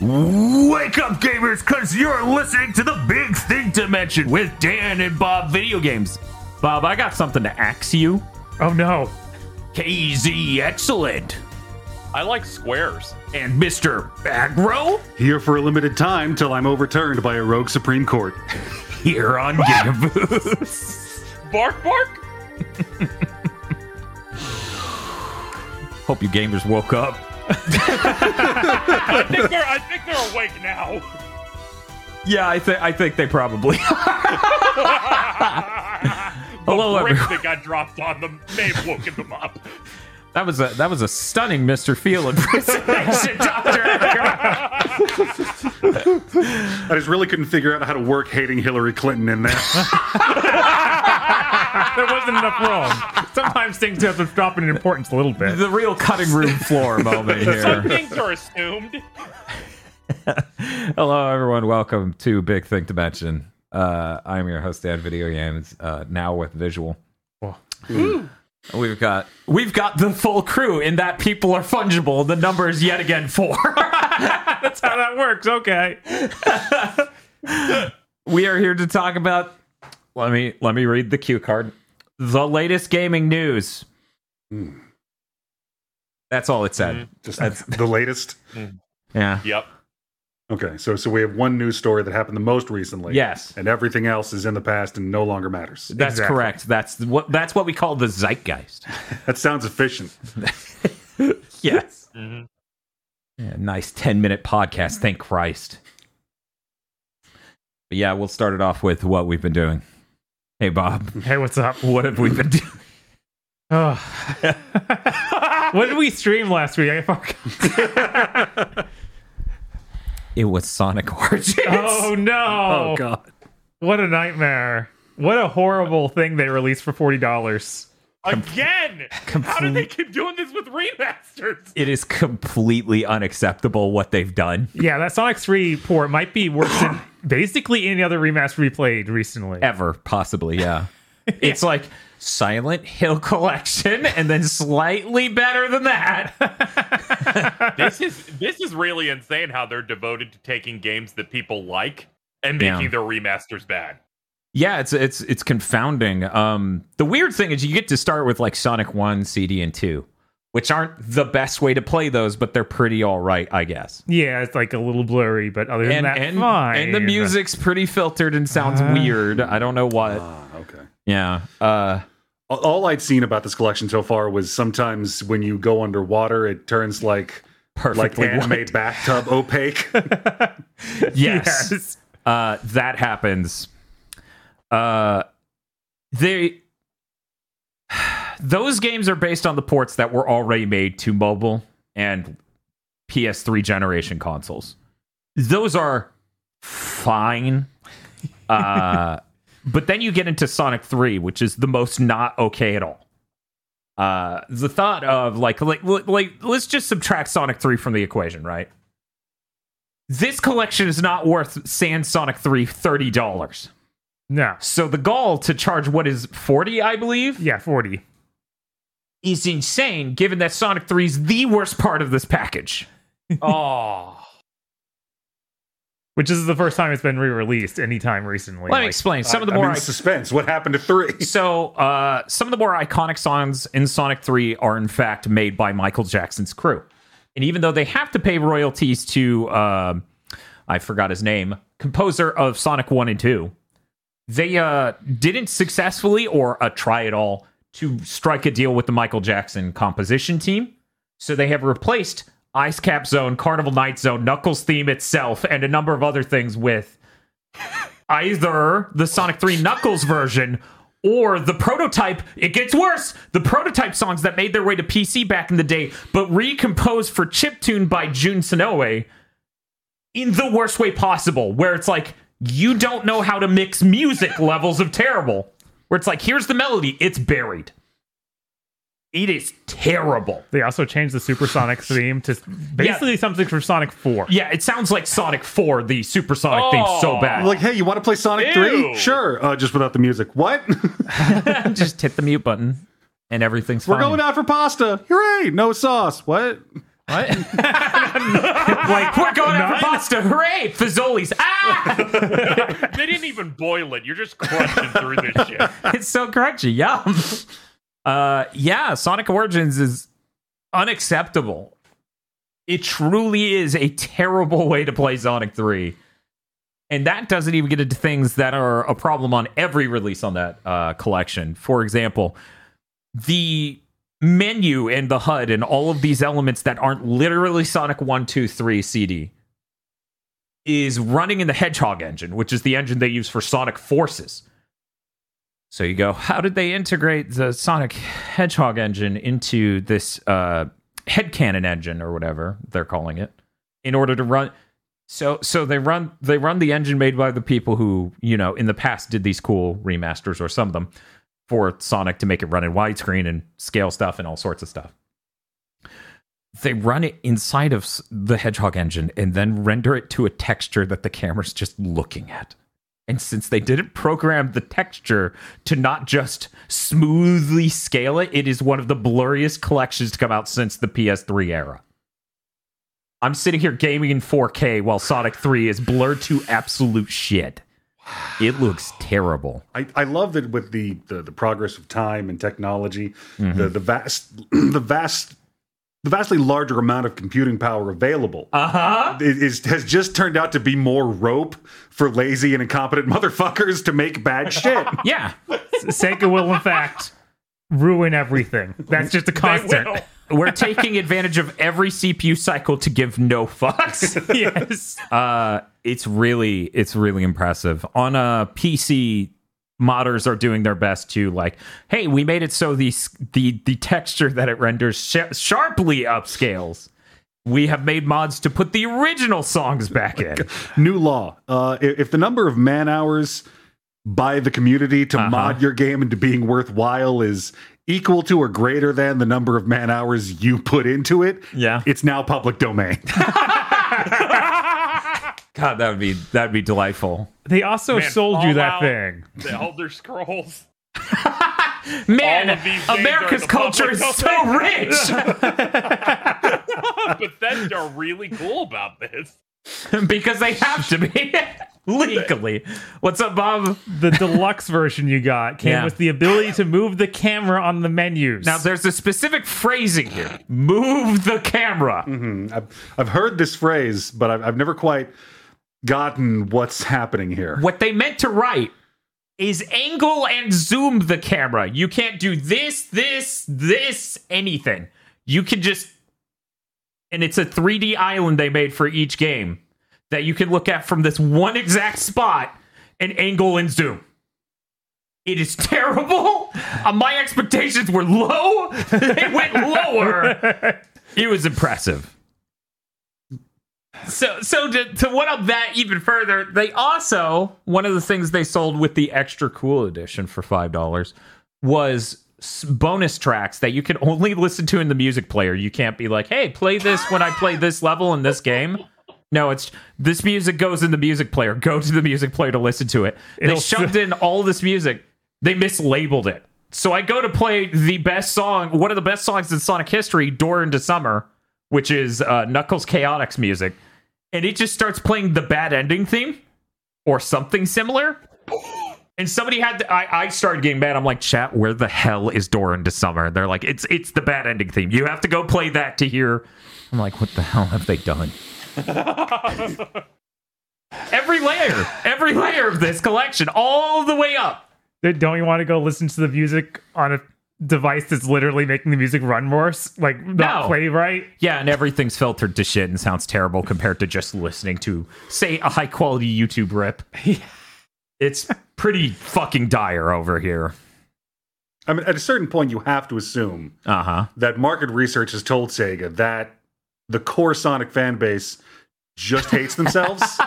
Wake up, gamers, because you're listening to the Big Thing Dimension with Dan and Bob Video Games. Bob, I got something to ax you. Oh no. KZ Excellent I like squares. and Mr. Agro Here for a limited time till I'm overturned by a rogue Supreme Court. here on Gigaboo. Bark, bark. Hope you gamers woke up. I think they're. I think they're awake now. Yeah, I, th- I think they probably Hello, Brick everyone. that got dropped on them may have woken them up. That was a that was a stunning Mr. Field impersonation, Doctor. I just really couldn't figure out how to work hating Hillary Clinton in there. There wasn't enough room. Sometimes things have to drop in importance a little bit. the real cutting room floor moment Some here. things are assumed. Hello, everyone. Welcome to Big Think Dimension. Uh, I'm your host, Dan Video Games, uh, now with visual. Hmm. We've got we've got the full crew in that people are fungible. The number is yet again four. That's how that works. Okay. we are here to talk about. Let me let me read the cue card. The latest gaming news. Hmm. That's all it said. Just the latest. Yeah. Yep. Okay, so so we have one news story that happened the most recently. Yes. and everything else is in the past and no longer matters. That's Exactly. correct. That's th- what that's what we call the zeitgeist. That sounds efficient. Yes. Mm-hmm. Mhm. Yeah, nice 10 minute podcast. Thank Christ. But yeah, we'll start it off with what we've been doing. Hey, Bob, Hey, what's up? what have we been doing? Oh. what did we stream last week? I forgot. It was Sonic Origins. Oh no. God. What a nightmare. What a horrible thing they released for $40. Again. How do they keep doing this with remasters? It is completely unacceptable what they've done. Yeah, that Sonic 3 port might be worse than basically any other remaster we played recently. Ever, possibly, yeah. It's like Silent Hill Collection and then slightly better than that. This is this is really insane. How they're devoted to taking games that people like and making Yeah. their remasters bad. Yeah, it's it's it's confounding. Um, the weird thing is you get to start with like Sonic One, CD, and Two, which aren't the best way to play those, but they're pretty all right, I guess. Yeah, it's like a little blurry, but other than And that, and fine. and the music's pretty filtered and sounds Uh. weird. I don't know what. Ah, okay. Yeah. Uh, All- All I'd seen about this collection so far was sometimes when you go underwater, it turns like perfectly. like anime white. bathtub opaque. Yes. Yes. Uh, that happens. Uh, they those games are based on the ports that were already made to mobile and PS3 generation consoles. Those are fine. Uh, but then you get into Sonic 3, which is the most not okay at all. Uh, the thought of like, like, like, let's just subtract Sonic 3 from the equation, right? This collection is not worth Sans Sonic 3 $30. No. So the goal to charge what is 40, I believe, Yeah, 40. is insane given that Sonic 3 is the worst part of this package. Oh. Which is the first time it's been re released anytime recently. Let me Like, explain. Some of the I more mean, I- suspense. What happened to three? so uh, some of the more iconic songs in Sonic 3 are in fact made by Michael Jackson's crew. And even though they have to pay royalties to um I forgot his name, composer of Sonic 1 and 2, they uh, didn't successfully or a try at all to strike a deal with the Michael Jackson composition team. So they have replaced Ice Cap Zone, Carnival Night Zone, Knuckles theme itself, and a number of other things with either the Sonic 3 Knuckles version or the prototype. It gets worse. The prototype songs that made their way to PC back in the day, but recomposed for chiptune by Jun Sonoe in the worst way possible, where it's like, you don't know how to mix music levels of terrible. Where it's like, here's the melody, it's buried. It is terrible. They also changed the supersonic theme to basically something from Sonic 4. Yeah, it sounds like Sonic 4, the supersonic theme, so Oh. bad. like, hey, you want to play Sonic Ew. Three? Sure, uh, just without the music. What? Just hit the mute button and everything's We're fine. going out for pasta. Hooray! No sauce. What? What? like we're going after pasta! Hooray! Fazoli's! Ah! They didn't even boil it. You're just crushing through this shit. it's so crunchy. Yum. Uh, yeah, Sonic Origins is unacceptable. It truly is a terrible way to play Sonic 3. And that doesn't even get into things that are a problem on every release on that uh, collection. For example, the menu and the HUD and all of these elements that aren't literally Sonic 1, 2, 3 CD is running in the Hedgehog engine, which is the engine they use for Sonic Forces. So you go, how did they integrate the Sonic Hedgehog engine into this uh, headcanon engine or whatever they're calling it in order to run? So so they run they run the engine made by the people who you know in the past did these cool remasters or some of them for Sonic to make it run in widescreen and scale stuff and all sorts of stuff. They run it inside of s- the Hedgehog engine and then render it to a texture that the camera's just looking at. And since they didn't program the texture to not just smoothly scale it, it is one of the blurriest collections to come out since the PS3 era. I'm sitting here gaming in 4K while Sonic 3 is blurred to absolute shit. It looks terrible. I, I love that with the, the the progress of time and technology, the the vast the vast the vastly larger amount of computing power available Uh-huh. i- is, has just turned out to be more rope for lazy and incompetent motherfuckers to make bad shit. Yeah. Sega will, in fact, ruin everything. That's just a constant. will. We're taking advantage of every CPU cycle to give no fucks. yes. Uh, it's really it's really impressive. On a PC, modders are doing their best to like, hey, we made it so the s- the the texture that it renders sh- sharply upscales. We have made mods to put the original songs Oh back in. New law: uh, i- if the number of man hours by the community to mod your game into being worthwhile is equal to or greater than the number of man hours you put into it, Yeah. it's now public domain. God, that would be that'd be deligful. They also Man, sold you that Fallout, thing. The Elder Scrolls. Man, All of these games are in America's the culture public is so rich. Bethesda are really cool about this. because they have to be legally. What's up, Bob? The deluxe version you got came Yeah. with the ability to move the camera on the menus. Now, there's a specific phrasing here. Move the camera. I've, I've heard this phrase, but I've, I've never quite gotten what's happening here. What they meant to write is angle and zoom the camera. You can't do this, this, this, anything. You can just. And it's a 3D island they made for each game that you can look at from this one exact spot and angle and zoom. It is terrible. Uh, my expectations were low. They went lower. It was impressive. So, so to, to one up that even further, they also one of the things they sold with the extra cool edition for five dollars was s- bonus tracks that you can only listen to in the music player. You can't be like, "Hey, play this when I play this level in this game." No, it's this music goes in the music player. Go to the music player to listen to it. It'll- they shoved in all this music. They mislabeled it. So I go to play the best song, one of the best songs in Sonic history, "Door into Summer," which is uh, Knuckles Chaotix music and it just starts playing the bad ending theme or something similar. And somebody had to, I, I started getting mad. I'm like, chat, where the hell is Doran to Summer? And they're like, it's it's the bad ending theme. You have to go play that to hear. I'm like, what the hell have they done? every layer, every layer of this collection, all the way up. Don't you want to go listen to the music on a device that's literally making the music run worse? Like, not No. play right? Yeah, and everything's filtered to shit and sounds terrible compared to just listening to, say, a high quality YouTube rip. It's pretty fucking dire over here. I mean, at a certain point, you have to assume Uh huh. that market research has told Sega that the core Sonic fan base just hates themselves.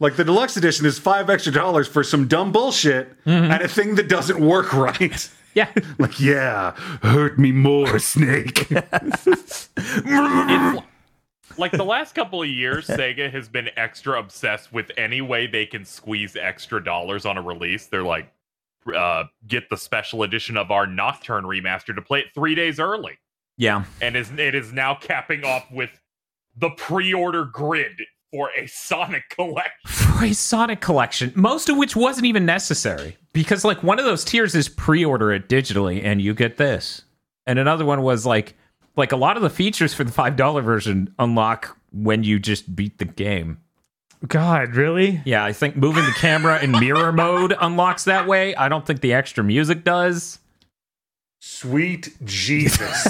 like the deluxe edition is five extra dollars for some dumb bullshit and a thing that doesn't work right. Yeah. like, yeah, hurt me more, Snake. It's li- like the last couple of years, Sega has been extra obsessed with any way they can squeeze extra dollars on a release. They're like, uh, get the special edition of our Nocturne remaster to play it three days early. Yeah. and is it is now capping off with the pre-order grid for a Sonic collection. For a Sonic collection, most of which wasn't even necessary because, like, one of those tiers is pre-order it digitally and you get this, and another one was like, like a lot of the features for the five dollar version unlock when you just beat the game. God, really? Yeah, I think moving the camera in mirror mode unlocks that way. I don't think the extra music does. Sweet Jesus.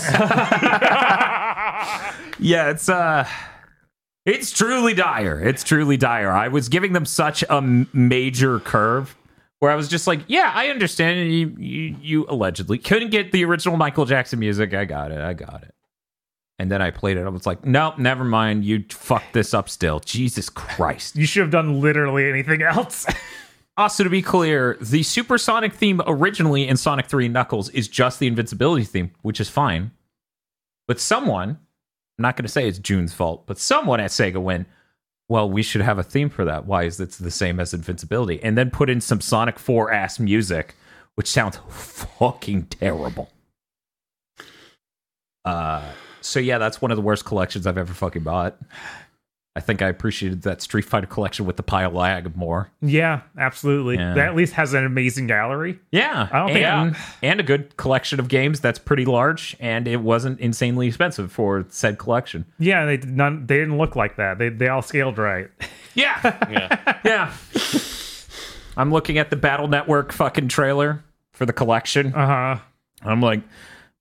Yeah, it's uh it's truly dire. It's truly dire. I was giving them such a m- major curve where I was just like, yeah, I understand you, you you allegedly couldn't get the original Michael Jackson music. I got it. I got it. And then I played it. I was like, nope, never mind. You fucked this up still. Jesus Christ. You should have done literally anything else. Also, to be clear, the supersonic theme originally in Sonic 3 and Knuckles is just the invincibility theme, which is fine. But someone, I'm not going to say it's June's fault, but someone at Sega went, well, we should have a theme for that. Why is this the same as invincibility? And then put in some Sonic 4 ass music, which sounds fucking terrible. Uh, so, yeah, that's one of the worst collections I've ever fucking bought. I think I appreciated that Street Fighter collection with the pile lag more. yeah, absolutely. Yeah. That at least has an amazing gallery. Yeah, I don't think and, I'm- and a good collection of games that's pretty large, and it wasn't insanely expensive for said collection. Yeah, they did none. They didn't look like that. They they all scaled right. Yeah, Yeah. yeah. I'm looking at the Battle Network fucking trailer for the collection. Uh huh. I'm like,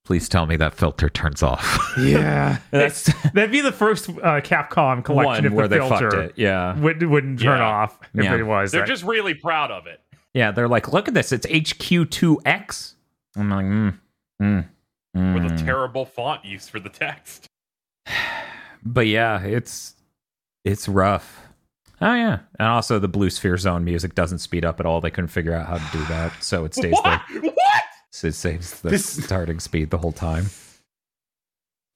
please tell me that filter turns off. Yeah, that's that'd be the first uh, Capcom collection one if where the they filter fucked it. Yeah, Would, wouldn't turn Yeah. off if Yeah. it was. They're that. just really proud of it. yeah. They're like, look at this. It's HQ2X. I'm like, mm, mm, mm. With a terrible font used for the text. but yeah, it's it's rough. Oh yeah, and also the Blue Sphere Zone music doesn't speed up at all. They couldn't figure out how to do that, so it stays What? the What? so it stays the This- starting speed the whole time.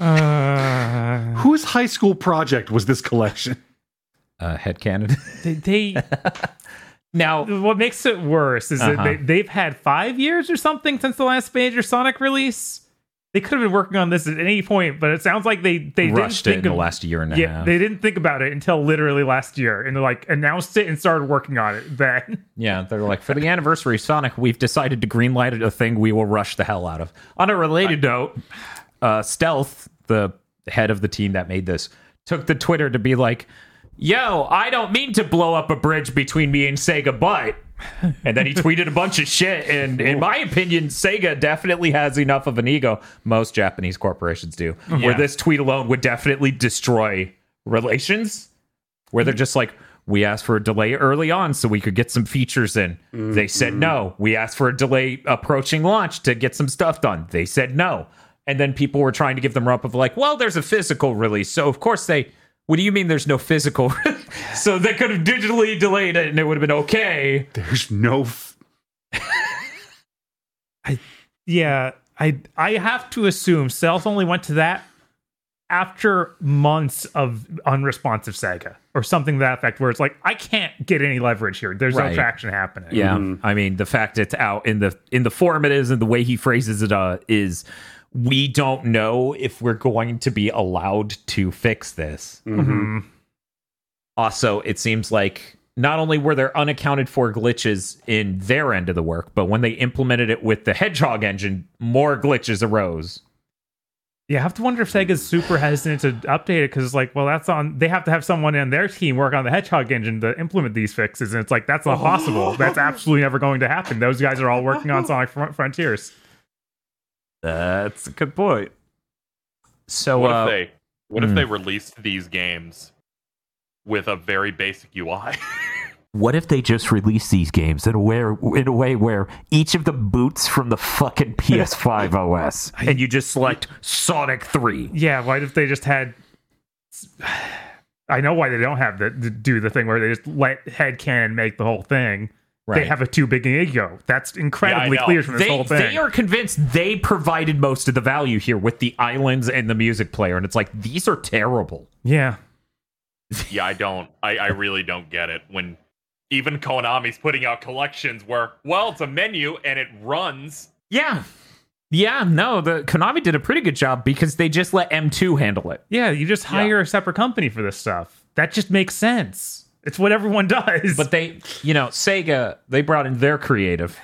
Uh, Whose high school project was this collection? Uh, head cannon. they, they now, what makes it worse is Uh-huh. that they, they've had five years or something since the last major Sonic release. They could have been working on this at any point, but it sounds like they they rushed didn't it think in the of- last year and a Yeah, half. they didn't think about it until literally last year, and they like announced it and started working on it then. yeah, they're like for the anniversary of Sonic, we've decided to greenlight a thing we will rush the hell out of. On a related note, uh, Stealth, the head of the team that made this, took the Twitter to be like, "Yo, I don't mean to blow up a bridge between me and Sega, but." And then he tweeted a bunch of shit. And in my opinion, Sega definitely has enough of an ego. Most Japanese corporations do. Where this tweet alone would definitely destroy relations. Where they're just like, we asked for a delay early on so we could get some features in. They said no. We asked for a delay approaching launch to get some stuff done. They said no. And then people were trying to give them up of like, well, there's a physical release. So of course they what do you mean there's no physical? so they could have digitally delayed it and it would have been okay. There's no. F- Yeah, I I have to assume Stealth only went to that after months of unresponsive Sega or something to that effect, where it's like I can't get any leverage here. There's Right. no traction happening. Yeah, Mm-hmm. I mean the fact it's out in the in the form it is and the way he phrases it uh, is, we don't know if we're going to be allowed to fix this. Mm-hmm. Mhm. Mm-hmm. Also, it seems like not only were there unaccounted for glitches in their end of the work, but when they implemented it with the Hedgehog engine, more glitches arose. Yeah, I have to wonder if Sega's super hesitant to update it because it's like, well, that's on. They have to have someone in their team work on the Hedgehog engine to implement these fixes, and it's like that's not possible. That's absolutely never going to happen. Those guys are all working on Sonic Fron- Frontiers. That's a good point. So, What uh, if they what hmm. if they released these games with a very basic UI? What if they just release these games in a way, in a way where each of the boots from the fucking PS5 OS, and you just select Sonic Three? Yeah, why if they just had? I know why they don't have the, to do the thing where they just let headcanon make the whole thing. They have a too big an ego. That's incredibly know. clear from this They, whole thing. they are convinced they provided most of the value here with the islands and the music player, and it's like these are terrible. yeah, yeah, I don't. I, I really don't get it when even Konami's putting out collections where, well, it's a menu and it runs. Yeah, Yeah, no, the Konami did a pretty good job because they just let M2 handle it. Yeah, you just hire a separate company for this stuff. That just makes sense. It's what everyone does. But they, you know, Sega, they brought in their creative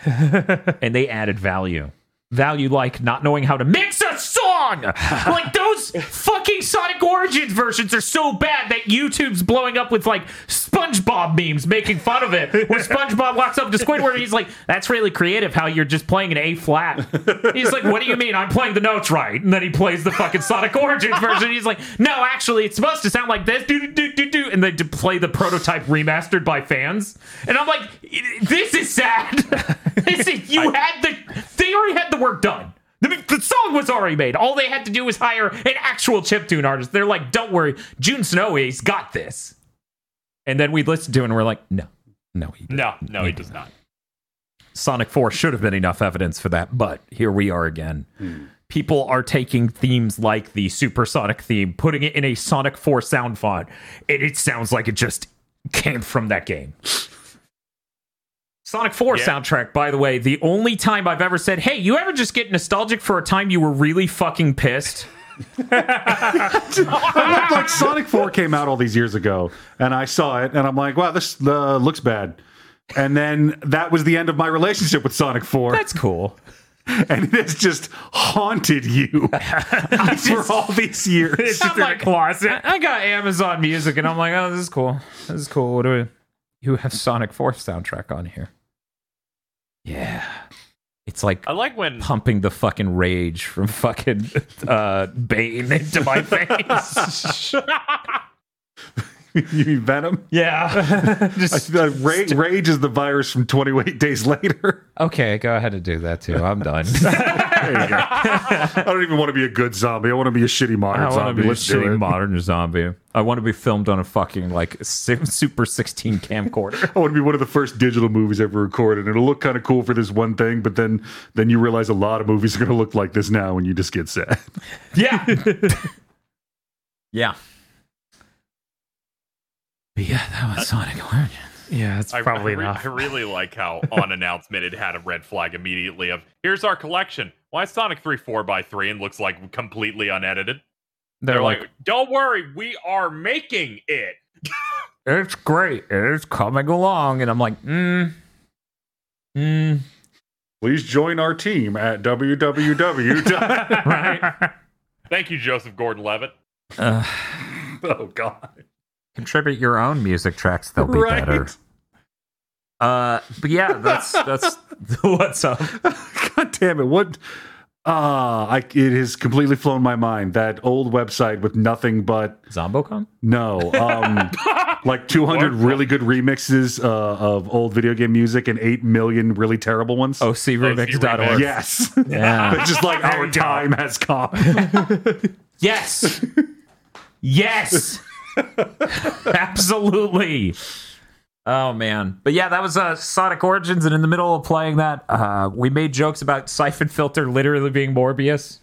and they added value. Value like not knowing how to mix a song. like those fucking Sonic Origins versions are so bad that YouTube's blowing up with like SpongeBob memes making fun of it. Where SpongeBob walks up to Squidward and he's like, "That's really creative how you're just playing an A flat." He's like, "What do you mean? I'm playing the notes right." And then he plays the fucking Sonic Origins version. He's like, "No, actually, it's supposed to sound like this." Do do do do. And they d- play the prototype remastered by fans. And I'm like, "This is sad. this is, you had the they already had the work done." The, the song was already made. All they had to do was hire an actual chiptune artist. They're like, don't worry, June Snowy's got this. And then we listened to it and we're like, no, no. He didn't. No, no, he does not. Sonic 4 should have been enough evidence for that, but here we are again. People are taking themes like the supersonic theme, putting it in a Sonic 4 sound font, and it sounds like it just came from that game. Sonic 4 Yeah. soundtrack, by the way, the only time I've ever said, hey, you ever just get nostalgic for a time you were really fucking pissed? Like, like Sonic 4 came out all these years ago, and I saw it, and I'm like, wow, this uh, looks bad. And then that was the end of my relationship with Sonic 4, That's cool. and it has just haunted you for all these years. it's just I'm in like- the closet. I got Amazon Music, and I'm like, oh, this is cool. This is cool. What do we? You have Sonic Force soundtrack on here. Yeah, it's like I like when pumping the fucking rage from fucking uh, Bane into my face. you mean Venom? yeah, just Uh, Ra- Rage is the virus from 28 days later. okay. Go ahead and do that too. I'm done. There you go. I don't even want to be a good zombie. I want to be a shitty modern I want zombie. to be a Let's do shitty it. modern zombie. I want to be filmed on a fucking like si- super 16 camcorder. I want to Oh, be one of the first digital movies ever recorded. It'll look kind of cool for this one thing, but then then you realize a lot of movies are going to look like this now, and you just get sad. Yeah. yeah. But yeah, that was Sonic Origins. Yeah, that's I, probably I, re- enough. I really like how on announcement it had a red flag immediately of here's our collection. Why is Sonic 3 4x3 and looks like completely unedited? They're like, don't worry, we are making it. it's great. It's coming along. And I'm like, mm. Mm. Please join our team at www. Thank you, Joseph Gordon Levitt. Uh, oh God! contribute your own music tracks. They'll be Right. better. Uh, but yeah, that's that's what's up. God damn it! What? Ah, I it has completely flown my mind. That old website with nothing but Zombocom? No, um, like 200 really good remixes uh, of old video game music and 8 million really terrible ones. Oh, OCRemix.org. yes. yeah. But just like our time has come. Yes. yes. Absolutely. Oh man. But yeah, that was uh, Sonic Origins and in the middle of playing that, uh, we made jokes about Siphon Filter literally being Morbius.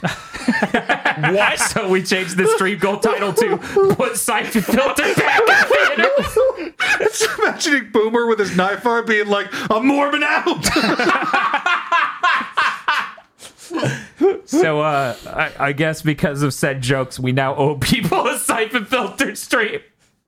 what? So we changed the stream goal title to put Siphon Filter back in theaters." Just imagining Boomer with his knife arm being like, I'm Mormon out. So uh I, I guess because of said jokes, we now owe people a Siphon Filter stream.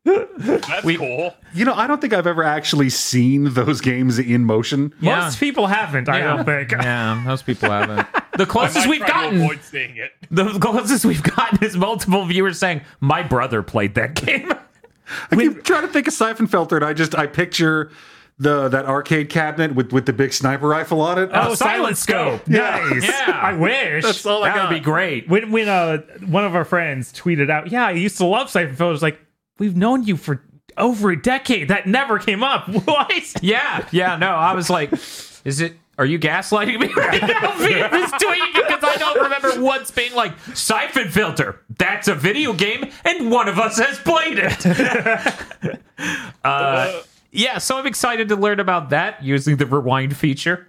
That's We- cool. you know, I don't think I've ever actually seen those games in motion. Most people haven't, I don't think. Yeah, most people haven't. The closest I we've try to gotten avoid seeing it. The closest we've gotten is multiple viewers saying, "My brother played that game." I keep trying to think of Siphon Filter and I just, I picture the that arcade cabinet with, with the big sniper rifle on it. Oh, Silent Scope. Yeah. Nice. Yeah. I wish. That's all I that got. would be great. when when uh, one of our friends tweeted out, "Yeah, I used to love Siphon Filter." It's like we've known you for over a decade. That never came up. What? Yeah, yeah. No, I was like, "Is it? Are you gaslighting me right now via this tweet?" Because I don't remember once being like, "Siphon Filter." That's a video game, and one of us has played it. uh, yeah, so I'm excited to learn about that using the rewind feature.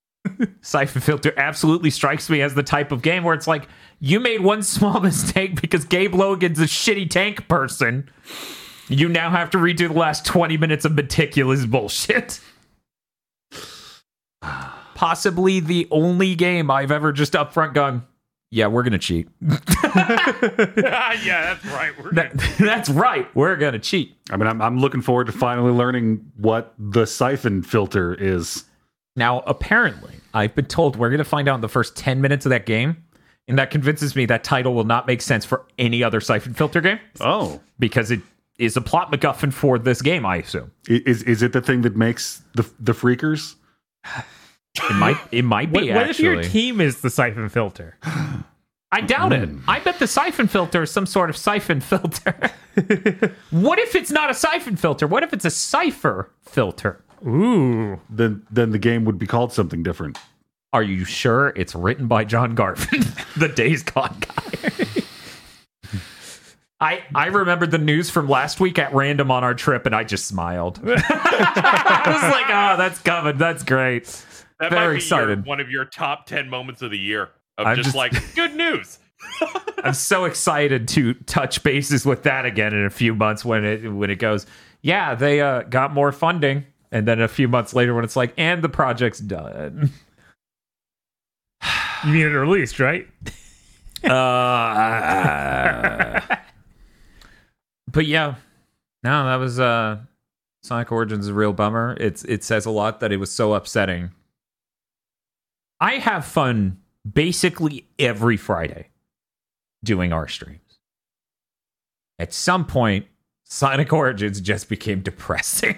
Siphon Filter absolutely strikes me as the type of game where it's like, you made one small mistake because Gabe Logan's a shitty tank person. You now have to redo the last 20 minutes of meticulous bullshit. possibly the only game I've ever just upfront gone, yeah, we're going to cheat. yeah, that's right. We're That, that's right. We're going to cheat. I mean, I'm, I'm looking forward to finally learning what the siphon filter is. Now, apparently, I've been told we're going to find out in the first 10 minutes of that game. And that convinces me that title will not make sense for any other Siphon Filter game Oh, because it is a plot MacGuffin for this game, I assume. I- is is it the thing that makes the the freakers? It might, it might What, be what if actually. your team is the siphon filter? I doubt it. I bet the siphon filter is some sort of siphon filter. what if it's not a siphon filter? What if it's a cipher filter? Ooh, Then then the game would be called something different. Are you sure it's written by John Garvin, the Days Gone guy? I I remembered the news from last week at random on our trip, and I just smiled. I was like, "Oh, that's coming. That's great." that Very might be Your, excited. one of your top 10 moments of the year of I'm just, just- like, good news. I'm so excited to touch bases with that again in a few months when it when it goes. Yeah, they uh, got more funding, and then a few months later when it's like, and the project's done. you mean it released, right? Uh, but yeah, no, that was uh, Sonic Origins is a real bummer. It's it says a lot that it was so upsetting. I have fun basically every Friday doing our streams. At some point, Sonic Origins just became depressing,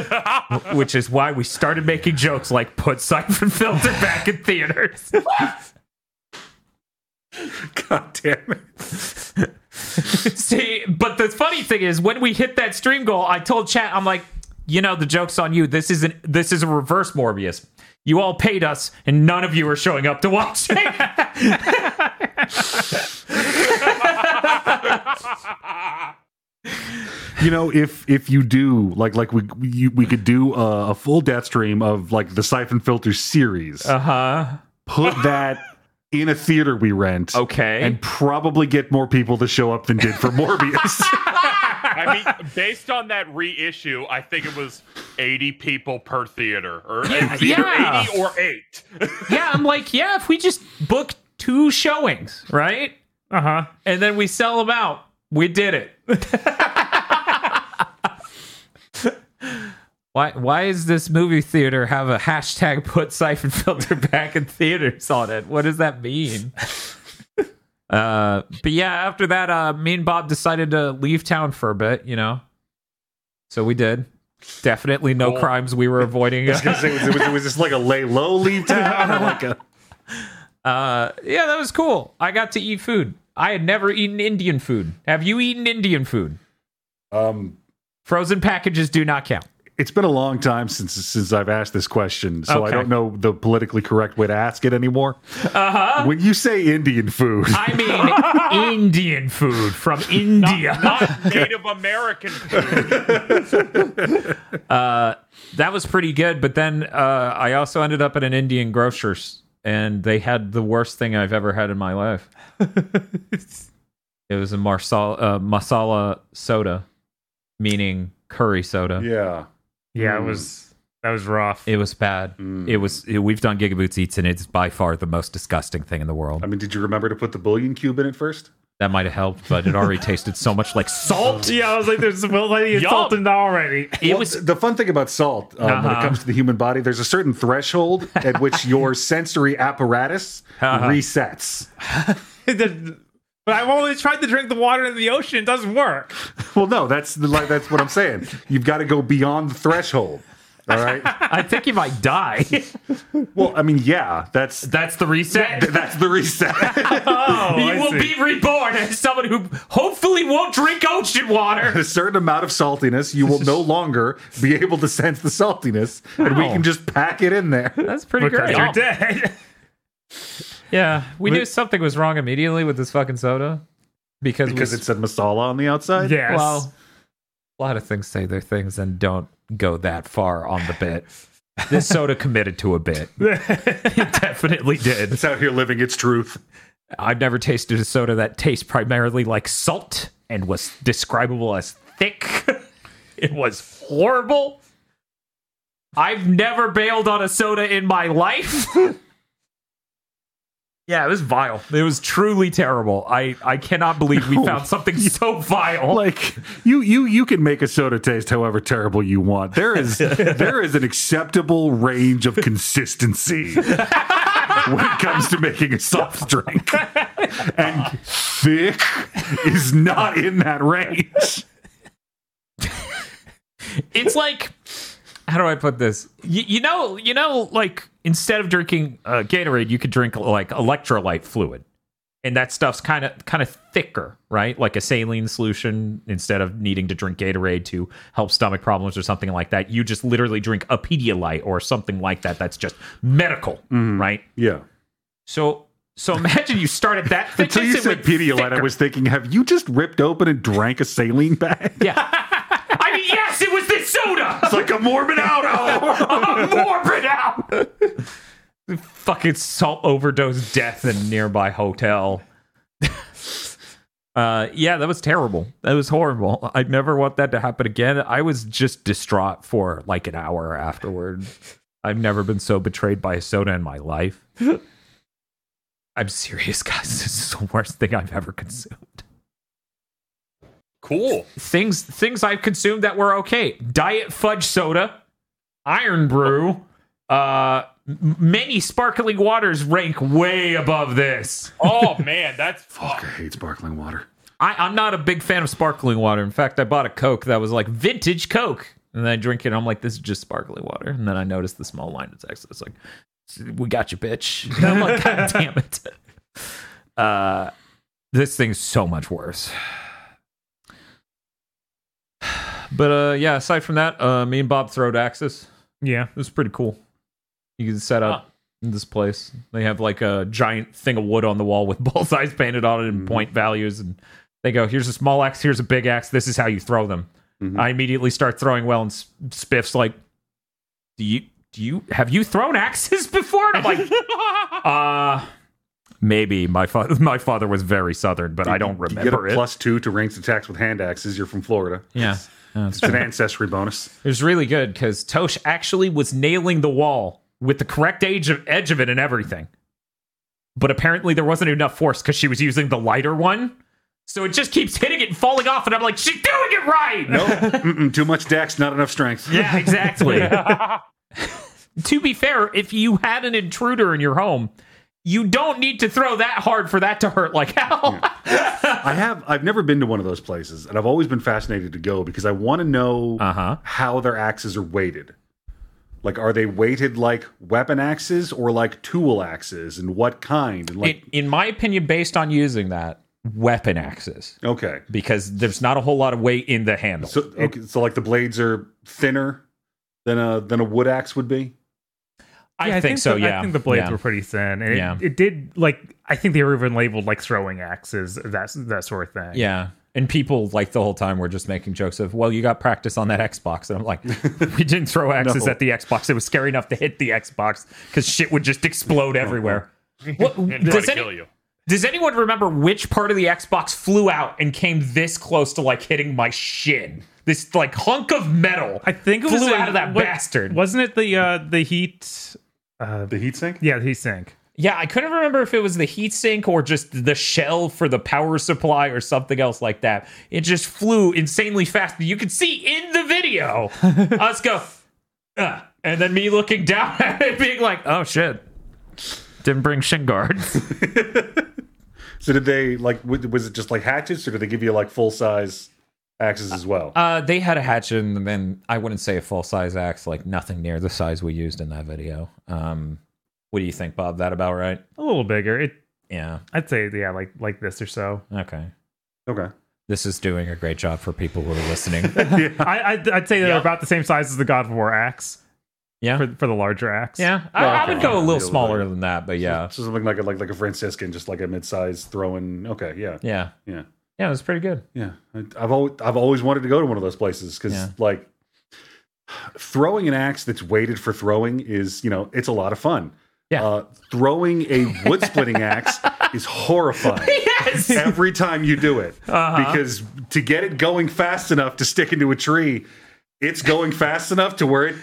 which is why we started making jokes like put Siphon Filter back in theaters. God damn it! See, but the funny thing is, when we hit that stream goal, I told chat, I'm like, you know, the joke's on you. This isn't. This is a reverse Morbius. You all paid us, and none of you are showing up to watch it. You know, if if you do like like we you, we could do a, a full death stream of like the siphon filter series. Uh huh. Put that in a theater we rent. Okay. And probably get more people to show up than did for Morbius. I mean, based on that reissue, I think it was 80 people per theater, or it's either yeah. 80 or 8. yeah, I'm like, yeah, if we just book two showings, right, Uh huh. and then we sell them out, we did it. Why, why is this movie theater have a hashtag put siphon filter back in theaters on it? What does that mean? Uh, but yeah, after that, uh, me and Bob decided to leave town for a bit, you know. So we did. Definitely no Cool. crimes we were avoiding. I was gonna say, was, it- was this like a lay low leave town or like a Uh, yeah, that was cool. I got to eat food. I had never eaten Indian food. Have you eaten Indian food? um Frozen packages do not count. it's been a long time since since I've asked this question, so I Okay. don't know the politically correct way to ask it anymore. Uh-huh. When you say Indian food, I mean, Indian food from India. Not Native American food. e- that was pretty good. But then uh, I also ended up at an Indian grocer's, and they had the worst thing I've ever had in my life. it was a marsala, uh, masala soda, meaning curry soda. yeah, Yeah, Hmm. it was that was rough. It was bad. Mm. It was. It, we've done Gigaboots Eats, and it's by far the most disgusting thing in the world. I mean, did you remember to put the bullion cube in it first? That might have helped, but it already tasted so much like salt. yeah, I was like, there's already Yup. insulted already. It Well, was. th- the fun thing about salt um, when it Uh-huh. comes to the human body. There's a certain threshold at which your sensory apparatus Uh-huh. resets. It did- but I've always tried to drink the water in the ocean. It doesn't work. Well, no, that's the, like that's what I'm saying. You've got to go beyond the threshold. All right. I think you might die. Well, I mean, yeah, that's That's the reset. that's the reset. Oh, you will be reborn as someone who hopefully won't drink ocean water. a certain amount of saltiness, you will no longer be able to sense the saltiness, and we Wow. can just pack it in there. That's pretty because great. you're dead. Yeah, we But- knew something was wrong immediately with this fucking soda because we Because s- it said masala on the outside. yes. well, a lot of things say their things and don't go that far on the bit. This soda committed to a bit. it definitely did. it's out here living its truth. I've never tasted a soda that tastes primarily like salt and was describable as thick. it was horrible. I've never bailed on a soda in my life. yeah, it was vile. It was truly terrible. I, I cannot believe we found something so vile. Like you, you, you can make a soda taste however terrible you want. There is there is an acceptable range of consistency when it comes to making a soft drink, and thick is not in that range. it's like how do I put this? You, you know, you know, like instead of drinking uh, Gatorade, you could drink like electrolyte fluid, and that stuff's kind of kind of thicker, right? Like a saline solution instead of needing to drink Gatorade to help stomach problems or something like that. You just literally drink a Pedialyte or something like that. That's just medical, right? Yeah. So. So imagine you start at that thickness. Until you it said would Pedialyte, I thicker. was thinking, have you just ripped open and drank a saline bag? I mean, yes, it was this soda. It's like a Mormon out. Oh. I'm morbid out. Fucking salt overdose death in a nearby hotel. uh, yeah, that was terrible. That was horrible. I never want that to happen again. I was just distraught for like an hour afterward. I've never been so betrayed by a soda in my life. I'm serious, guys. This is the worst thing I've ever consumed. Cool. Things things I've consumed that were okay. Diet fudge soda. Iron Brew, uh, m- many sparkling waters rank way above this. Oh man, that's fuck. I hate sparkling water. I, I'm not a big fan of sparkling water. In fact, I bought a Coke that was like vintage Coke, and then I drink it. and I'm like, this is just sparkling water. And then I noticed the small line in Texas. It's like, we got you, bitch. And I'm like, god damn it. Uh, this thing's so much worse. But uh, yeah, aside from that, uh, me and Bob throwed axes. Yeah. It was pretty cool. You can set up Huh. in this place. They have like a giant thing of wood on the wall with bullseyes painted on it and point values. And they go, here's a small axe, here's a big axe. This is how you throw them. Mhm. I immediately start throwing well, and S- Spiff's like, do you, do you, have you thrown axes before? And I'm like, uh, maybe my father, my father was very southern, but I don't You remember get a it. plus two to ranks attacks with hand axes. You're from Florida. yeah. Yeah, it's It's an ancestry bonus. It was really good because Tosh actually was nailing the wall with the correct age of edge of it and everything. But apparently there wasn't enough force because she was using the lighter one. So it just keeps hitting it and falling off, and I'm like, she's doing it right! No, mm-mm, too much Dax, not enough strength. Yeah, exactly. to be fair, if you had an intruder in your home, you don't need to throw that hard for that to hurt like hell. I have. I've never been to one of those places, and I've always been fascinated to go because I want to know Uh-huh. how their axes are weighted. Like, are they weighted like weapon axes or like tool axes, and what kind? And like, In, in my opinion, based on using that, weapon axes. okay, Because there's not a whole lot of weight in the handle. so okay, so like the blades are thinner than a than a wood axe would be. I, Yeah, think, so. the- Yeah, I think the blades Yeah. were pretty thin, and Yeah. it, it did like I think they were even labeled like throwing axes, that that sort of thing. Yeah. And people like the whole time were just making jokes of, well, you got practice on that Xbox. And I'm like, we didn't throw axes No. at the Xbox. It was scary enough to hit the Xbox because shit would just explode everywhere. What, And try does, to any- kill you. does anyone remember which part of the Xbox flew out and came this close to like hitting my shin? This like hunk of metal. I think it flew was a- out of that what- bastard. Wasn't it the uh the heat? The heat sink. Yeah, the heat sink. Yeah, I couldn't remember if it was the heatsink or just the shell for the power supply or something else like that. It just flew insanely fast. You could see in the video us go, "Ugh," and then me looking down at it, being like, "Oh shit, didn't bring shin guards." So did they like? w- Was it just like hatchets, or did they give you like full size axes as well? Uh, they had a hatchet, and then I wouldn't say a full size axe, like nothing near the size we used in that video. Um, what do you think, Bob? That about right? A little bigger. It Yeah. I'd say yeah, like like this or so. Okay. okay. This is doing a great job for people who are listening. I I'd, I'd say they're Yeah. about the same size as the God of War axe Yeah. for for the larger axe. Yeah, I, I okay. would go a Yeah, little it was smaller like- than that, but yeah, So something like a, like like a Franciscan, just like a mid-size throwing. Okay, yeah, yeah, yeah, yeah. It was pretty good. yeah. I- I've always I've always wanted to go to one of those places because Yeah. like throwing an axe that's weighted for throwing is you know it's a lot of fun. Yeah. Uh, throwing a wood splitting axe is horrifying. Yes, Every Uh-huh. time you do it, because to get it going fast enough to stick into a tree it's going fast enough to where it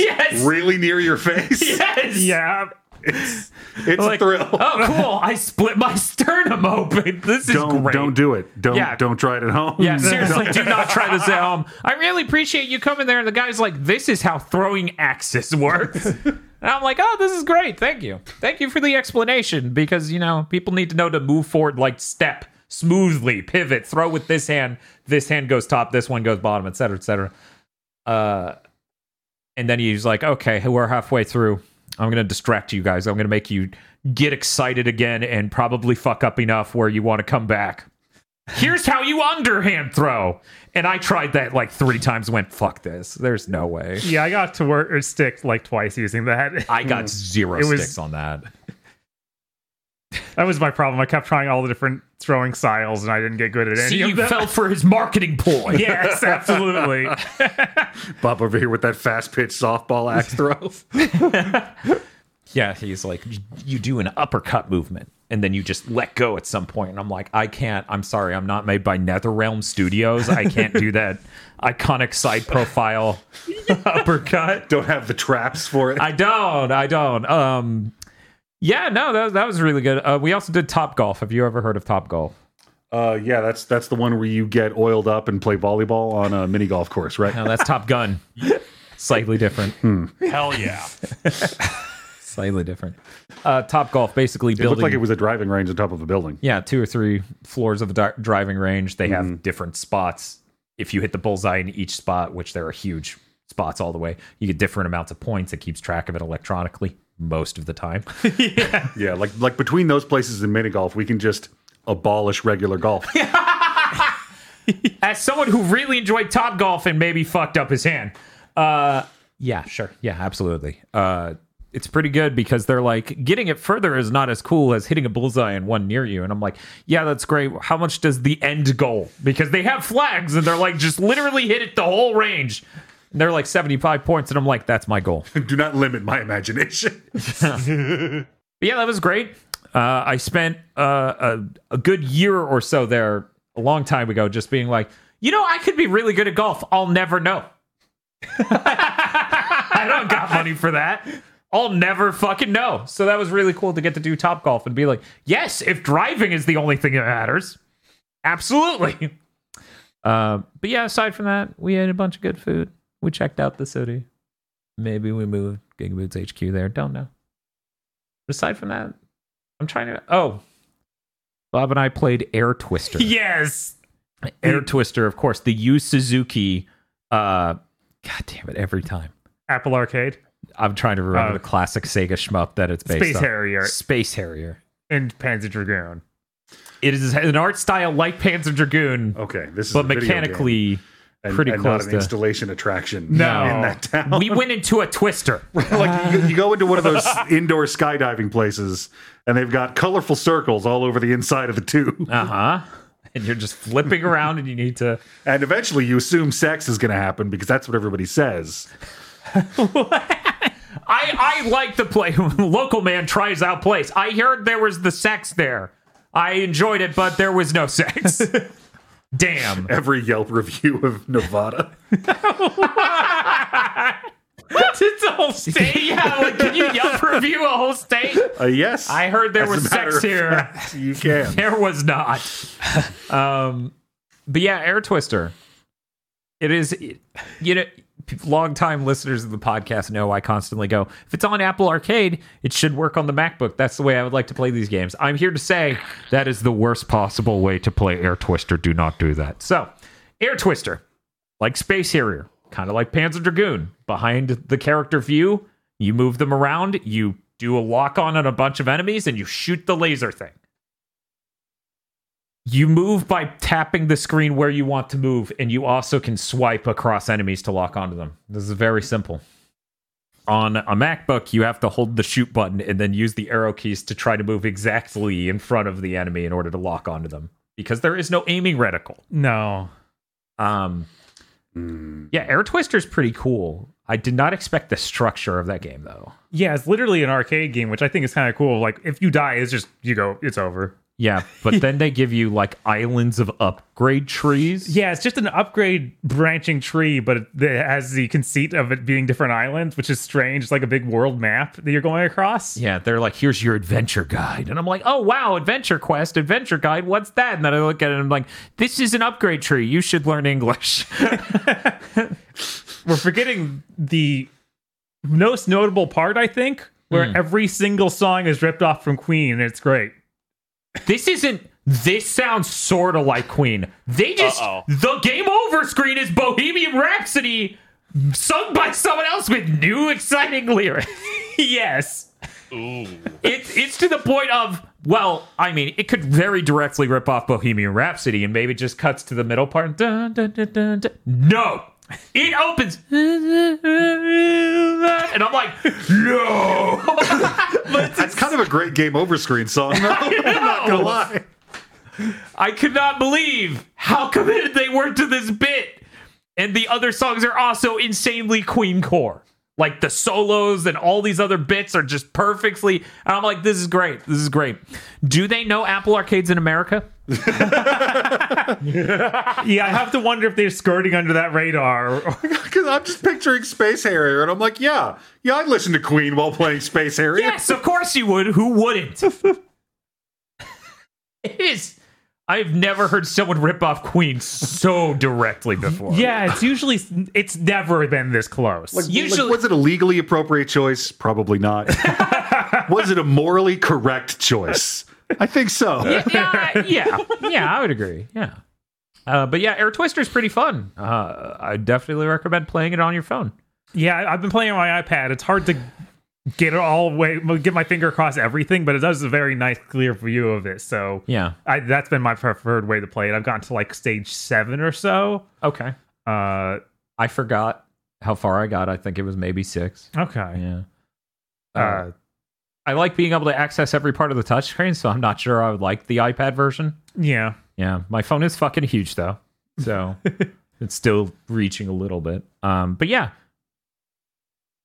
Yes. really near your face. Yes. Yeah. It's, it's Like, a thrill. oh, cool. I split my sternum open. This is don't great. don't do it. Don't Yeah. don't try it at home. Yeah, seriously, do not try this at home. I really appreciate you coming there. And the guy's like, this is how throwing axis works. And I'm like, oh, this is great. Thank you. Thank you for the explanation because, you know, people need to know to move forward, like step smoothly, pivot, throw with this hand. This hand goes top, this one goes bottom, et cetera, et cetera. Uh, and then he's like, okay, we're halfway through. I'm going to distract you guys. I'm going to make you get excited again and probably fuck up enough where you want to come back here's how you underhand throw. And I tried that like three times, went, fuck this. There's no way. Yeah, I got to work or stick like twice using that. I got zero It was- sticks on that. That was my problem. I kept trying all the different throwing styles and I didn't get good at any See, of you them. fell for his marketing ploy. yes, absolutely. Bob over here with that fast pitch softball axe throw. Yeah, he's like, you do an uppercut movement and then you just let go at some point. And I'm like, I can't. I'm sorry. I'm not made by NetherRealm Studios. I can't do that iconic side profile uppercut. don't have the traps for it. I don't. I don't. Um, yeah, no, that, that was really good. Uh, we also did Top Golf. Have you ever heard of Top Golf? Uh, yeah, that's that's the one where you get oiled up and play volleyball on a mini golf course, right? No, that's Top Gun. Slightly different. Hell yeah. Slightly different. Uh, Top Golf basically It looked building. like it was a driving range on top of a building. yeah, two or three floors of the di- driving range. They have different spots. If you hit the bullseye in each spot, which there are huge spots all the way, you get different amounts of points. It keeps track of it electronically most of the time. Yeah, like like between those places and mini golf, we can just abolish regular golf. As someone who really enjoyed Top Golf and maybe fucked up his hand. Uh, yeah, sure. Yeah, absolutely. Uh, it's pretty good because they're like getting it further is not as cool as hitting a bullseye and one near you. And I'm like, yeah, that's great. How much does the end goal? Because they have flags and they're like, just literally hit it the whole range. And they're like 75 points. And I'm like, that's my goal. Do not limit my imagination. But yeah, that was great. Uh, I spent uh, a, a good year or so there a long time ago just being like, you know, I could be really good at golf. I'll never know. I don't got money for that. I'll never fucking know. So that was really cool to get to do top golf and be like, yes, if driving is the only thing that matters, absolutely. Uh, but yeah, aside from that, we ate a bunch of good food. We checked out the city. Maybe we moved Gigaboots HQ there. Don't know aside from that, I'm trying to. Oh, Bob and I played Air Twister. yes. Air Twister, of course, the Yu Suzuki. Uh, God damn it! Every time Apple Arcade, I'm trying to remember Uh, Oh. the classic Sega shmup that it's based Space on. Harrier, Space Harrier. and Panzer Dragoon. It is an art style like Panzer Dragoon, Okay, Oh, this is a but video game mechanically and- pretty and close Not an to- installation attraction. No. in that town. we went into a twister. like you, you go into one of those indoor skydiving places, and they've got colorful circles all over the inside of the tube. Uh huh. And you're just flipping around, and you need to. And eventually, you assume sex is going to happen because that's what everybody says. I, I like the play. Local man tries out place. I heard there was the sex there. I enjoyed it, but there was no sex. Damn. Every Yelp review of Nevada. it's a whole state. Yeah, like, can you Yelp review a whole state? Uh, yes, I heard there As was a matter sex of here. fact, You can. There was not. um, but yeah, Air Twister. It is, you know, long time listeners of the podcast know I constantly go, if it's on Apple Arcade, it should work on the MacBook. That's the way I would like to play these games. I'm here to say that is the worst possible way to play Air Twister. Do not do that. So, Air Twister, like Space Harrier, kind of like Panzer Dragoon. Behind the character view, you move them around, you do a lock on on a bunch of enemies, and you shoot the laser thing you move by tapping the screen where you want to move, and you also can swipe across enemies to lock onto them. This is very simple. On a MacBook, you have to hold the shoot button and then use the arrow keys to try to move exactly in front of the enemy in order to lock onto them because there is no aiming reticle. No. Um, Yeah, Air Twister's pretty cool. I did not expect the structure of that game though. Yeah, it's literally an arcade game, which I think is kind of cool. Like, if you die, it's just, you go, it's over. Yeah, but then they give you like islands of upgrade trees. Yeah, it's just an upgrade branching tree, but it it has the conceit of it being different islands, which is strange. It's like a big world map that you're going across. Yeah, they're like, here's your adventure guide. And I'm like, oh, wow, adventure quest, adventure guide, what's that? And then I look at it and I'm like, this is an upgrade tree. You should learn English. We're forgetting the most notable part, I think, where Hmm. every single song is ripped off from Queen, and it's great. this isn't, this sounds sort of like Queen. They just, Uh-oh. the game over screen is Bohemian Rhapsody sung by someone else with new exciting lyrics. Yes. Ooh. it, it's to the point of well i mean it could very directly rip off bohemian rhapsody and maybe just cuts to the middle part dun, dun, dun, dun, dun. no it opens and i'm like no That's kind of a great game over screen song. though. I'm not gonna lie. i could not believe how committed they were to this bit and the other songs are also insanely queen core like the solos and all these other bits are just perfectly and i'm like this is great this is great do they know apple arcades in america Yeah, I have to wonder if they're skirting under that radar. Because I'm just picturing Space Harrier, and I'm like, yeah, yeah, I'd listen to Queen while playing Space Harrier. Yes, of course you would. Who wouldn't? it is. I've never heard someone rip off Queen so directly before. yeah, it's usually, it's never been this close. Like, Usually- like, was it a legally appropriate choice? Probably not. was it a morally correct choice? I think so. Uh, yeah, yeah, yeah. I would agree. Yeah, uh, but yeah, Air Twister is pretty fun. Uh, I definitely recommend playing it on your phone. Yeah, I- I've been playing on my iPad. It's hard to get it all way, get my finger across everything, but it does a very nice, clear view of it. So Yeah. I, that's been my preferred way to play it. I've gotten to like stage seven or so. Okay. Uh, I forgot how far I got. I think it was maybe six. okay. Yeah. Uh, Uh, I like being able to access every part of the touchscreen, so I'm not sure I would like the iPad version. yeah. Yeah, my phone is fucking huge though, so it's still reaching a little bit. Um, but yeah,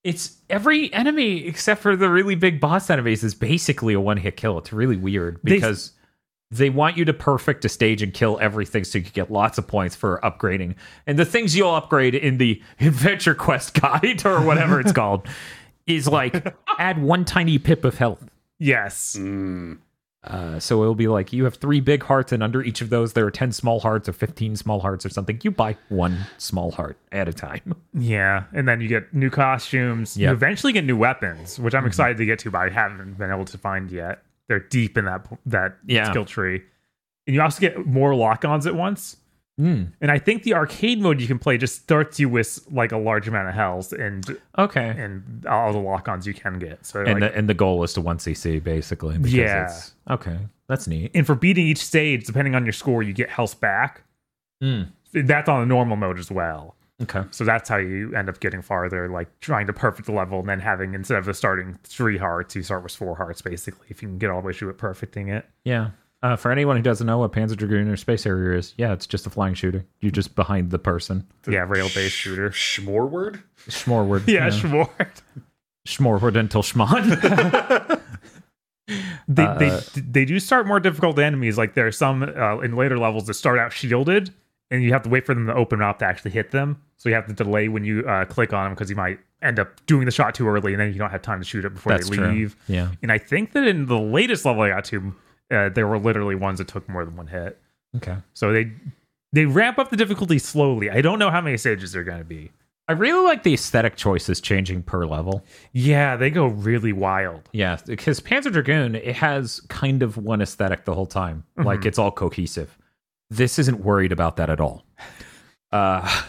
it's every enemy except for the really big boss enemies is basically a one hit kill. It's really weird They- because they want you to perfect a stage and kill everything so you can get lots of points for upgrading. And the things you'll upgrade in the Adventure Quest guide or whatever it's called is like add one tiny pip of health. Yes. Uh, so it'll be like you have three big hearts, and under each of those, there are 10 small hearts or 15 small hearts or something. You buy one small heart at a time. Yeah. And then you get new costumes. Yeah. You eventually get new weapons, which Mm-hmm. I'm excited to get to, but I haven't been able to find yet. They're deep in that that Yeah. skill tree. And you also get more lock-ons at once. Hmm. And I think the arcade mode you can play just starts you with like a large amount of health and Okay. And, and all the lock-ons you can get. So like, the, and the goal is to 1cc, basically. because Yeah. it's- Okay. That's neat. and for beating each stage, depending on your score, you get health back. Mm. That's on the normal mode as well. Okay. So that's how you end up getting farther, like trying to perfect the level and then having instead of starting three hearts, you start with four hearts basically, if you can get all the way through it perfecting it. Yeah. Uh, for anyone who doesn't know what Panzer Dragoon or Space Harrier is, yeah, it's just a flying shooter. You're just behind the person. yeah, rail based shooter. Schmorward? Schmorward. Yeah, Schwart. Schmorward until Schmon. Uh, They, they they do start more difficult enemies. Like there are some uh, in later levels that start out shielded, and you have to wait for them to open up to actually hit them. So you have to delay when you uh, click on them because you might end up doing the shot too early, and then you don't have time to shoot it before That's they true. leave. Yeah. And I think that in the latest level I got to, uh, there were literally ones that took more than one hit. okay. So they they ramp up the difficulty slowly. I don't know how many stages they're going to be. I really like the aesthetic choices changing per level. Yeah, they go really wild. Yeah, because Panzer Dragoon it has kind of one aesthetic the whole time, like it's all cohesive. This isn't worried about that at all. Uh,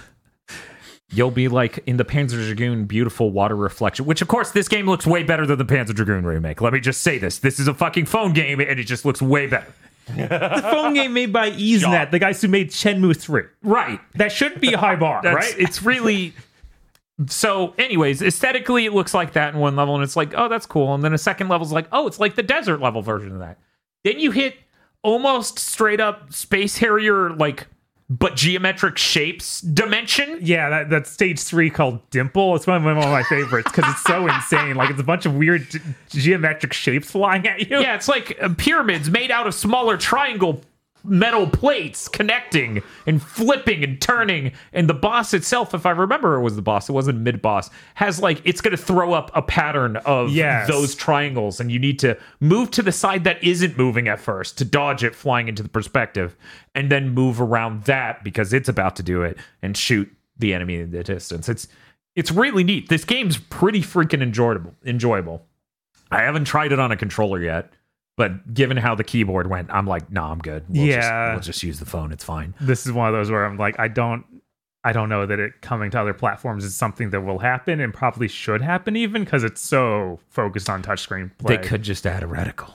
you'll be like in the Panzer Dragoon, beautiful water reflection, which of course this game looks way better than the Panzer Dragoon remake. Let me just say this: this is a fucking phone game, and it just looks way better. The phone game made by Easenet, the guys who made Shenmue three. Right? That should be a high bar, That's- right? It's really. So, anyways, aesthetically, it looks like that in one level, and it's like, oh, that's cool. And then a second level's like, oh, it's like the desert level version of that. Then you hit almost straight up Space Harrier, like but geometric shapes dimension. Yeah, that, that stage three called Dimple. It's one of my, one of my favorites because it's so insane. Like it's a bunch of weird ge- geometric shapes flying at you. Yeah, it's like uh, pyramids made out of smaller triangle metal plates connecting and flipping and turning. And the boss itself, if I remember, it was the boss. It wasn't mid boss. Has like it's going to throw up a pattern of Yes. those triangles, and you need to move to the side that isn't moving at first to dodge it flying into the perspective, and then move around that because it's about to do it and shoot the enemy in the distance. It's it's really neat. This game's pretty freaking enjoyable. Enjoyable. I haven't tried it on a controller yet, but given how the keyboard went, I'm like, nah, I'm good. We'll Yeah. just, we'll just use the phone. It's fine. This is one of those where I'm like, I don't, I don't know that it coming to other platforms is something that will happen and probably should happen even because it's so focused on touchscreen play. They could just add a reticle.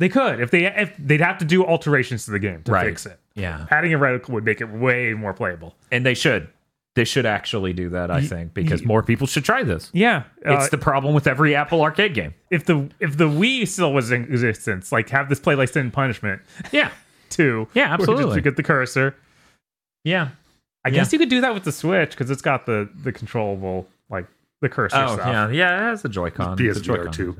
They could if they if they'd have to do alterations to the game to Right. fix it. Yeah, Adding a reticle would make it way more playable. and they should. They should actually do that. I Ye- think because ye- more people should try this. Yeah, it's the problem with every Apple Arcade game. Uh, if the if the Wii still was in existence, like have this play like Sin and Punishment Yeah, too. Yeah, where you just- absolutely. You get the cursor. yeah. I Yeah. guess you could do that with the Switch because it's got the the controllable like the cursor Oh, stuff. yeah, yeah. It has the Joy-Con. the PSVR Joy-Con. two.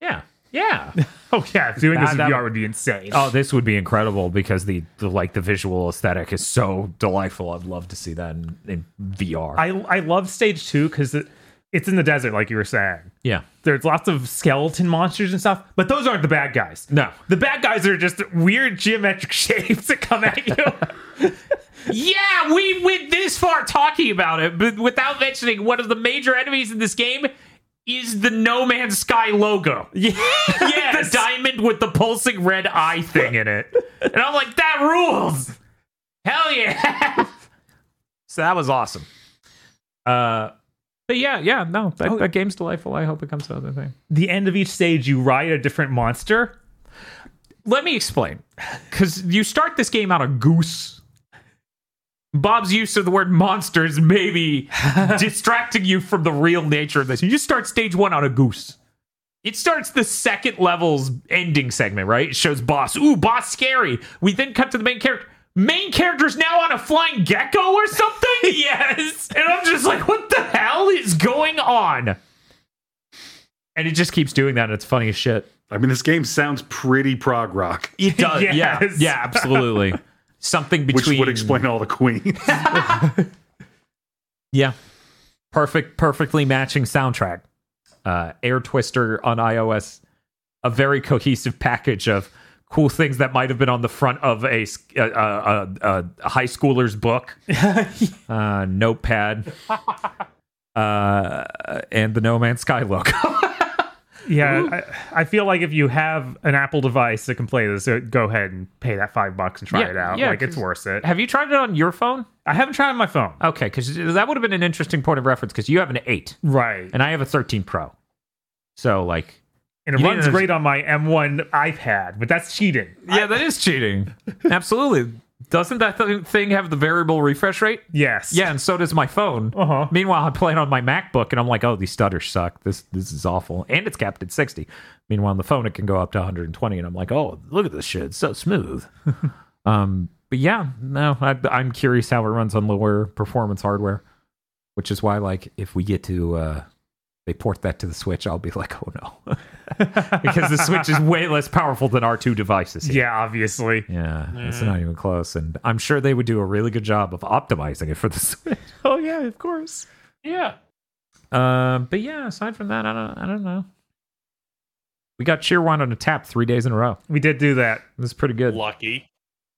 Yeah, yeah. Oh yeah, doing this Ah, in that- VR would be insane. oh, this would be incredible because the, the like the visual aesthetic is so delightful. I'd love to see that in, in VR. I I love stage two because it, it's in the desert, like you were saying. yeah. There's lots of skeleton monsters and stuff, but those aren't the bad guys. No. The bad guys are just weird geometric shapes that come at you. Yeah, we went this far talking about it, but without mentioning one of the major enemies in this game is the No Man's Sky logo. Yeah, the diamond with the pulsing red eye thing in it. And I'm like, that rules. Hell yeah. so that was awesome. Uh but yeah, yeah, no, that, that game's delightful. I hope it comes to other thing. the end of each stage, you ride a different monster. let me explain because you start this game out a goose bob's use of the word monster is maybe distracting you from the real nature of this you just start stage one on a goose it starts the second level's ending segment right it shows boss ooh boss scary we then cut to the main character main character's now on a flying gecko or something yes and i'm just like what the hell is going on and it just keeps doing that and it's funny as shit I mean, this game sounds pretty prog rock, it does. Yeah. Yes. Yeah, absolutely. Something which between would explain all the queens. Yeah. Perfect perfectly matching soundtrack. Uh Air Twister on iOS a very cohesive package of cool things that might have been on the front of a s- a- a- a- a high schooler's book. uh notepad. Uh, and the No Man's Sky logo. Yeah, I, I feel like if you have an Apple device that can play this, uh, go ahead and pay that five bucks and try Yeah, it out. yeah, like it's 'cause- worth it. have you tried it on your phone? I haven't tried it on my phone. Okay, because that would have been an interesting point of reference because you have an eight. Right, and I have a 13 Pro. So like, and it You runs didn't- great on my M1 iPad, but that's cheating. yeah, that is cheating. Absolutely. Doesn't that th- thing have the variable refresh rate? Yes. Yeah, and so does my phone. Uh-huh. Meanwhile, I play it on my MacBook, and I'm like, "Oh, these stutters suck. This this is awful." And it's capped at 60. Meanwhile, on the phone, it can go up to 120, and I'm like, "Oh, look at this shit. It's so smooth." um, but yeah, no, I, I'm curious how it runs on lower performance hardware, which is why, like, if we get to uh, they port that to the Switch, I'll be like, "Oh no," because the Switch is way less powerful than our two devices. here. Yeah, obviously. Yeah, it's not even close. And I'm sure they would do a really good job of optimizing it for the Switch. Oh yeah, of course. Yeah. Um, but yeah, aside from that, I don't, I don't know. We got Cheer One on a tap three days in a row. We did do that. This is pretty good. Lucky.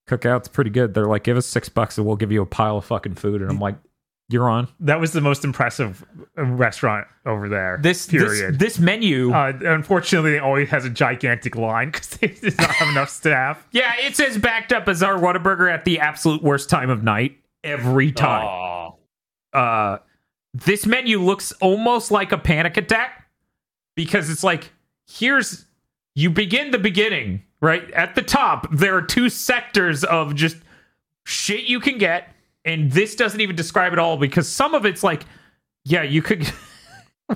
Cookout's pretty good. They're like, give us six bucks and we'll give you a pile of fucking food. And I'm like, you're on. That was the most impressive uh, restaurant over there. This period. This, this menu. uh, unfortunately, it always has a gigantic line because they did not have enough staff. yeah, it's as backed up as our Whataburger at the absolute worst time of night every time. Aw. uh this menu looks almost like a panic attack because it's like here's you begin the beginning right at the top there are two sectors of just shit you can get and this doesn't even describe it all because some of it's like yeah you could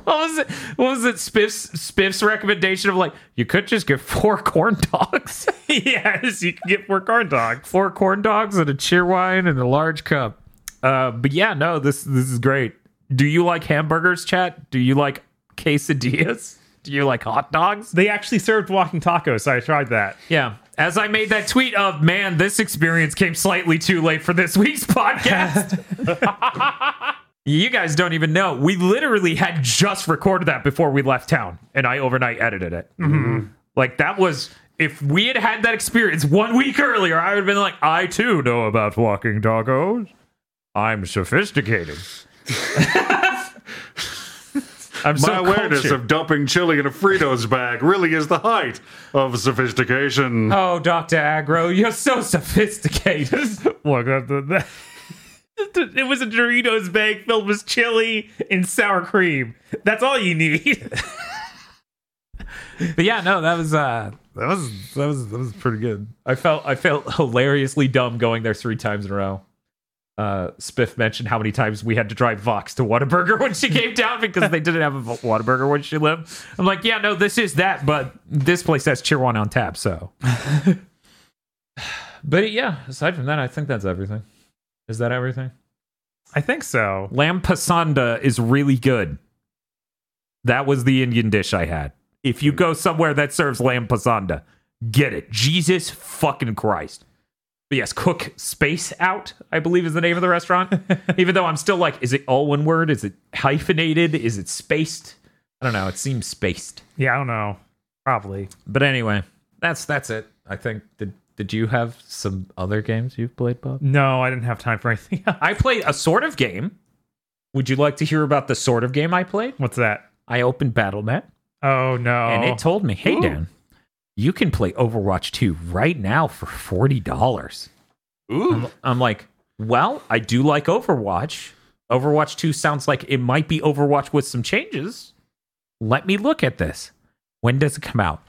What was it? What was it? Spiff's Spiff's recommendation of like you could just get four corn dogs, yes, you can get four corn dogs. four corn dogs, and a cheer wine and a large cup. Uh, but yeah, no, this this is great. Do you like hamburgers, chat? Do you like quesadillas? Do you like hot dogs? They actually served walking tacos, so I tried that. Yeah. As I made that tweet of man, this experience came slightly too late for this week's podcast. you guys don't even know. We literally had just recorded that before we left town, and I overnight edited it. Like that was if we had had that experience one week earlier, I would have been like, I too know about walking tacos. I'm sophisticated. I'm My so awareness cultured. of dumping chili in a Fritos bag really is the height of sophistication. Oh, Dr. Agro, you're so sophisticated. Look, that, that, that- it was a Doritos bag filled with chili and sour cream. That's all you need. But yeah, no, that was uh That was that was that was pretty good. I felt I felt hilariously dumb going there three times in a row. Uh, Spiff mentioned how many times we had to drive Vox to Whataburger when she came down because they didn't have a Whataburger when she lived. I'm like, yeah, no, this is that, but this place has Chirwan on tap, so. but yeah, aside from that, I think that's everything. Is that everything? I think so. Lamb pasanda is really good. That was the Indian dish I had. If you go somewhere that serves lamb pasanda, get it. Jesus fucking Christ. But yes, Cook Space Out, I believe is the name of the restaurant. Even though I'm still like, is it all one word? Is it hyphenated? Is it spaced? I don't know. It seems spaced. Yeah, I don't know. Probably. But anyway, that's that's it. I think. Did did you have some other games you've played, Bob? No, I didn't have time for anything else. I played a sort of game. Would you like to hear about the sort of game I played? What's that? I opened BattleNet Oh no. and it told me, "Hey Dan, you can play Overwatch 2 right now for $40." Ooh, I'm like, "Well, I do like Overwatch. Overwatch 2 sounds like it might be Overwatch with some changes. Let me look at this. When does it come out?"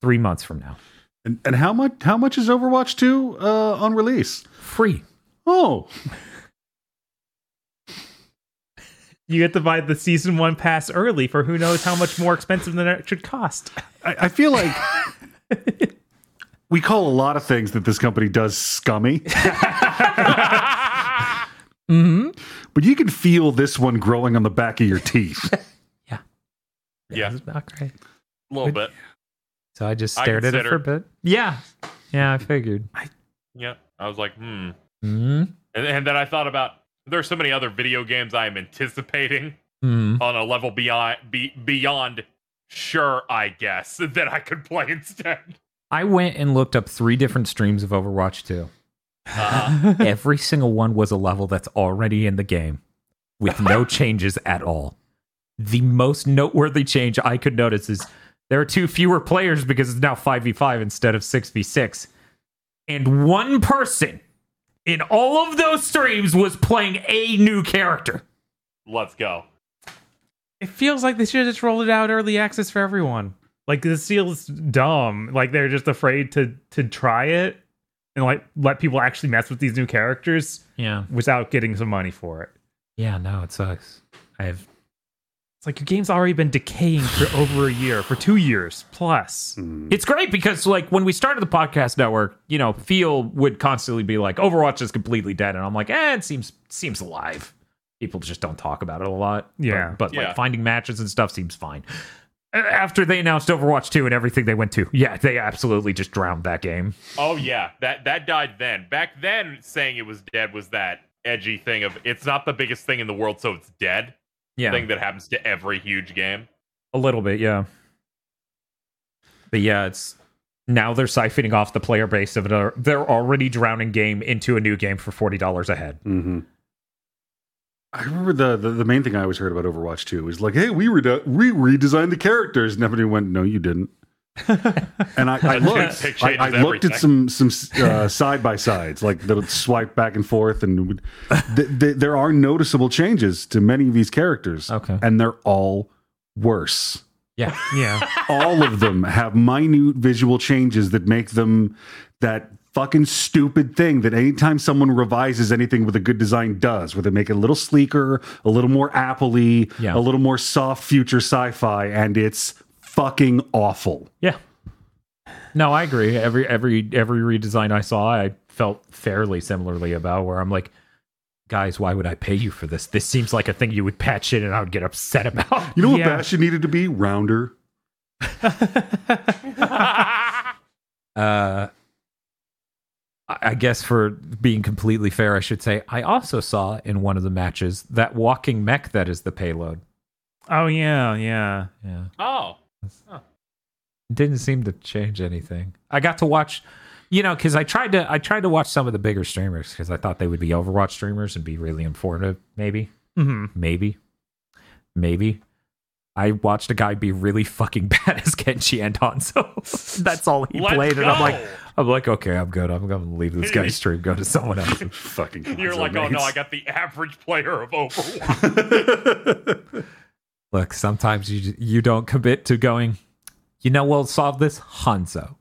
3 months from now. And, and how much how much is Overwatch 2 uh, on release? Free. Oh, you get to buy the season one pass early for who knows how much more expensive than it should cost. I, I feel like we call a lot of things that this company does scummy. mm-hmm. But you can feel this one growing on the back of your teeth. yeah, It's not great. a little bit. So I just I stared at it for a consider- bit. Yeah. Yeah, I figured. Yeah, I was like, hmm. Hmm. And, and then I thought about there's so many other video games I am anticipating Hmm. on a level beyond be, beyond sure, I guess that I could play instead. I went and looked up three different streams of Overwatch 2. Uh-huh. Uh, Every single one was a level that's already in the game with no changes at all. The most noteworthy change I could notice is there are two fewer players because it's now 5v5 instead of 6v6. And one person in all of those streams was playing a new character. let's go. It feels like they should have just rolled it out early access for everyone. Like this feels dumb. Like they're just afraid to to try it and like let people actually mess with these new characters Yeah. without getting some money for it. Yeah, no, it sucks. I have It's like your game's already been decaying for over a year, for two years plus. It's great because like when we started the podcast network, you know, Feel would constantly be like, Overwatch is completely dead. And I'm like, eh, it seems seems alive. People just don't talk about it a lot. Yeah. But, but, Yeah. like finding matches and stuff seems fine. A- After they announced Overwatch 2 and everything they went to, yeah, they absolutely just drowned that game. Oh yeah, that that died then. Back then, saying it was dead was that edgy thing of it's not the biggest thing in the world, so it's dead. Yeah. Thing that happens to every huge game. A little bit, yeah. But yeah, it's now they're siphoning off the player base of their, their already drowning game into a new game for $40 a head. Mm-hmm. I remember the, the the main thing I always heard about Overwatch 2 was like, hey, we, redu- we redesigned the characters. And everybody went, no, you didn't. and I, I looked, It changes I, I looked at some some uh, side by sides, like the swipe back and forth, and would- th- th- there are noticeable changes to many of these characters. Okay. and they're all worse. Yeah. Yeah. All of them have minute visual changes that make them that fucking stupid thing that anytime someone revises anything with a good design does, where they make it a little sleeker, a little more apple Yeah. a little more soft future sci-fi, and it's fucking awful. Yeah. No, I agree. Every every every redesign I saw, I felt fairly similarly about where I'm like, guys, why would I pay you for this? This seems like a thing you would patch in and I would get upset about. You know what Yeah. Bastion needed to be? Rounder. Uh I I guess for being completely fair, I should say I also saw in one of the matches that walking mech that is the payload. Oh yeah, yeah. Yeah. Oh, didn't seem to change anything. I got to watch, you know, because I tried to I tried to watch some of the bigger streamers because I thought they would be Overwatch streamers and be really informative. Maybe, hmm maybe, maybe. I watched a guy be really fucking bad as Kenshi and Hanzo. That's all he Let's played, and I'm like, go. I'm like, okay, I'm good. I'm gonna leave this guy's stream, go to someone else. fucking. you're console like, oh no, mates. I got the average player of Overwatch. Look, sometimes you you don't commit to going. You know, we'll solve this Hanzo,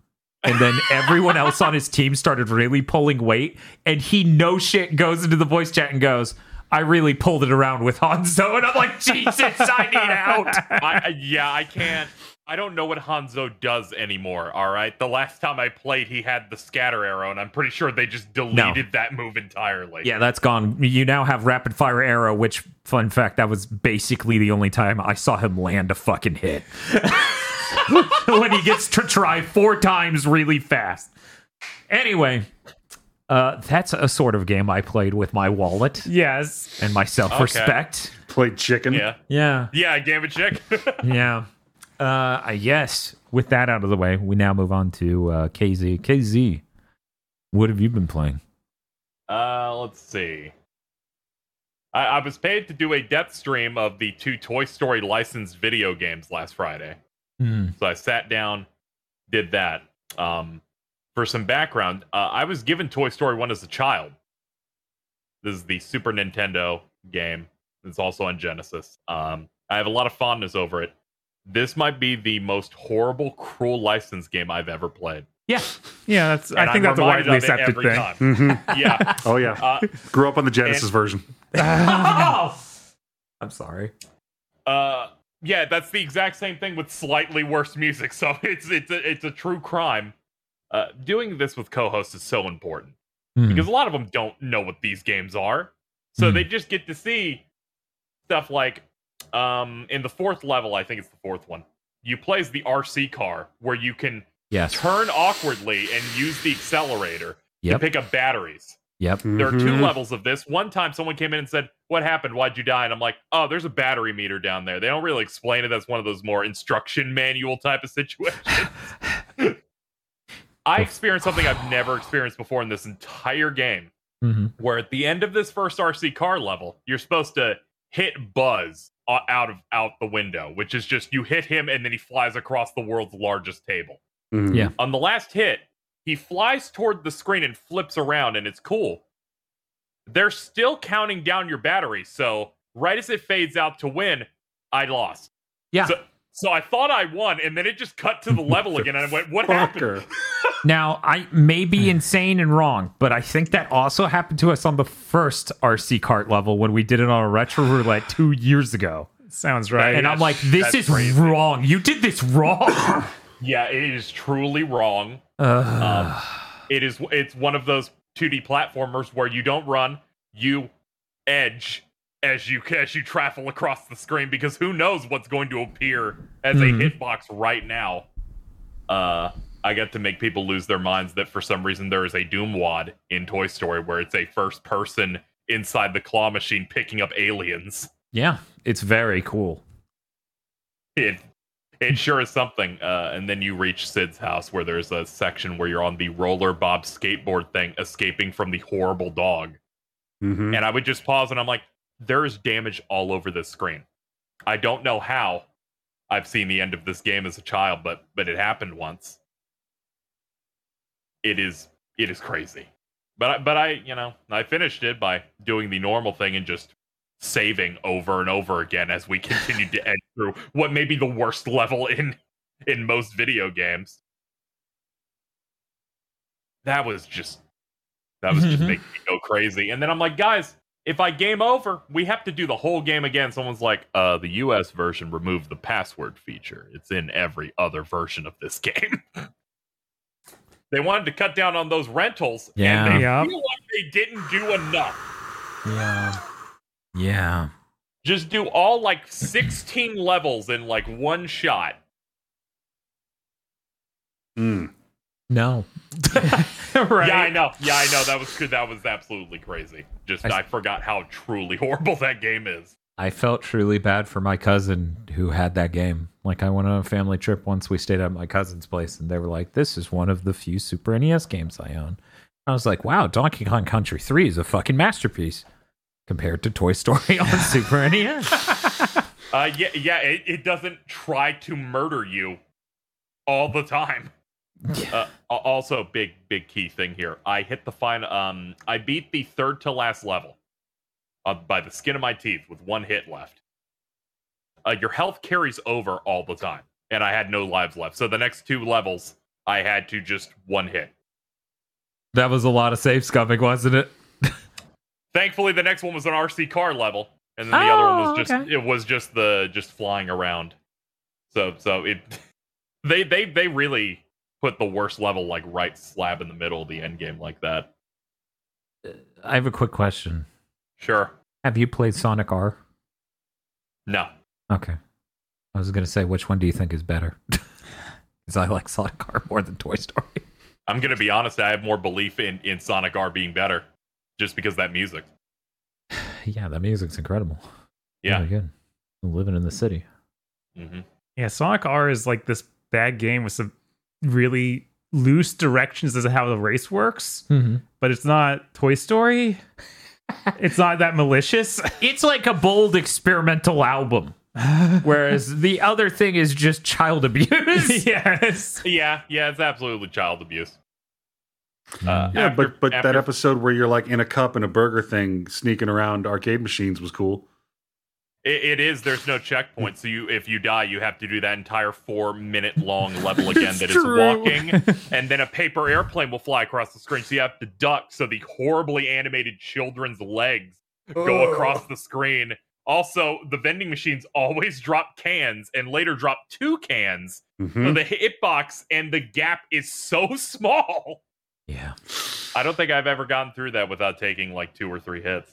and then everyone else on his team started really pulling weight, and he no shit goes into the voice chat and goes, "I really pulled it around with Hanzo," and I'm like, "Jesus, I need out." I, I- yeah, I can't. I don't know what Hanzo does anymore. All right, the last time I played, he had the scatter arrow, and I'm pretty sure they just deleted that move entirely. Yeah, that's gone. You now have rapid fire arrow, which, fun fact, that was basically the only time I saw him land a fucking hit. when he gets to try four times really fast. Anyway, uh, that's a sort of game I played with my wallet Yes. and my self respect. played chicken. yeah, Yeah. yeah. Game of check. Yeah. Uh, I- yes. With that out of the way, we now move on to uh, KZ. KZ, what have you been playing? Uh, let's see. I, I was paid to do a death stream of the two Toy Story licensed video games last Friday. So I sat down, did that. Um, for some background, uh, I was given Toy Story 1 as a child. This is the Super Nintendo game. It's also on Genesis. Um, I have a lot of fondness over it. This might be the most horrible, cruel license game I've ever played. Yeah. Yeah, that's And I think I'm that's a widely reminded of it accepted every thing. time. Mhm. Yeah. Oh yeah. Uh, Grew up on the Genesis and- version. I'm sorry. Uh, yeah, that's the exact same thing with slightly worse music. So it's it's a, it's a true crime. Uh, doing this with co-hosts is so important Hmm. because a lot of them don't know what these games are, so Mhm. they just get to see stuff like um, in the fourth level. I think it's the fourth one. You play as the RC car where you can Yes. turn awkwardly and use the accelerator Yep. to pick up batteries. Yep. There are two Mhm. levels of this. One time someone came in and said, What happened? Why'd you die? And I'm like, Oh, there's a battery meter down there. They don't really explain it. That's one of those more instruction manual type of situations. I experienced something I've never experienced before in this entire game, Mm-hmm. where at the end of this first RC car level, you're supposed to hit Buzz o- out of out the window, which is just you hit him and then he flies across the world's largest table. Mhm. Yeah. On the last hit, he flies toward the screen and flips around, and it's cool. They're still counting down your battery, so right as it fades out to win, I lost. Yeah. So, so I thought I won, and then it just cut to the level again, and I went, "What happened?" Fucker. Now, I may be insane and wrong, but I think that also happened to us on the first RC cart level when we did it on a retro roulette two years ago. Sounds right. And I'm like, this that's is crazy. wrong. You did this wrong. Yeah, it is truly wrong. Um, Ugh. It is. It's one of those 2D platformers where you don't run, you edge as you as you travel across the screen because who knows what's going to appear as a hitbox right now. Uh, I got to make people lose their minds that for some reason there is a Doom Wad in Toy Story where it's a first person inside the claw machine picking up aliens. yeah, it's very cool. It it sure is something. Uh, and then you reach Sid's house where there's a section where you're on the roller bob skateboard thing, escaping from the horrible dog. Mhm. and I would just pause and I'm like, there is damage all over this screen. I don't know how I've seen the end of this game as a child, but but it happened once. It is it is crazy. But I, but I you know I finished it by doing the normal thing and just saving over and over again as we continued to edge through what may be the worst level in in most video games. that was just that was just making me go crazy. And then I'm like, guys, if I game over, we have to do the whole game again. Someone's like, uh, the US version removed the password feature. It's in every other version of this game. they wanted to cut down on those rentals, Yeah. and they Yeah. feel like they didn't do enough. Yeah. Yeah. Just do all like 16 levels in like one shot. Mm. No. right. Yeah, I know. Yeah, I know. That was good. That was absolutely crazy. Just I- I forgot how truly horrible that game is. I felt truly bad for my cousin who had that game. Like I went on a family trip once we stayed at my cousin's place and they were like, This is one of the few Super NES games I own. I was like, Wow, Donkey Kong Country 3 is a fucking masterpiece compared to Toy Story on Super E NES. Uh, yeah, yeah. It, it doesn't try to murder you all the time. Uh, a- also, big big key thing here. I hit the final. Um, I beat the third to last level uh, by the skin of my teeth with one hit left. Uh, your health carries over all the time, and I had no lives left. So the next two levels, I had to just one hit. that was a lot of safe scumming, wasn't it? Thankfully, the next one was an RC car level, and then the Oh, other one was just okay. it was just the just flying around. So so it they they they really put the worst level like right slab in the middle of the end game like that. I have a quick question. Sure. Have you played Sonic R? No. Okay. I was gonna say which one do you think is better? Because I like Sonic R more than Toy Story. I'm gonna be honest, I have more belief in, in Sonic R being better. Just because of that music. yeah, that music's incredible. Yeah. Really good. Living in the city. hmm Yeah, Sonic R is like this bad game with some really loose directions as to how the race works, Mm-hmm. but it's not Toy Story. it's not that malicious. It's like a bold experimental album. Whereas the other thing is just child abuse. yes. Yeah, yeah, it's absolutely child abuse. Uh, Yeah, after- but but that after- episode where you're like in a cup and a burger thing sneaking around arcade machines was cool. It, it is. There's no checkpoint, so you if you die, you have to do that entire four minute long level again. that is walking, and then a paper airplane will fly across the screen. So you have to duck so the horribly animated children's legs go across the screen. Also, the vending machines always drop cans and later drop two cans. So Mhm. the hitbox and the gap is so small. yeah. I don't think I've ever gotten through that without taking like two or three hits.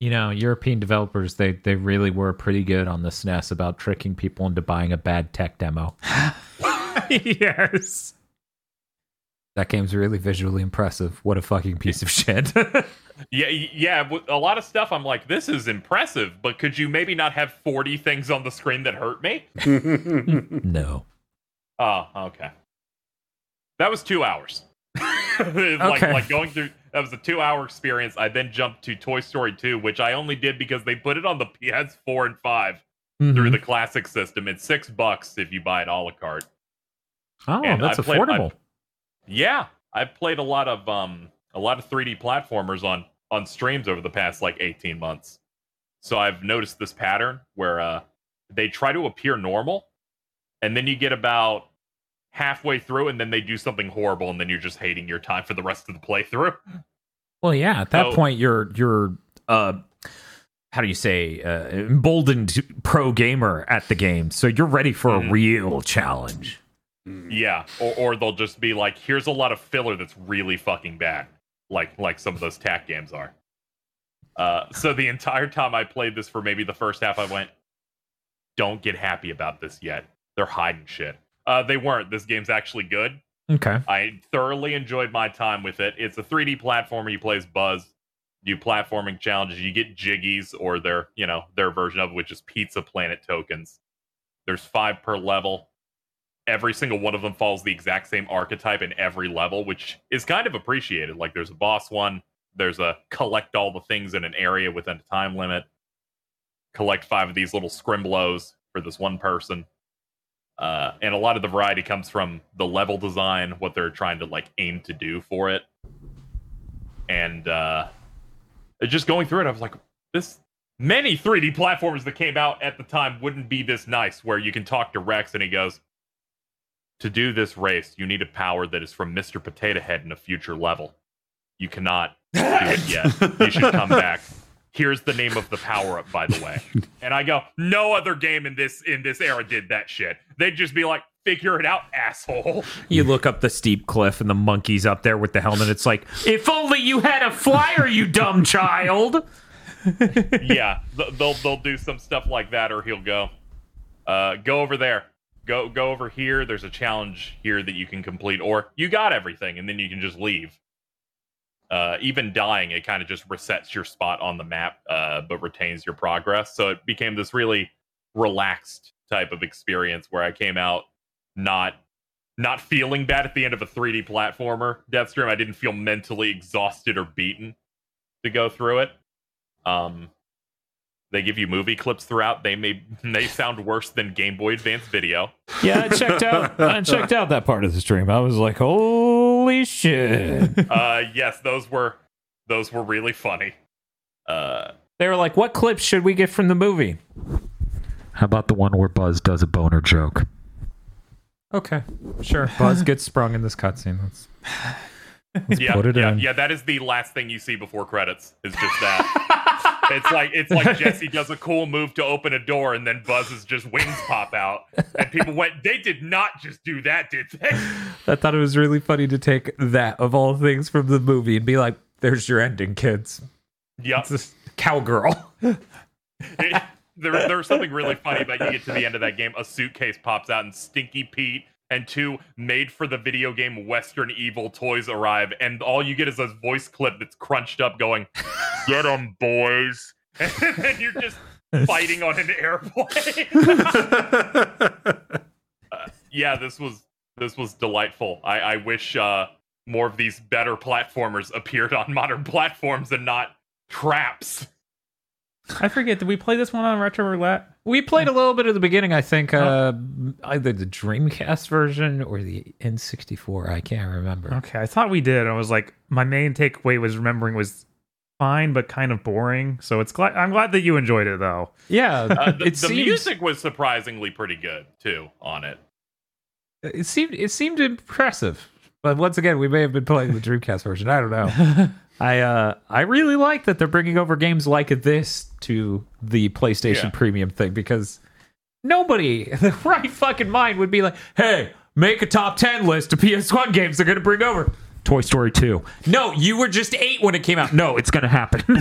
You know, European developers, they, they really were pretty good on the SNES E about tricking people into buying a bad tech demo. yes. That game's really visually impressive. What a fucking piece of shit. Yeah, y- yeah. w- A lot of stuff. I'm like, this is impressive, but could you maybe not have 40 things on the screen that hurt me? no. Oh, okay. That was two hours. like, Okay. like going through. That was a two-hour experience. I then jumped to Toy Story 2, which I only did because they put it on the PS4 and 5 Mm-hmm. through the classic system. It's six bucks if you buy it a la carte. Oh, and that's I played- I- affordable. Yeah, I've played a lot of um a lot of 3D platformers on on streams over the past like 18 months. So I've noticed this pattern where uh they try to appear normal and then you get about halfway through and then they do something horrible and then you're just hating your time for the rest of the playthrough. Well, yeah. At that So- point, you're you're uh, how do you say uh, emboldened pro gamer at the game, so you're ready for a Mm-hmm. Mhm. real challenge. Mm. Yeah, or or they'll just be like here's a lot of filler that's really fucking bad. Like like some of those tack games are. Uh, so the entire time I played this for maybe the first half, I went, "Don't get happy about this yet. They're hiding shit." Uh, they weren't. This game's actually good. Okay. I thoroughly enjoyed my time with it. It's a 3D platformer. You play as Buzz. You do platforming challenges. You get jiggies or their you know their version of it, which is Pizza Planet tokens. There's five per level. Every single one of them follows the exact same archetype in every level, which is kind of appreciated. Like there's a boss one. There's a collect all the things in an area within a time limit. Collect five of these little scrimblows for this one person uh, and a lot of the variety comes from the level design, what they're trying to like aim to do for it, and uh, just going through it, I was like, this many 3D platformers that came out at the time wouldn't be this nice, where you can talk to Rex and he goes, to do this race, you need a power that is from Mr. Potato Head in a future level. You cannot do it yet. You should come back. Here's the name of the power up, by the way. And I go, no other game in this in this era did that shit. They'd just be like, figure it out, asshole. You look up the steep cliff and the monkey's up there with the helmet. It's like, if only you had a flyer, you dumb child. yeah, th- they'll they'll do some stuff like that, or he'll go, uh, go over there, go go over here. There's a challenge here that you can complete, or you got everything, and then you can just leave. Uh, even dying, it kind of just resets your spot on the map, uh, but retains your progress. So it became this really relaxed type of experience where I came out not not feeling bad at the end of a 3D platformer Deathstream. I didn't feel mentally exhausted or beaten to go through it. Um, they give you movie clips throughout. They may they sound worse than Game Boy Advance video. Yeah, I checked out. I checked out that part of the stream. I was like, "Holy shit!" Uh, yes, those were those were really funny. Uh, They were like, "What clips should we get from the movie?" How about the one where Buzz does a boner joke? Okay, sure. Buzz gets sprung in this cutscene. That's yeah, put it yeah, in. yeah. That is the last thing you see before credits. Is just that. it's like it's like Jesse does a cool move to open a door, and then Buzz's just wings pop out, and people went, "They did not just do that, did they?" I thought it was really funny to take that of all things from the movie and be like, "There's your ending, kids." Yep. This cowgirl. it, there, there was something really funny about you get to the end of that game. A suitcase pops out, and Stinky Pete and two made for the video game Western Evil toys arrive, and all you get is a voice clip that's crunched up going, Get 'em, boys. And then you're just fighting on an airplane. Uh, yeah, this was this was delightful. I, I wish uh, more of these better platformers appeared on modern platforms and not traps. I forget. Did we play this one on Retro Roulette? We played a little bit at the beginning, I think, uh, either the Dreamcast version or the N64. I can't remember. Okay, I thought we did. I was like, my main takeaway was remembering was fine, but kind of boring. So it's glad I'm glad that you enjoyed it though. Yeah, Uh, the, it the seems, music was surprisingly pretty good too on it. It seemed it seemed impressive, but once again, we may have been playing the Dreamcast version. I don't know. I uh, I really like that they're bringing over games like this to the PlayStation Yeah. Premium thing because nobody in the right fucking mind would be like, "Hey, make a top ten list of PS1 games they're gonna bring over." Toy Story 2. No, you were just eight when it came out. No, it's gonna happen.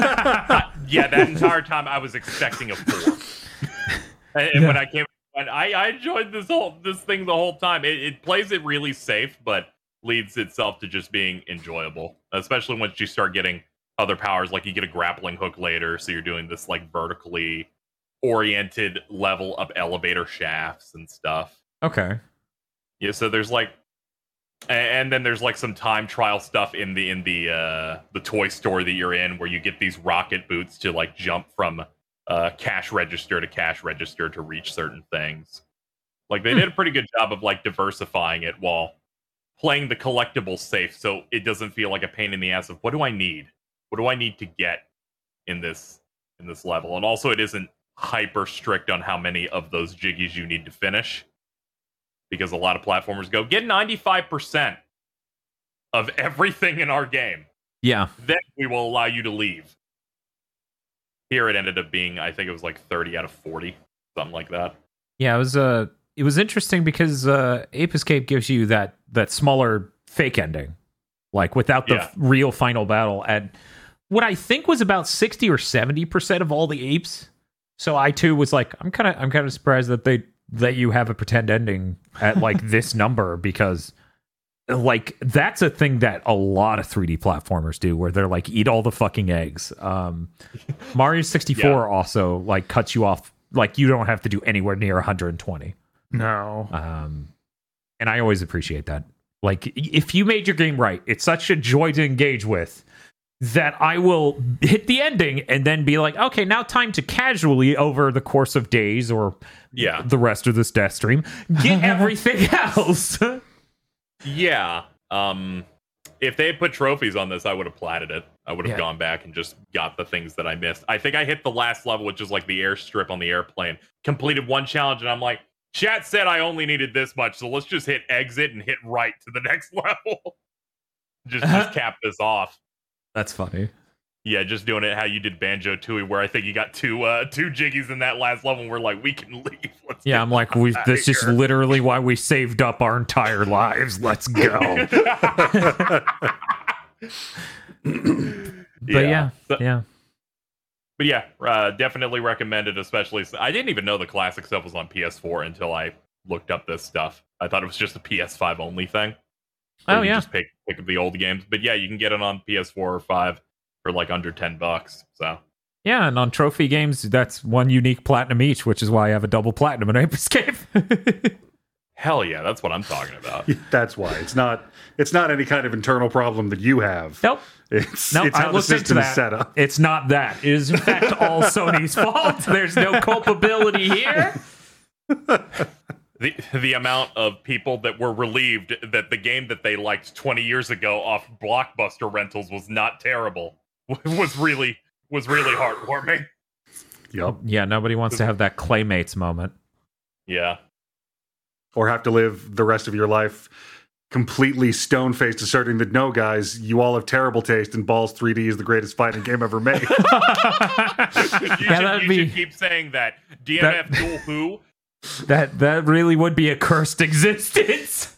Yeah, that entire time I was expecting a four. and and when I came, and I, I enjoyed this whole this thing the whole time. It, it plays it really safe, but leads itself to just being enjoyable, especially once you start getting other powers. Like you get a grappling hook later, so you're doing this like vertically oriented level up elevator shafts and stuff. okay. Yeah, so there's like a- and then there's like some time trial stuff in the in the uh the toy store that you're in where you get these rocket boots to like jump from uh cash register to cash register to reach certain things. Like they did a pretty good job of like diversifying it while playing the collectibles safe so it doesn't feel like a pain in the ass of what do I need? What do I need to get in this in this level? And also it isn't hyper strict on how many of those jiggies you need to finish because a lot of platformers go get 95% of everything in our game Yeah. then we will allow you to leave here it ended up being i think it was like 30 out of 40 something like that Yeah, it was uh it was interesting because uh Ape Escape gives you that that smaller fake ending. Like without the Yeah. f- real final battle at what I think was about 60 or 70% of all the apes. So I too was like I'm kind of I'm kind of surprised that they that you have a pretend ending at like this number because like that's a thing that a lot of 3D platformers do where they're like eat all the fucking eggs. Um Mario 64 Yeah. also like cuts you off like you don't have to do anywhere near 120. No. Um and I always appreciate that. Like i- if you made your game right, it's such a joy to engage with that I will hit the ending and then be like, okay, now time to casually over the course of days or yeah the rest of this death stream, get everything else. yeah um if they had put trophies on this i would have platted it i would have Yeah. gone back and just got the things that i missed i think i hit the last level which is like the airstrip on the airplane completed one challenge and i'm like Chat said I only needed this much, so let's just hit exit and hit right to the next level. just, just cap this off. That's funny. Yeah, just doing it how you did Banjo Tooie, where I think you got two uh two jiggies in that last level, and we're like, we can leave. Let's Yeah, I'm like, we. This is here. literally why we saved up our entire lives. Let's go. get- But yeah, so- yeah. but yeah, uh, definitely recommended. Especially, I didn't even know the classic stuff was on PS4 until I looked up this stuff. I thought it was just a PS5 only thing. where Oh you yeah. just pick pick up the old games. But yeah, you can get it on PS4 or five for like under ten bucks. So Yeah, and on trophy games, that's one unique platinum each, which is why I have a double platinum in Ape Escape. hell yeah, that's what I'm talking about. That's why it's not it's not any kind of internal problem that you have. nope. It's Nope. it's I how the looked into system is that. set up. It's not that. It is in fact all Sony's fault. There's no culpability here. the the amount of people that were relieved that the game that they liked 20 years ago off blockbuster rentals was not terrible was really was really heartwarming Yep. Yeah, nobody wants to have that Claymates moment. yeah Or have to live the rest of your life completely stone faced asserting that no guys, you all have terrible taste and Balls 3D is the greatest fighting game ever made. you, that'd should, you be- should keep saying that dmf duel who That that really would be a cursed existence.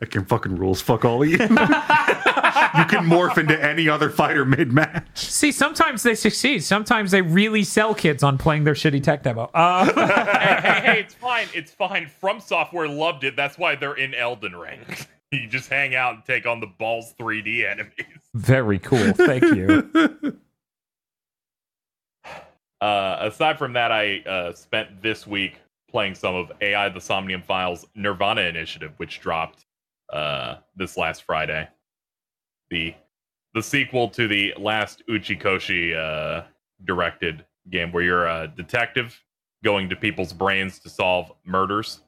That game fucking rules. Fuck all of you. you can morph into any other fighter mid match. See, sometimes they succeed. Sometimes they really sell kids on playing their shitty tech demo. Uh, hey, hey, hey it's fine it's fine from software loved it that's why they're in elden ring you just hang out and take on the balls 3d enemies very cool. Thank you. Uh, aside from that, I uh, spent this week playing some of AI the Somnium Files Nirvana Initiative, which dropped uh, this last Friday. The the sequel to the last Uchikoshi uh, directed game, where you're a detective going to people's brains to solve murders.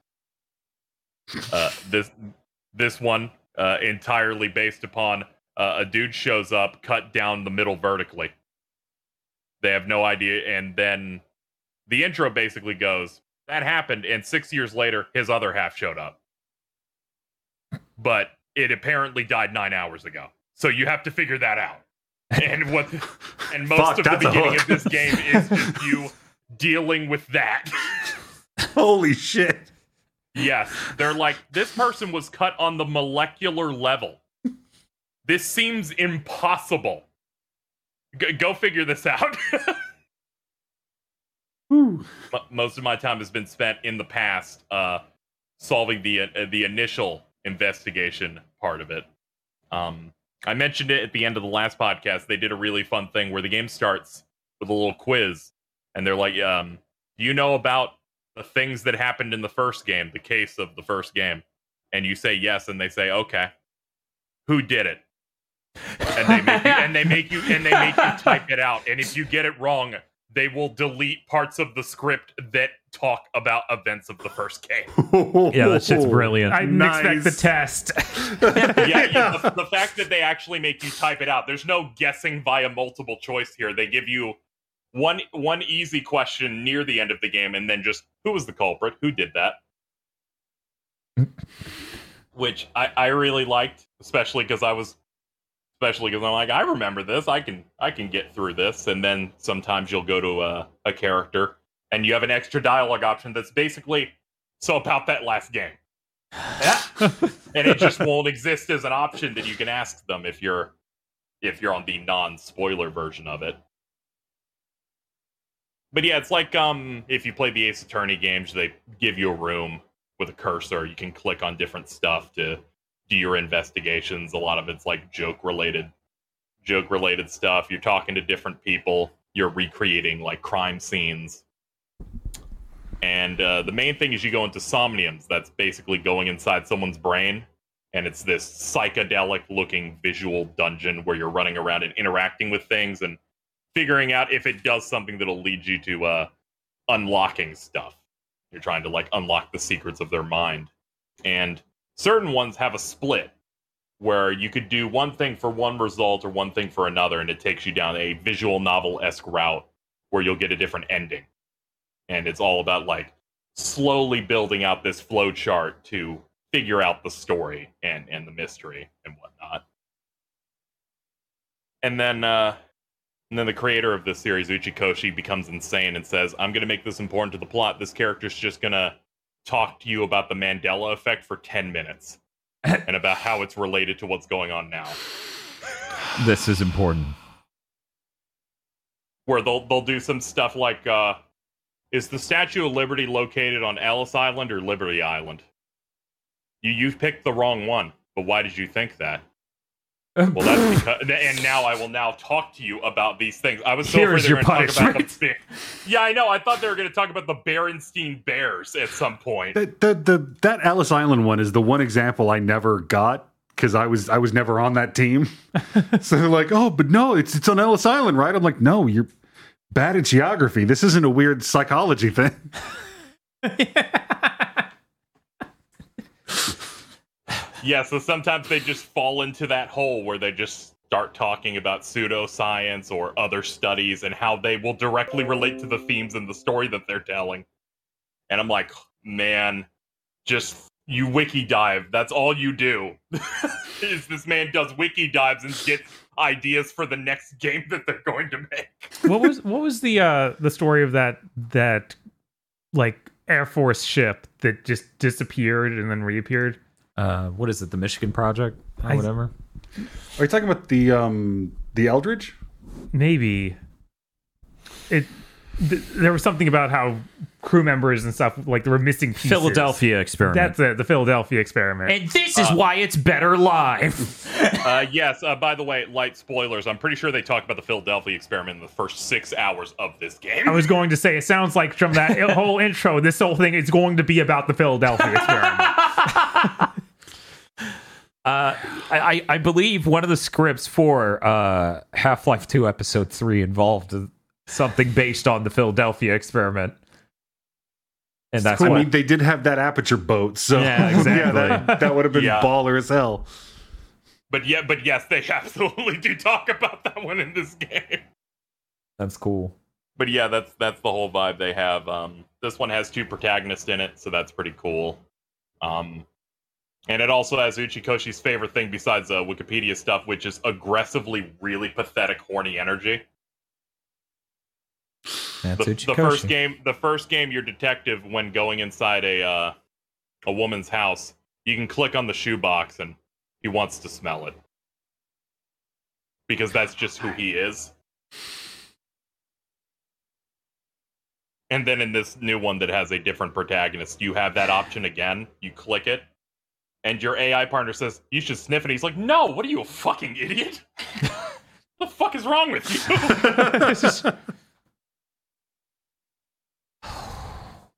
Uh, this this one uh, entirely based upon uh, a dude shows up, cut down the middle vertically they have no idea and then the intro basically goes that happened and six years later his other half showed up but it apparently died nine hours ago so you have to figure that out and what and most Fuck, of the that's a beginning of hook. this game is just you dealing with that Holy shit. Yes. They're like, this person was cut on the molecular level. This seems impossible. G- go figure this out. Hmm. M- Most of my time has been spent in the past uh, solving the uh, the initial investigation part of it. Um, I mentioned it at the end of the last podcast. They did a really fun thing where the game starts with a little quiz, and they're like, um, "Do you know about the things that happened in the first game, the case of the first game, and you say yes, and they say okay, who did it? And they make you, and they make you and they make you type it out, and if you get it wrong, they will delete parts of the script that talk about events of the first game. Yeah, that shit's brilliant. I didn't Nice. expect the test. yeah, you- the, the fact that they actually make you type it out. There's no guessing via multiple choice here. They give you one one easy question near the end of the game, and then just who was the culprit, who did that, which I, I really liked, especially because I was especially because I'm like I remember this. I can I can get through this, and then sometimes you'll go to a, a character and you have an extra dialogue option that's basically so about that last game. Yeah. and it just won't exist as an option that you can ask them if you're if you're on the non-spoiler version of it. But yeah, it's like um if you play the Ace Attorney games, they give you a room with a cursor. You can click on different stuff to do your investigations. A lot of it's like joke related joke related stuff. You're talking to different people, you're recreating like crime scenes and uh, the main thing is you go into somniums. That's basically going inside someone's brain, and it's this psychedelic-looking visual dungeon where you're running around and interacting with things and figuring out if it does something that'll lead you to uh, unlocking stuff. You're trying to like unlock the secrets of their mind, and certain ones have a split where you could do one thing for one result or one thing for another, and it takes you down a visual novel-esque route where you'll get a different ending and it's all about like slowly building out this flow chart to figure out the story and and the mystery and whatnot. And then uh, and then the creator of this series, Uchikoshi, becomes insane and says, "I'm going to make this important to the plot. This character's just going to talk to you about the Mandela effect for ten minutes." and about how it's related to what's going on now. This is important. where they'll they'll do some stuff like uh is the Statue of Liberty located on Ellis Island or Liberty Island? You you picked the wrong one, but why did you think that? Well, that's because, and now I will now talk to you about these things. I was so Here afraid is they were your going to talk about the yeah, I know. I thought they were going to talk about the Berenstein Bears at some point. The, the, the, that Ellis Island one is the one example I never got because I was I was never on that team. so they're like, oh, but no, it's it's on Ellis Island, right? I'm like, no, you're bad at geography. This isn't a weird psychology thing. Yeah, so sometimes they just fall into that hole where they just start talking about pseudoscience or other studies and how they will directly relate to the themes in the story that they're telling. And I'm like, man, just you wiki dive. That's all you do. is this man does wiki dives and gets ideas for the next game that they're going to make. what was what was the uh the story of that that like Air Force ship that just disappeared and then reappeared? Uh, what is it? The Michigan Project or I- whatever. Are you talking about the um the Eldridge? Maybe it th- there was something about how crew members and stuff like there were missing pieces. Philadelphia experiment. Uh, That's it, the Philadelphia experiment. and this is why it's better live. Uh, yes, uh, by the way, light spoilers. I'm pretty sure they talk about the Philadelphia experiment in the first six hours of this game. I was going to say it sounds like from that whole intro, this whole thing is going to be about the Philadelphia experiment. Uh, I, I I believe one of the scripts for uh, Half Life 2 Episode 3 involved something based on the Philadelphia experiment. And that's I what- mean, they did have that aperture boat, so Yeah, exactly. that, that would have been Yeah. baller as hell. But yeah, but yes, they absolutely do talk about that one in this game. that's cool. But yeah, that's that's the whole vibe they have. Um, this one has two protagonists in it, so that's pretty cool. Um, and it also has Uchikoshi's favorite thing besides uh, Wikipedia stuff, which is aggressively really pathetic, horny energy. That's The, the first game, the first game, your detective when going inside a uh, a woman's house, you can click on the shoebox and he wants to smell it because that's just who he is. And then in this new one that has a different protagonist, you have that option again. You click it, and your AI partner says you should sniff it. He's like, "No, what are you a fucking idiot? the fuck is wrong with you?"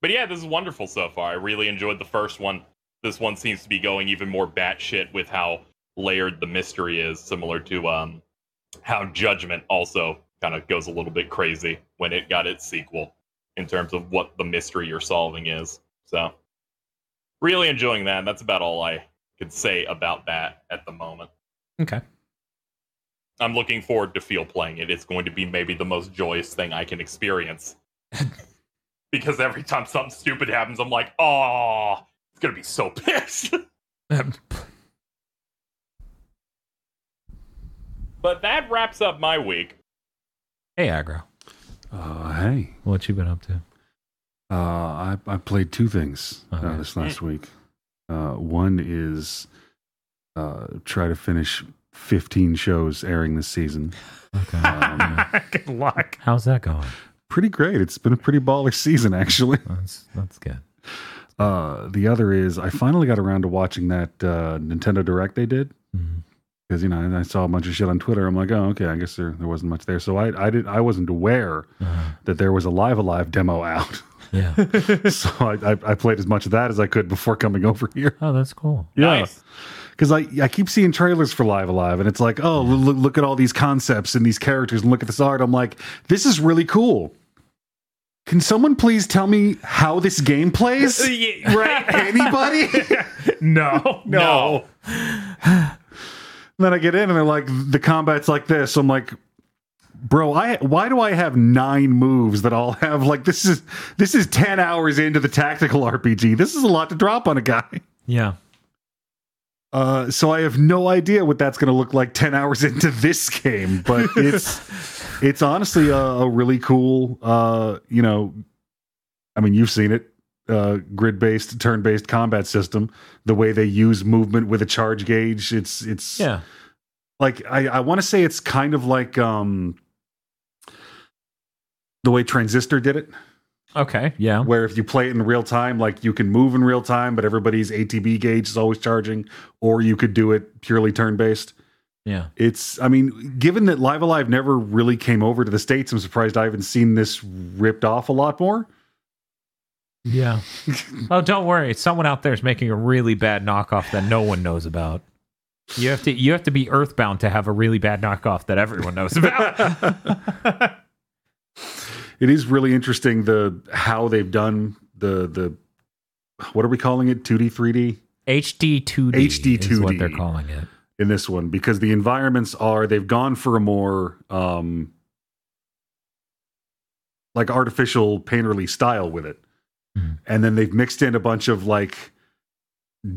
But yeah, this is wonderful so far. I really enjoyed the first one. This one seems to be going even more batshit with how layered the mystery is, similar to um, how Judgment also kind of goes a little bit crazy when it got its sequel in terms of what the mystery you're solving is. So, really enjoying that. That's about all I could say about that at the moment. Okay. I'm looking forward to feel playing it. It's going to be maybe the most joyous thing I can experience. because every time something stupid happens, I'm like, oh, it's gonna be so pissed. but that wraps up my week. Hey, Agro. Oh, hey. What you been up to? Uh, I, I played two things Okay. uh, this last week. Uh, one is uh, try to finish 15 shows airing this season. Okay. Um, Good luck. How's that going? pretty great. It's been a pretty baller season, actually. That's that's good. Uh, the other is I finally got around to watching that uh, Nintendo Direct they did Mm-hmm. Mhm. because you know and I saw a bunch of shit on Twitter. I'm like, oh, okay, I guess there, there wasn't much there. So I I did I wasn't aware Uh, that there was a Live Alive demo out. yeah. so I, I I played as much of that as I could before coming over here. Oh, that's cool. Nice. because I I keep seeing trailers for Live Alive, and it's like, oh, look, look at all these concepts and these characters, and look at this art. I'm like, this is really cool. Can someone please tell me how this game plays? right? Anybody? no. No. And then I get in, and they're like, the combat's like this. I'm like, bro, I why do I have nine moves that all have like this is this is ten hours into the tactical RPG. This is a lot to drop on a guy. Yeah. Uh, so I have no idea what that's going to look like ten hours into this game, but it's it's honestly a, a really cool, uh, you know, I mean you've seen it, uh, grid based, turn based combat system. The way they use movement with a charge gauge, it's it's Yeah. like I, I want to say it's kind of like um, the way Transistor did it, Okay. Yeah. where if you play it in real time, like you can move in real time, but everybody's ATB gauge is always charging, or you could do it purely turn based. Yeah. It's, I mean, given that Live Alive never really came over to the States, I'm surprised I haven't seen this ripped off a lot more. Yeah. oh, don't worry. Someone out there is making a really bad knockoff that no one knows about. You have to you have to be earthbound to have a really bad knockoff that everyone knows about. It is really interesting the how they've done the the what are we calling it 2D 3D HD2D. is what HD2D. they're calling it. in this one because the environments are they've gone for a more um like artificial painterly style with it Mhm. and then they've mixed in a bunch of like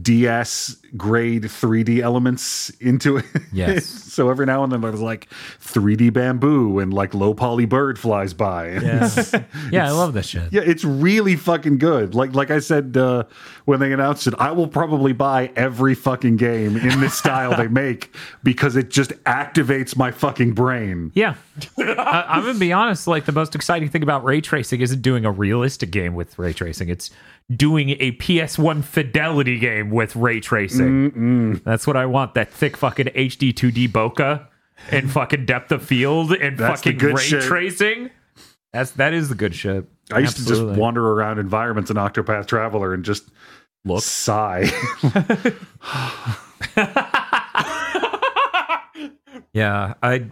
ds grade 3d elements into it Yes. so every now and then there's like 3d bamboo and like low poly bird flies by Yes. yeah, I It's- love this shit. yeah, it's really fucking good. Like like I said uh, when they announced it, I will probably buy every fucking game in this style they make because it just activates my fucking brain. Yeah. I, I'm going to be honest. Like, the most exciting thing about ray tracing isn't doing a realistic game with ray tracing, it's doing a PS1 fidelity game with ray tracing. That's what I want that thick fucking HD 2D bokeh and fucking depth of field and That's the fucking good ray shit. tracing. That's that is the good shit. I used to just Absolutely. wander around environments in Octopath Traveler and just Look. sigh. Yeah, I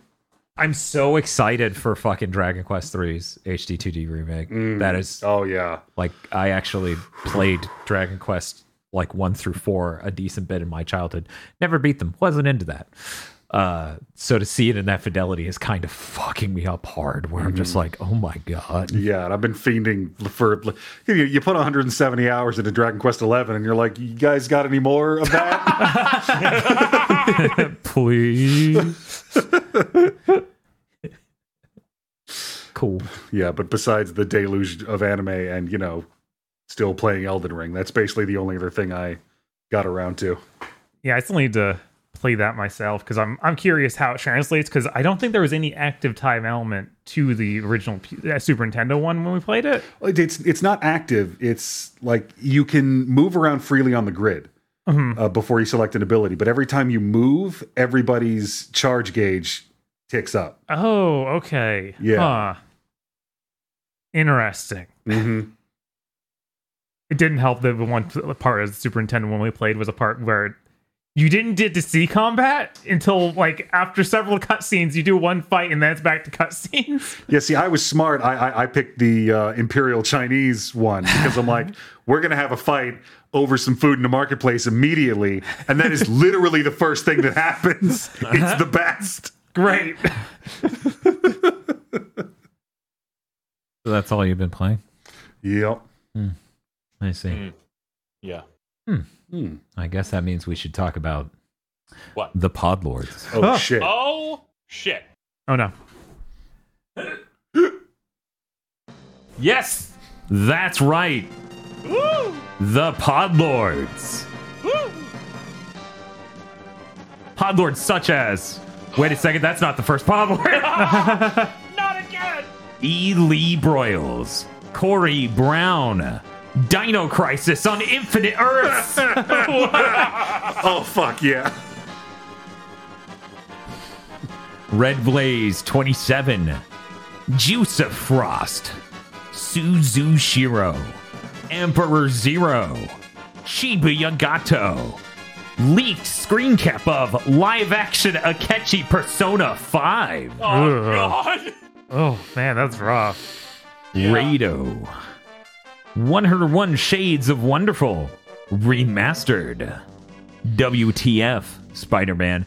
I'm so excited for fucking Dragon Quest III's HD 2D remake. That is oh yeah. like i actually played dragon quest like one through four a decent bit in my childhood never beat them wasn't into that uh so to see it in that fidelity is kind of fucking me up hard where i'm just Mm. like oh my god Yeah, and I've been fiending for you, you put 170 hours into Dragon Quest 11 and you're like, "You guys got any more of that?" Ah! please cool yeah, but besides the deluge of anime and, you know, still playing Elden Ring, that's basically the only other thing I got around to. Yeah, I still need to play that myself because I'm I'm curious how it translates because I don't think there was any active time element to the original P- uh, Super Nintendo one when we played it. It- It's it's not active. It's like you can move around freely on the grid uh, before you select an ability. But every time you move, everybody's charge gauge ticks up. Oh, okay. Huh. Yeah. Interesting. Mm-hmm. It didn't help that the one part as Super Nintendo when we played was a part where you didn't get to see combat until like after several cutscenes. You do one fight and then it's back to cutscenes. Yeah. See, I was smart. I I, I picked the uh, Imperial Chinese one because I'm like, we're gonna have a fight over some food in the marketplace immediately, and that is literally the first thing that happens. It's the best. Great. so that's all you've been playing Yep. i see Yeah. Hmm. i guess that means we should talk about What? the pod lords Oh shit. Oh shit. oh no. yes that's right Woo! the pod lords Woo! Podlords such as. Wait a second, that's not the first Podlord. Not again! e. Lee Broyles, Corey Brown, Dino Crisis on Infinite Earths, Oh fuck yeah. Red Blaze 27, Juice of Frost, Suzu Shiro, Emperor Zero, Shiba Yagato, leaked screen cap of live action Akechi Persona 5. Oh Ugh. god! Oh man, that's rough. Rado. 101 Shades of Wonderful. Remastered. WTF, Spider Man.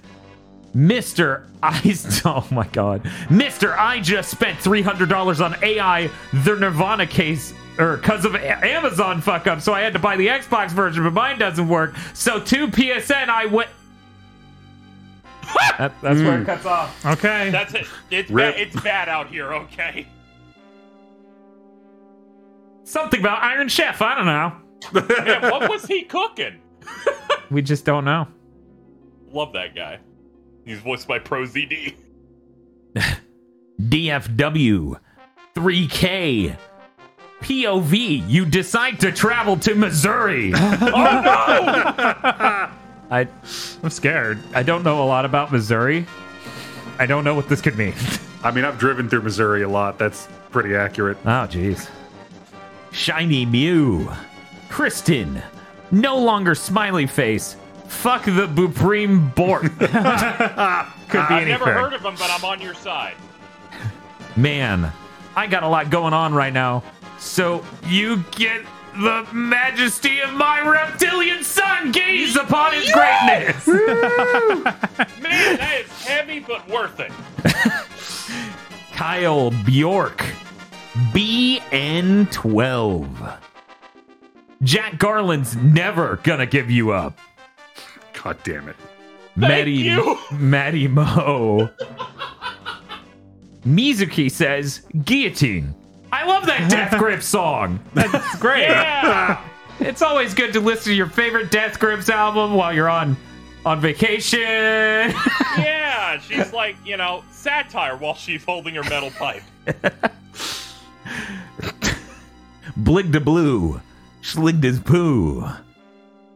Mr. I oh my god. Mr. I just spent $300 on AI the Nirvana case or cuz of A- Amazon fuck up so I had to buy the Xbox version but mine doesn't work. So to PSN I went Hmm. That- that's where it cuts off. Okay. That's it. It's Rip. bad. It's bad out here. Okay. Something about Iron Chef, I don't know. Man, what was he cooking? We just don't know. Love that guy. He's voiced by Pro ZD. DFW 3K POV. You decide to travel to Missouri. Oh, I I'm scared. I don't know a lot about Missouri. I don't know what this could mean. I mean, I've driven through Missouri a lot. That's pretty accurate. Oh, jeez. Shiny Mew. Kristen. No longer smiley face. Fuck the Bupreme Bort. Could be I've anything. never heard of him, but I'm on your side. Man, I got a lot going on right now. So you get the majesty of my reptilian son. Gaze upon his greatness. Man, that is heavy but worth it. Kyle Bjork. BN12. Jack Garland's never gonna give you up. God damn it. Maddie, you. Maddie Mo. Mizuki says, Guillotine. I love that Death Grip song. That's great. Yeah. It's always good to listen to your favorite Death Grips album while you're on on vacation. yeah. She's like, you know, satire while she's holding her metal pipe. Blig de Blue, Schlig de Poo,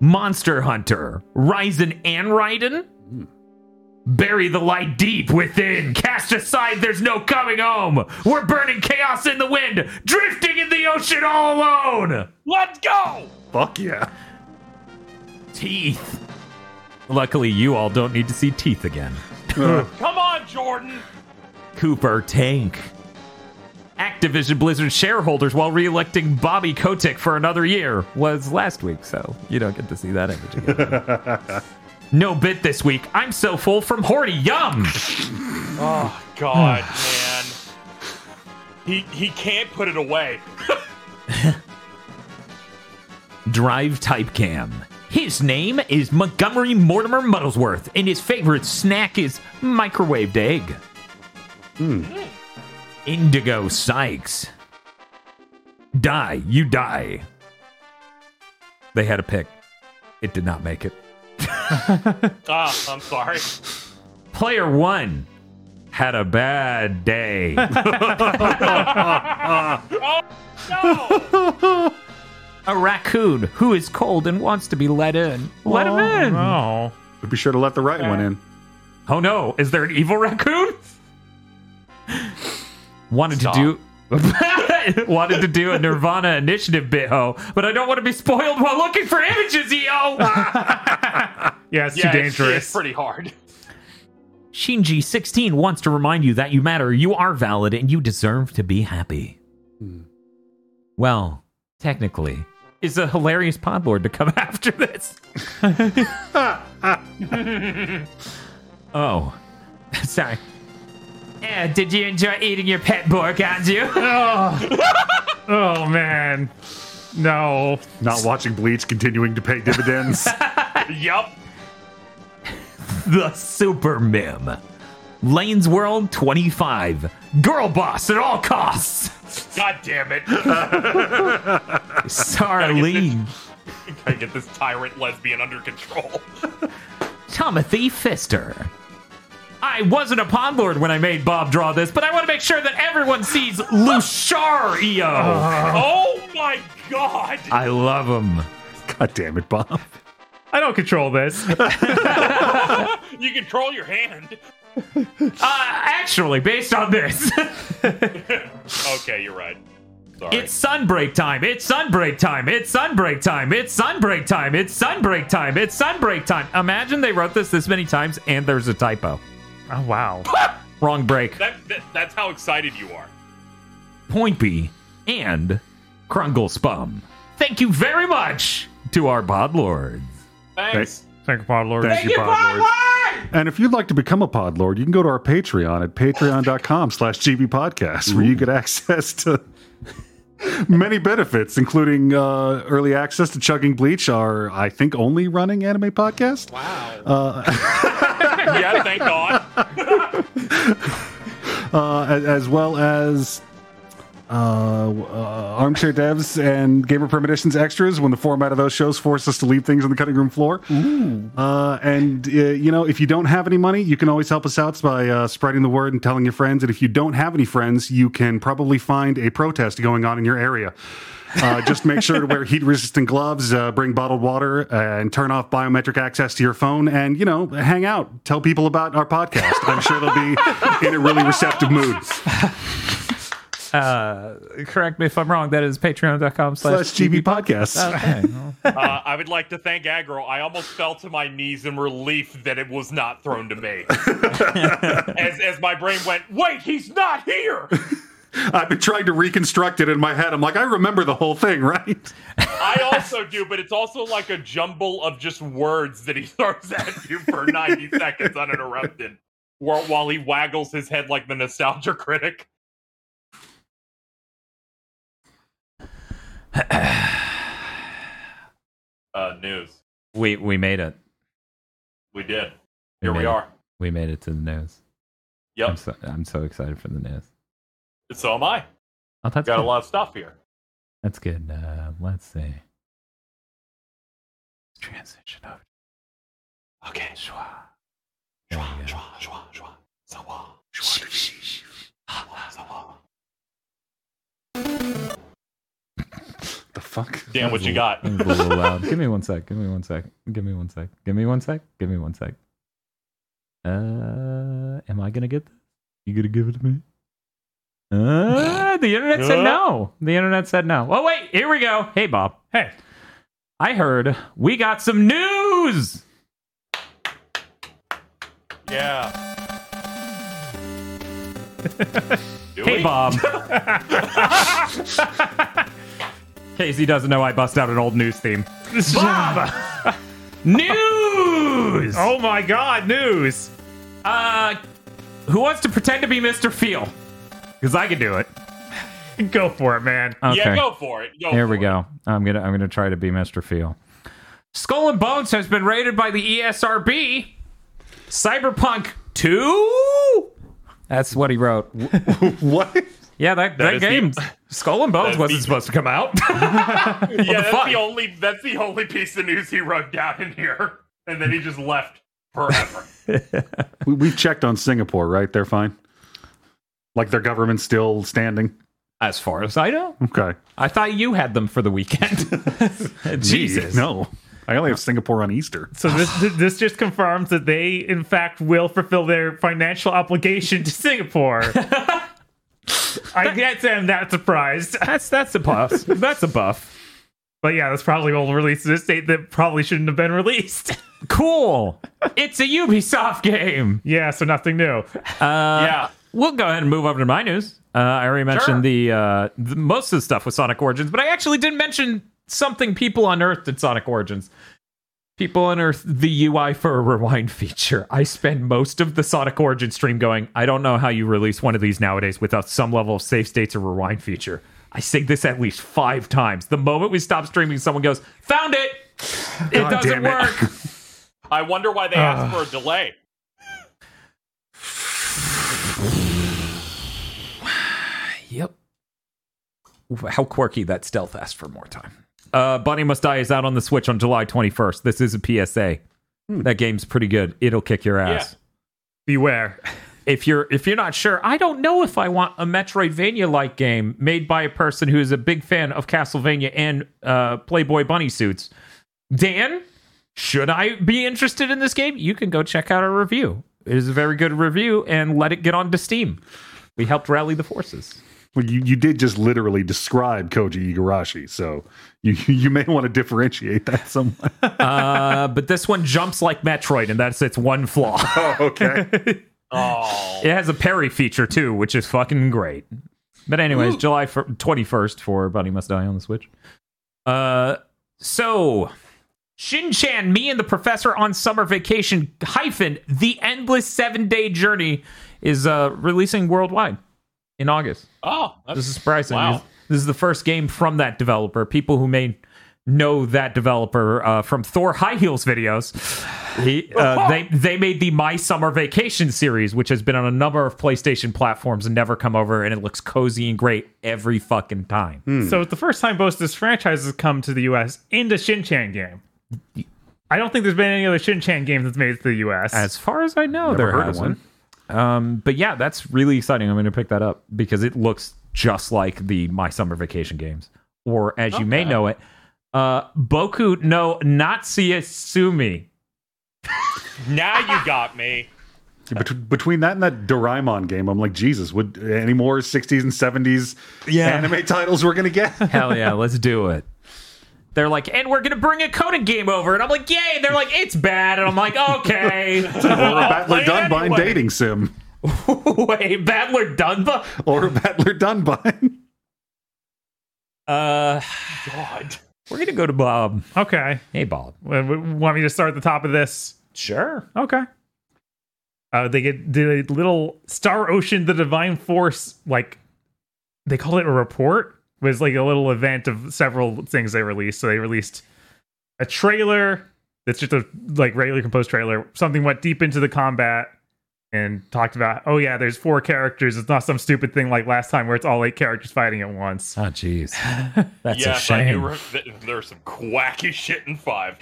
Monster Hunter, Ryzen and Raiden. Bury the light deep within. Cast aside, there's no coming home. We're burning chaos in the wind, drifting in the ocean all alone. Let's go. Fuck yeah. Teeth. Luckily, you all don't need to see teeth again. Come on, Jordan. Cooper Tank. Activision Blizzard shareholders while re-electing Bobby Kotick for another year was last week, so you don't get to see that image again. no bit this week. I'm so full from Horty Yum. Ah. Oh, God, man. He he can't put it away. Drive Type Cam. His name is Montgomery Mortimer Muddlesworth, and his favorite snack is microwaved egg. Indigo Sykes. Die, you die. They had a pick. It did not make it. Ah, I'm sorry. Player one had a bad day. No. a raccoon who is cold and wants to be let in. Let him in. No. But be sure to let the right one in. Oh no, is there an evil raccoon? wanted Stop. to do wanted to do a Nirvana initiative bit ho, but I don't want to be spoiled while looking for images, E yo. Yeah, it's Yeah, too it's- dangerous. It's pretty hard. Shinji 16 wants to remind you that you matter, you are valid, and you deserve to be happy. Well, technically, is a hilarious podlord to come after this. oh, sorry. Eh, did you enjoy eating your pet boar, Kanzu? oh man. No. Not watching Bleach continuing to pay dividends. Yup. the Super Mim. Lane's World 25. Girl boss at all costs. God damn it. Sarlene. I get this tyrant lesbian under control. Timothy Fister. I wasn't a podlord when I made Bob draw this, but I want to make sure that everyone sees Lucario. Uh-huh. oh my god. Uh-huh. I love him. God damn it, Bob. I don't control this. You control your hand. Uh, actually, based on this, Okay, you're right. Sorry. it's sunbreak time. It's sunbreak time. It's sunbreak time. It's sunbreak time. It's sunbreak time. It's sunbreak time. Imagine they wrote this this many times and there's a typo. Oh wow. Wrong break. that, that, that's how excited you are. Point B, and Krungle Spum. Thank you very much to our podlords. Thanks. Thank you, Pod Lord. Thank you, Bob. And if you'd like to become a pod lord, you can go to our Patreon at patreon.com slash gbpodcast, where you get access to many benefits, including uh, early access to Chugging Bleach, our, I think, only running anime podcast. yeah, thank God. uh, as, as well as uh, uh, Armchair Devs and Gamer Premonitions extras when the format of those shows forced us to leave things on the cutting room floor. Uh, and, uh, you know, if you don't have any money, you can always help us out by uh, spreading the word and telling your friends. And if you don't have any friends, you can probably find a protest going on in your area. Uh, just make sure to wear heat resistant gloves, uh, bring bottled water, uh, and turn off biometric access to your phone. And, you know, hang out. Tell people about our podcast. I'm sure they'll be in a really receptive mood. Uh, correct me if I'm wrong. That is patreon.com Slash slash GB Podcast. Uh, I would like to thank Aggro. I almost fell to my knees in relief that it was not thrown to me. as, as my brain went, wait, he's not here. I've been trying to reconstruct it in my head. I'm like, I remember the whole thing, right? I also do, but it's also like a jumble of just words that he throws at you for 90 seconds uninterrupted while while he waggles his head like the nostalgia critic. uh, news. We we made it. We did. We Here we made it. are. We made it to the news. I'm Yep. so, I'm so excited for the news. So am I. Oh, that's Got a good. lot of stuff here. That's good. Uh, let's see. Transition over. Okay. There we go. The fuck? Dan, what you got? That was a little loud. Give me one sec. Give me one sec. Give me one sec. Give me one sec. Give me one sec. Uh, am I gonna get this? You gonna give it to me? Uh, the internet said no. The internet said no. Oh wait, here we go. Hey Bob. Hey, I heard we got some news. Yeah. Do Hey we? Bob. Casey doesn't know I bust out an old news theme. Bob. news. oh my god, news! Uh, who wants to pretend to be Mr. Feel? Because I can do it. Go for it, man. Okay. Yeah, go for it. Go Here we for it. go. I'm gonna I'm gonna try to be Mr. Feel. Skull and Bones has been rated by the E ESRB. Cyberpunk 2. That's what he wrote. What? Yeah, that, That that, is game, Skull and Bones, that's wasn't the- supposed to come out. Yeah, that's fuck? the only that's the only piece of news he wrote down in here, and then he just left forever. We, we've checked on Singapore, right? They're fine. Like their government's still standing. As far as I know, Okay. I thought you had them for the weekend. Jesus, Me? No. I only have Singapore on Easter. So this this just confirms that they in fact will fulfill their financial obligation to Singapore. I can't say I'm that surprised, that's that's a buff. that's a buff. but yeah, that's probably will release this date that probably shouldn't have been released. Cool. It's a Ubisoft game. Yeah, so nothing new. yeah. We'll go ahead and move over to my news. Uh, I already mentioned Sure. the, uh, the most of the stuff with Sonic Origins, but I actually didn't mention something people unearthed at Sonic Origins. People unearthed the UI for a rewind feature. I spend most of the Sonic Origin stream going, I don't know how you release one of these nowadays without some level of save states or rewind feature. I sing this at least five times. The moment we stop streaming, someone goes, Found it! It God doesn't damn it. work. I wonder why they asked for a delay. Yep. How quirky that stealth asked for more time. Uh, Bunny Must Die is out on the Switch on July 21st. This is a PSA. That game's pretty good. It'll kick your ass. Beware. If you're if you're not sure, I don't know if I want a Metroidvania like game made by a person who is a big fan of Castlevania and uh, Playboy bunny suits. Dan, should I be interested in this game? You can go check out our review. It is a very good review, and let it get onto Steam. We helped rally the forces. Well, you, you did just literally describe Koji Igarashi, so you, you may want to differentiate that somewhat. Uh, but this one jumps like Metroid, and that's its one flaw. Oh, okay. Oh, it has a parry feature too, which is fucking great. But anyways, July twenty first for Bunny Must Die on the Switch. Uh, so Shin-chan, me and the professor on summer vacation hyphen the endless seven day journey is uh, releasing worldwide in August. Oh, that's, This is surprising. Wow. This- This is the first game from that developer. People who may know that developer uh, from Thor High Heels videos, he, uh, they they made the My Summer Vacation series, which has been on a number of PlayStation platforms and never come over, and it looks cozy and great every fucking time. Hmm. So it's the first time both this franchise has come to the U.S. in the Shin-Chan game. I don't think there's been any other Shin-Chan game that's made it to the U.S. As far as I know, there heard of hasn't. Um, but yeah, that's really exciting. I'm going to pick that up because it looks just like the My Summer Vacation games, or as you may know it, uh, Boku no Natsuya Sumi. now you got me. Bet- between that and that Doraemon game, I'm like, Jesus, would any more 60s and 70s anime titles we're gonna get? Hell yeah, let's do it. They're like, and we're gonna bring a Conan game over, and I'm like, yay! They're like, it's bad, and I'm like, okay. or a Battler play it Dunbine anyway. dating sim, Wait, Battler Dunba? or a Battler Dunbine. Uh, God. we're gonna go to Bob. Um, okay, Hey, Bob. Well, w- want me to start at the top of this? Sure. Okay. Uh, they get did a little Star Ocean, the Divine Force, like they call it a report. It was like a little event of several things they released. So they released a trailer that's just a like regularly composed trailer. Something went deep into the combat and talked about, oh yeah, there's four characters. It's not some stupid thing like last time where it's all eight characters fighting at once. Oh, Ah, jeez. That's a yes, I do. shame. Re- th- there's some quacky shit in five.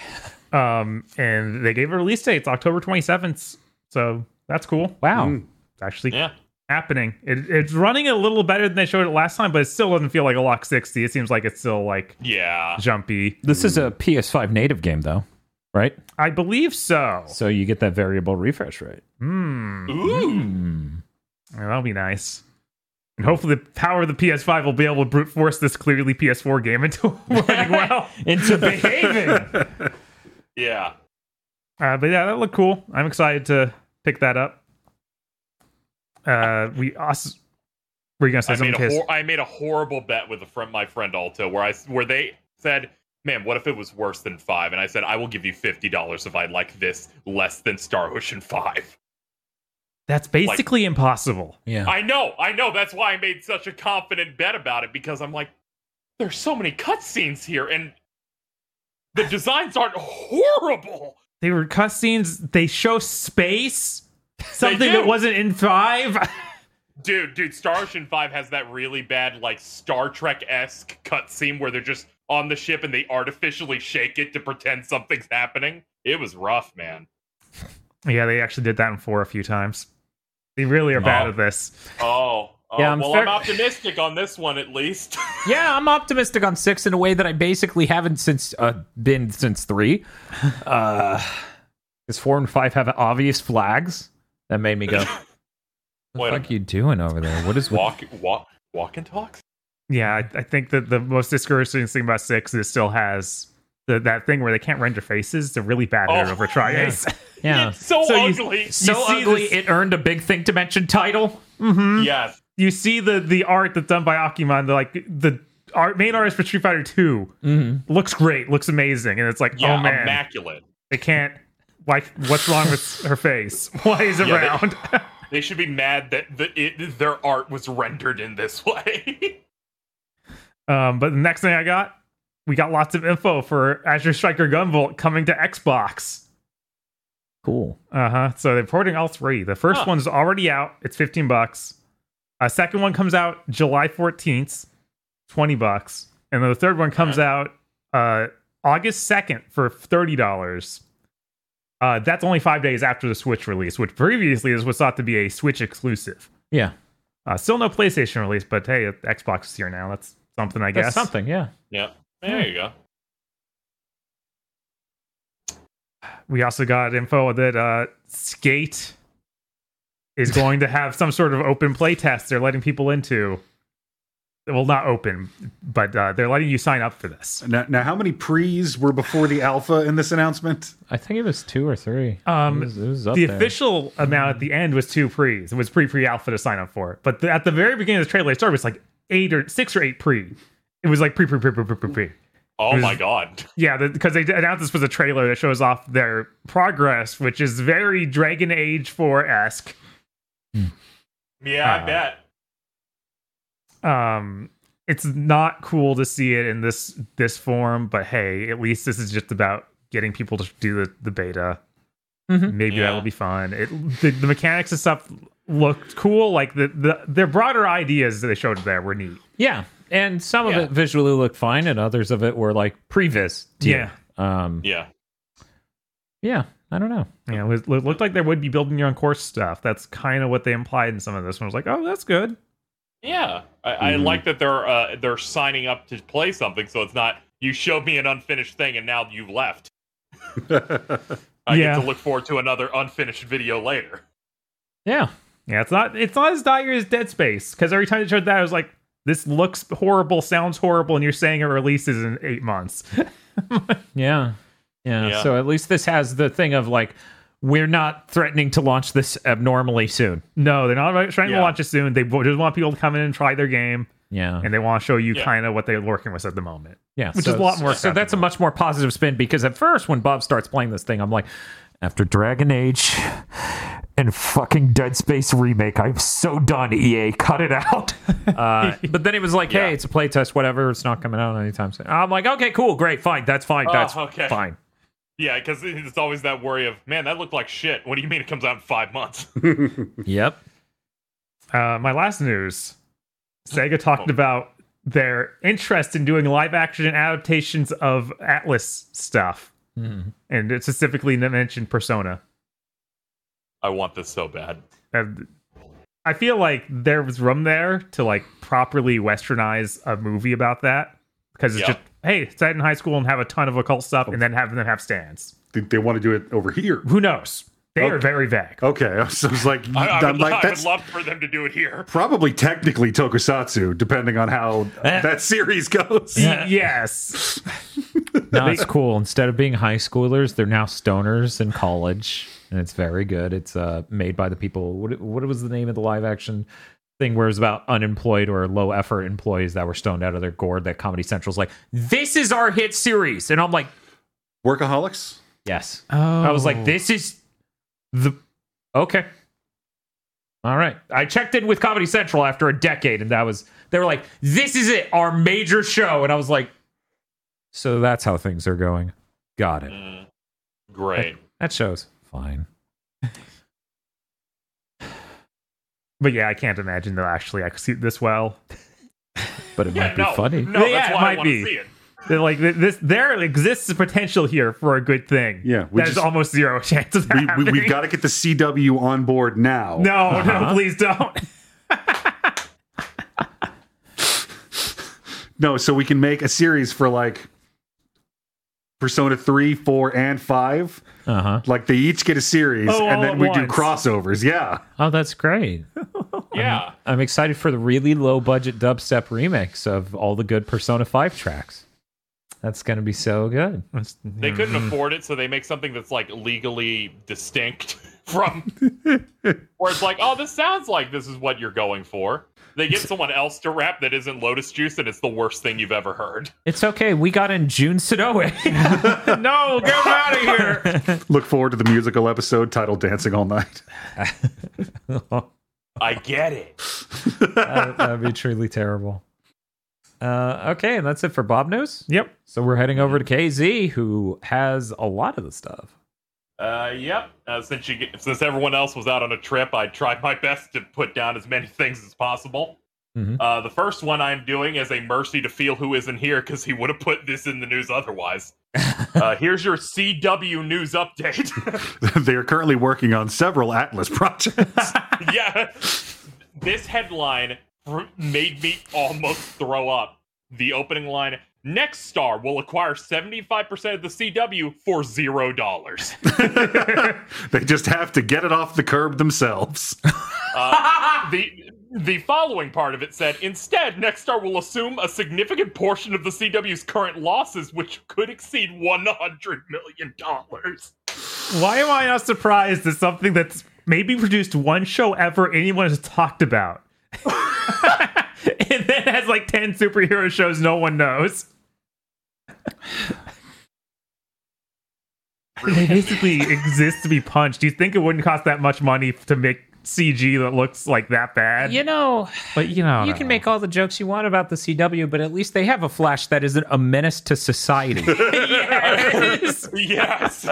Um, and they gave a release date. It's October 27th. So that's cool. Wow. Mm. Mm. It's actually Yeah. happening. It, it's running a little better than they showed it last time, but it still doesn't feel like a lock 60. It seems like it's still like Yeah. jumpy. This is a PS5 native game, though, right? I believe so. So you get that variable refresh rate. Hmm. Ooh. Well, that'll be nice. And hopefully, the power of the PS5 will be able to brute force this clearly PS4 game into running well. Into behaving. Yeah. Uh, but yeah, that looked cool. I'm excited to pick that up. Uh, we also were you gonna say I made, something? a Case? hor- I made a horrible bet with a friend, my friend Alto, where I s- where they said, "Man, what if it was worse than five? And I said, "I will give you fifty dollars if I like this less than Star Ocean 5. That's basically impossible. Yeah. I know, I know. That's why I made such a confident bet about it because I'm like, there's so many cutscenes here, and the designs aren't horrible. They were cutscenes. They show space, something do. that wasn't in five. Dude, dude, Star Ocean 5 has that really bad, like, Star Trek esque cutscene where they're just on the ship and they artificially shake it to pretend something's happening. It was rough, man. Yeah, they actually did that in four a few times. They really are bad at this. Oh, oh, Yeah, I'm well, fair- I'm optimistic on this one at least. yeah, I'm optimistic on six in a way that I basically haven't since uh, been since three. Uh, because four and five have obvious flags that made me go, "What Wait a the fuck you doing over there? What is with walk, walk, walk and talks. Yeah, I, I think that the most discouraging thing about six is it still has the, that thing where they can't render faces. They're really bad at it Oh, over triangles. yeah?" It's so, So you- ugly. So You see ugly, this- it earned a big thing dimension title. yes. You see the the art that's done by Akimon. The, like the art main artist for Street Fighter Two Mm-hmm. looks great, looks amazing, and it's like, Yeah, oh man, immaculate. they can't. Like, what's wrong with her face? Why is it Yeah, they- round? They should be mad that the, it, their art was rendered in this way. Um, but the next thing I got, we got lots of info for Azure Striker Gunvolt coming to Xbox. Cool. Uh huh. So they're porting all three. The first Huh. one's already out. It's fifteen bucks. A second one comes out July fourteenth, twenty bucks, and then the third one comes out uh, August second for thirty dollars. Uh, that's only five days after the Switch release, which previously is was thought to be a Switch exclusive. Yeah, Uh, still no PlayStation release, but hey, Xbox is here now. That's something, I that's guess. something. Yeah, yeah. Hmm. There you go. We also got info that uh, Skate is going to have some sort of open play test they're letting people into. Well, not open, but uh, they're letting you sign up for this. Now, now, how many pre's were before the alpha in this announcement? I think it was two or three. Um, it was, it was up the there. official amount at the end was two pre's. It was pre pre alpha to sign up for it. But the, at the very beginning of the trailer, it started with like eight or six or eight pre. It was like pre pre pre pre pre pre. pre. Oh It was- my god. Yeah, because they announced this was a trailer that shows off their progress, which is very Dragon Age 4 esque. Yeah, Uh, I bet. Um, it's not cool to see it in this this form, but hey, at least this is just about getting people to do the, the beta. Mhm. Maybe Yeah. that'll be fun. It the, the mechanics and stuff looked cool. Like the, the their broader ideas that they showed there were neat. Yeah, and some Yeah. of it visually looked fine, and others of it were like previs. tier. Um. Yeah. Yeah. I don't know. Yeah, it, was, it looked like there would be building your own course stuff. That's kind of what they implied in some of this. One I was like, oh, that's good. Yeah. I, I Mm-hmm. like that they're uh, they're signing up to play something, so it's not you showed me an unfinished thing and now you've left. I Yeah. get to look forward to another unfinished video later. Yeah. Yeah, it's not it's not as dire as Dead Space because every time they showed that, I was like, this looks horrible, sounds horrible, and you're saying it releases in eight months. Yeah. Yeah. Yeah. So at least this has the thing of like, we're not threatening to launch this abnormally soon. no, they're not trying Yeah. to launch it soon. They just want people to come in and try their game, Yeah. and they want to show you Yeah. kind of what they're working with at the moment. yeah. which so, is a lot more So that's a much more positive spin because at first, when Bob starts playing this thing, I'm like, after Dragon Age and fucking Dead Space remake, I'm so done, EA. Cut it out. Uh, but then it was like, Yeah. hey, it's a playtest, whatever. It's not coming out anytime soon. I'm like, okay, cool, great, fine. That's fine. Oh, that's okay. fine. Yeah, because it's always that worry of, man, that looked like shit. What do you mean it comes out in five months? Yep. Uh, my last news: Sega talked about their interest in doing live action adaptations of Atlas stuff, Hmm. and it specifically mentioned Persona. I want this so bad. And I feel like there was room there to like properly westernize a movie about that because it's Yeah. Oh. just hey, set in high school and have a ton of occult stuff, and then have them have stands. Think they want to do it over here. Who knows? They are Okay. very vague. Okay, so I was like, I, I, am would, like I would that's love for them to do it here. probably technically tokusatsu, depending on how Eh. that series goes. Y- Yes, No, it's cool. Instead of being high schoolers, they're now stoners in college, and it's very good. It's uh, made by the people. What what was the name of the live action thing where it was about unemployed or low effort employees that were stoned out of their gourd? That Comedy Central's like, this is our hit series, and I'm like, Workaholics. yes. I was like, this is the okay. All right. I checked in with Comedy Central after a decade, and that was they were like, this is it, our major show, and I was like, so that's how things are going. Got it. Mm, great. That shows. Fine. but yeah, I can't imagine they'll actually execute this well. But it Yeah, might be no, funny. no, Yeah, that's it why might I want be. to see it. They're like th- this, there exists potential here for a good thing. Yeah, we there's just- almost zero chance of that We, we, happening. we've got to get the CW on board now. no, Uh-huh. no, please don't. No, so we can make a series for like Persona 3, 4, and 5. Uh huh. Like they each get a series Oh, and all then at we do once. crossovers. Yeah. Oh, that's great. Yeah. I'm excited for the really low budget dubstep remix of all the good Persona 5 tracks. That's going to be so good. They couldn't afford it, so they make something that's like legally distinct from where it's like, oh, this sounds like this is what you're going for. They get someone else to rap that isn't Lotus Juice, and it's the worst thing you've ever heard. It's okay. We got in June Sudoe. no, get out of here. Look forward to the musical episode titled Dancing All Night. I get it. that that would Uh, be truly terrible. Uh, okay, and that's it for Bob News. Yep. So we're heading over to KZ, who has a lot of the stuff. Uh, yep. Uh, since you get, since everyone else was out on a trip, I tried my best to put down as many things as possible. Mhm. Uh, the first one I'm doing is a mercy to feel who isn't here because he would have put this in the news otherwise. uh, here's your CW news update. they are currently working on several Atlas projects. yeah. This headline r- made me almost throw up. The opening line Next Star will acquire 75% of the CW for zero dollars. they just have to get it off the curb themselves. Uh, the the following part of it said instead nextstar will assume a significant portion of the cw's current losses which could exceed 100 million dollars Why am I not surprised that something that's maybe produced one show ever anyone has talked about? and then has like 10 superhero shows no one knows. They basically exist to be punched. Do you think it wouldn't cost that much money to make CG that looks like that bad? You know, but you know, you can make all the jokes you want about the CW, but at least they have a Flash that isn't a menace to society. yes. yes.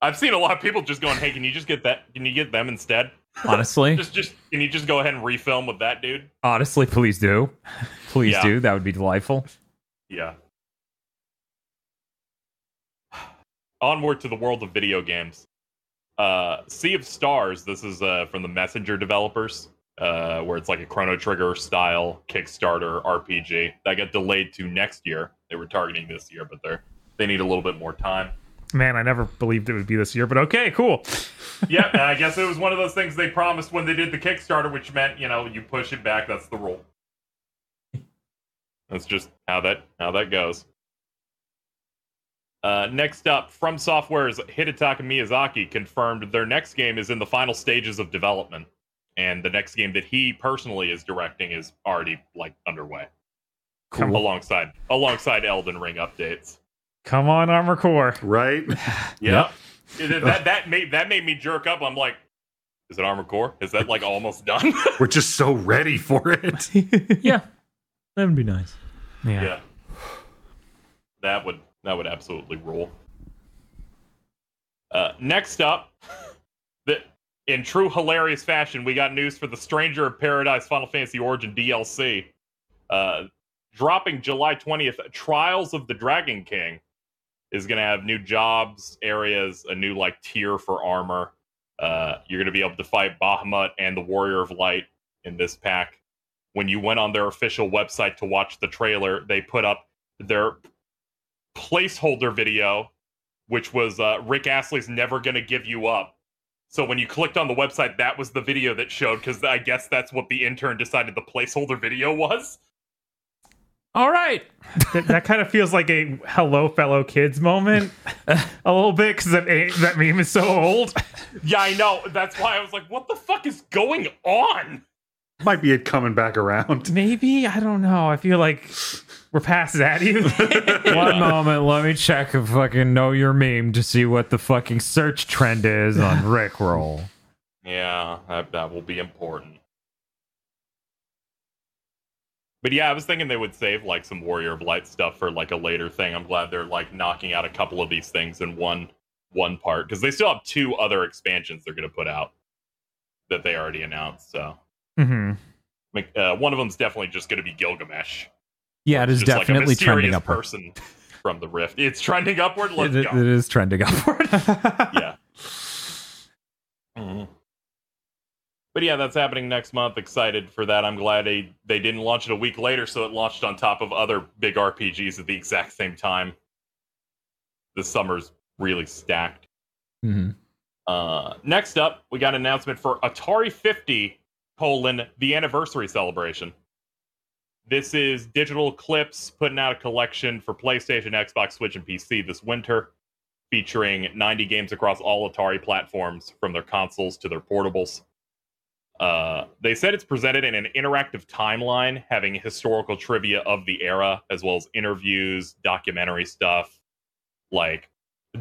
I've seen a lot of people just going, "Hey, can you just get that? Can you get them instead? honestly, Just, just can you just go ahead and refilm with that dude?" honestly, please do, please Yeah. do. That would be delightful. Yeah. Onward to the world of video games. Uh, sea of Stars. This is uh, from the Messenger developers, uh, where it's like a Chrono Trigger style Kickstarter RPG that got delayed to next year. They were targeting this year, but they're they need a little bit more time. man, I never believed it would be this year, but okay, cool. yeah, and I guess it was one of those things they promised when they did the Kickstarter, which meant you know you push it back. That's the rule. That's just how that how that goes. Uh, next up, From Software's Hidetaka Miyazaki confirmed their next game is in the final stages of development, and the next game that he personally is directing is already like underway. Cool. Alongside alongside Elden Ring updates. Come on, Armor Core. right? Yeah. That that made that made me jerk up. I'm like, is it Armor Core? Is that like almost done? We're just so ready for it. yeah, that would be nice. Yeah. yeah. That would that would absolutely rule. Uh, next up, the, in true hilarious fashion, we got news for the Stranger of Paradise Final Fantasy Origin DLC, uh, dropping July twentieth. Trials of the Dragon King is going to have new jobs, areas, a new like tier for armor. Uh, you're going to be able to fight Bahamut and the Warrior of Light in this pack when you went on their official website to watch the trailer, they put up their placeholder video, which was uh, Rick Astley's "Never Gonna Give You Up." So when you clicked on the website, that was the video that showed because I guess that's what the intern decided the placeholder video was. All right, that, that kind of feels like a hello fellow kids moment a little bit because that, eh, that meme is so old Yeah, I know. That's why I was like, "What the fuck is going on?" Might be it coming back around. maybe i don't know i feel like we're past that even One moment, let me check if fucking know your meme to see what the fucking search trend is on Rickroll. Yeah, that, that will be important. But yeah, I was thinking they would save like some Warrior of Light stuff for like a later thing. I'm glad they're like knocking out a couple of these things in one one part because they still have two other expansions they're going to put out that they already announced. So Mhm. Mc- uh, one of them's definitely just going to be Gilgamesh. yeah, it is Just like a definitely mysterious trending upward. person from the Rift. It's trending upward. Let's It, it go. it is trending upward. yeah. Mhm. But yeah, that's happening next month. Excited for that. I'm glad they, they didn't launch it a week later, so it launched on top of other big RPGs at the exact same time. The summer's really stacked. Mhm. Uh, next up, we got an announcement for Atari 50 colon the anniversary celebration. This is Digital Clips putting out a collection for PlayStation, Xbox, Switch, and PC this winter, featuring 90 games across all Atari platforms, from their consoles to their portables. Uh, they said it's presented in an interactive timeline, having historical trivia of the era, as well as interviews, documentary stuff, like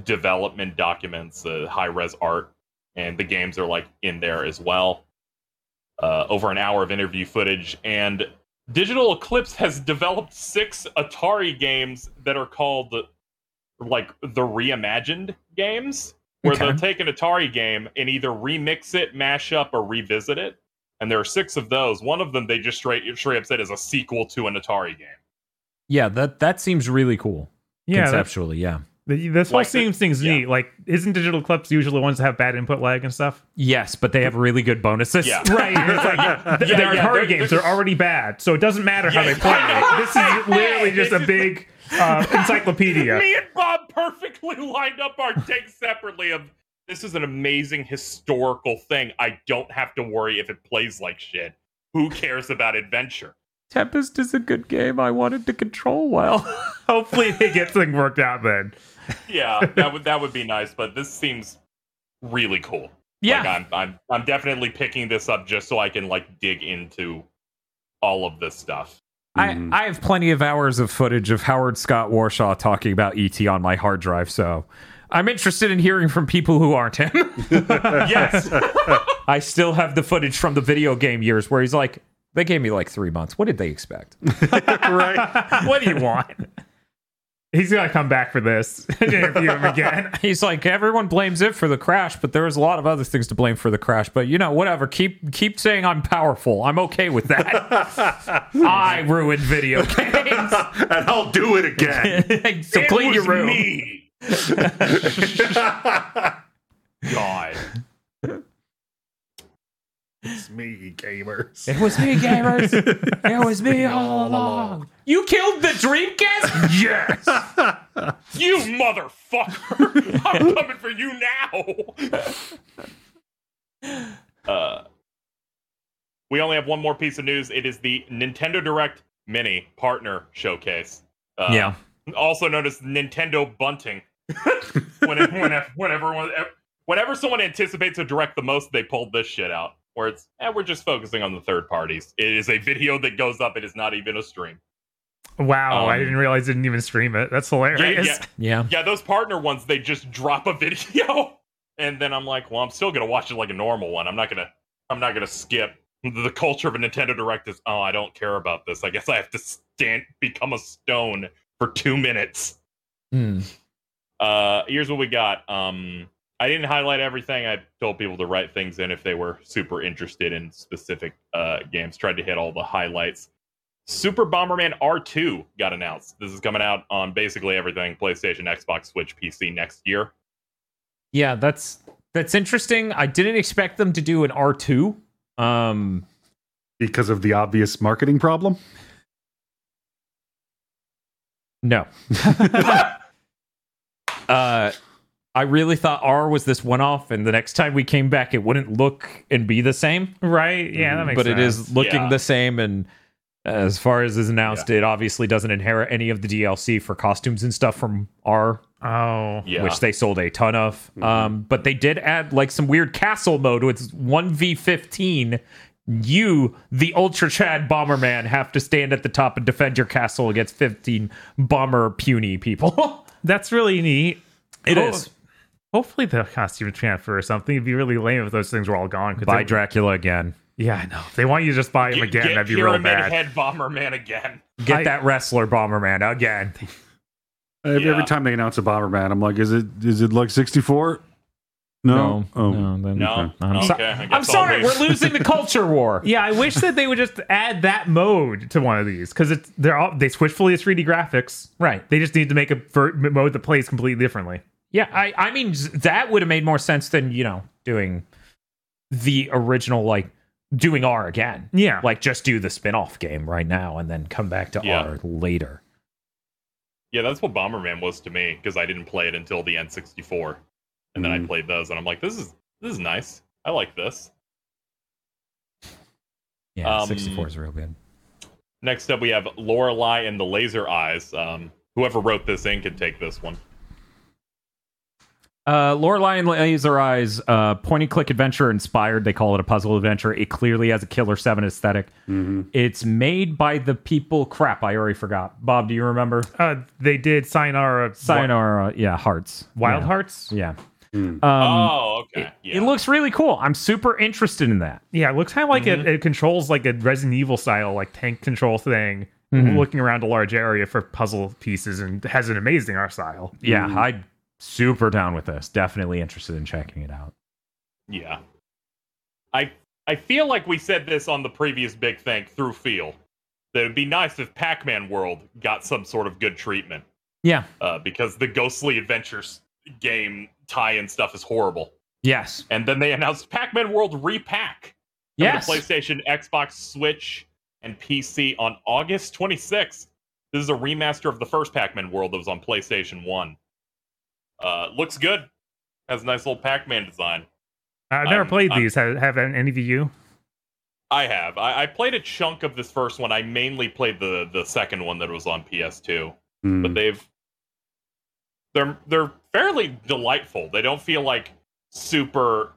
development documents, uh, high res art, and the games are like in there as well. Uh, over an hour of interview footage, and Digital Eclipse has developed six Atari games that are called like the reimagined games, where Okay. they'll take an Atari game and either remix it, mash up, or revisit it. And there are six of those. One of them they just straight straight up said is a sequel to an Atari game. Yeah, that that seems really cool yeah that- conceptually. Yeah. th- this whole Like the- seems things yeah. neat like isn't digital clips usually the ones that have bad input lag and stuff Yes, but they have really good bonuses. Yeah. right and it's like th- Yeah, the yeah, Atari they're- games they're- are already bad so it doesn't matter how Yeah. they play this is literally just a big uh, encyclopedia Me and Bob perfectly lined up our takes separately of this is an amazing historical thing. I don't have to worry if it plays like shit. Who cares about adventure? Tempest is a good game. I wanted to control well. hopefully they get something worked out then Yeah, that would that would be nice, but this seems really cool. Yeah. Like I'm I'm I'm definitely picking this up just so I can like dig into all of this stuff. I, I have plenty of hours of footage of Howard Scott Warshaw talking about ET on my hard drive, so I'm interested in hearing from people who aren't him. yes. I still have the footage from the video game years where he's like, they gave me like three months. What did they expect? right? what do you want? He's gonna come back for this. Interview him again. He's like, everyone blames it for the crash, but there was a lot of other things to blame for the crash. But you know, whatever. Keep keep saying I'm powerful. I'm okay with that. I ruined video games. and I'll do it again. so clean your room. me. God. it's me, gamers. It was me, gamers. it was me all along. You killed the Dreamcast? Yes. You motherfucker! I'm coming for you now. uh, we only have one more piece of news. It is the Nintendo Direct Mini Partner Showcase. Uh, yeah. Also known as Nintendo Bunting. when, whenever, whenever, whenever someone anticipates a direct the most, they pulled this shit out. Where it's, eh, we're just focusing on the third parties. It is a video that goes up. It is not even a stream. Wow, I Um, didn't realize I didn't even stream it. That's hilarious. yeah. Yeah. Yeah, those partner ones, they just drop a video, and then I'm like, well, I'm still gonna watch it like a normal one. I'm not gonna, I'm not gonna skip. The culture of a Nintendo Direct is, oh, I don't care about this. I guess I have to stand, become a stone for two minutes. Hmm. Uh, here's what we got. Um, I didn't highlight everything. I told people to write things in if they were super interested in specific uh, games. Tried to hit all the highlights. Super Bomberman R2 got announced. This is coming out on basically everything PlayStation, Xbox, Switch, PC next year. Yeah, that's that's interesting. I didn't expect them to do an R2. Um Because of the obvious marketing problem. no. uh I really thought R was this one off and the next time we came back it wouldn't look and be the same. Right? Yeah, that makes but sense. it is looking Yeah. the same and as far as is announced, it obviously doesn't inherit any of the DLC for costumes and stuff from R Oh. Yeah. which they sold a ton of. Um, but they did add like some weird castle mode with 1v15. You, the Ultra Chad Bomberman, have to stand at the top and defend your castle against 15 bomber puny people. That's really neat. It Oh. is. Hopefully the costume transfer or something. It'd be really lame if those things were all gone. 'cause By they- Dracula again. Yeah, I know. If they want you to just buy them Get- again, get that'd be real Pyramid bad. Head Bomberman again. Get I- that wrestler Bomberman again. Every, Yeah. every time they announce a Bomberman, I'm like, is it is it like 64? No. oh. No, uh, I'm, so- okay. I guess I'm sorry, I'll we're wait. losing the culture war. Yeah, I wish that they would just add that mode to one of these because it's they're all they switch fully to 3D graphics. Right. They just need to make a ver- mode that plays completely differently. Yeah, I, I mean z- that would have made more sense than you know doing the original like doing R again. Yeah. like just do the spin-off game right now and then come back to Yeah. R later. Yeah, that's what Bomberman was to me because I didn't play it until the N64, and then I Mm. played those, and I'm like, this is this is nice. I like this. Yeah, Um, 64 is real good. Next up, we have Lorelei and the Laser Eyes. Um, whoever wrote this in can take this one. Uh, Lorelei and Laser Eyes, uh, point and click adventure inspired. They call it a puzzle adventure. It clearly has a Killer 7 aesthetic. Mm-hmm. It's made by the people. Crap, I already forgot. Bob, do you remember? Uh, they did Sayonara, Sayonara, uh, yeah, Hearts. Wild yeah. Hearts. Yeah. Um, Mm. oh, okay. yeah. It looks really cool. I'm super interested in that. Yeah, it looks kind of like Mm-hmm. it, it controls like a Resident Evil style, like tank control thing, Mhm. looking around a large area for puzzle pieces, and has an amazing art style. Yeah, I'm super down with this. Definitely interested in checking it out. yeah. I I feel like we said this on the previous big thing through feel. That it'd be nice if Pac-Man World got some sort of good treatment Yeah. uh, because the Ghostly Adventures game tie-in stuff is horrible. Yes. And then they announced Pac-Man World Repack for Yes. the PlayStation, Xbox, Switch, and PC on August 26th. This is a remaster of the first Pac-Man World that was on PlayStation 1. Uh, looks good. Has a nice little Pac-Man design. I've never I'm- Um, played I'm- these. Have, have any of you? I have. I, I played a chunk of this first one. I mainly played the the second one that was on PS2. Mm. But they've they're they're fairly delightful. They don't feel like super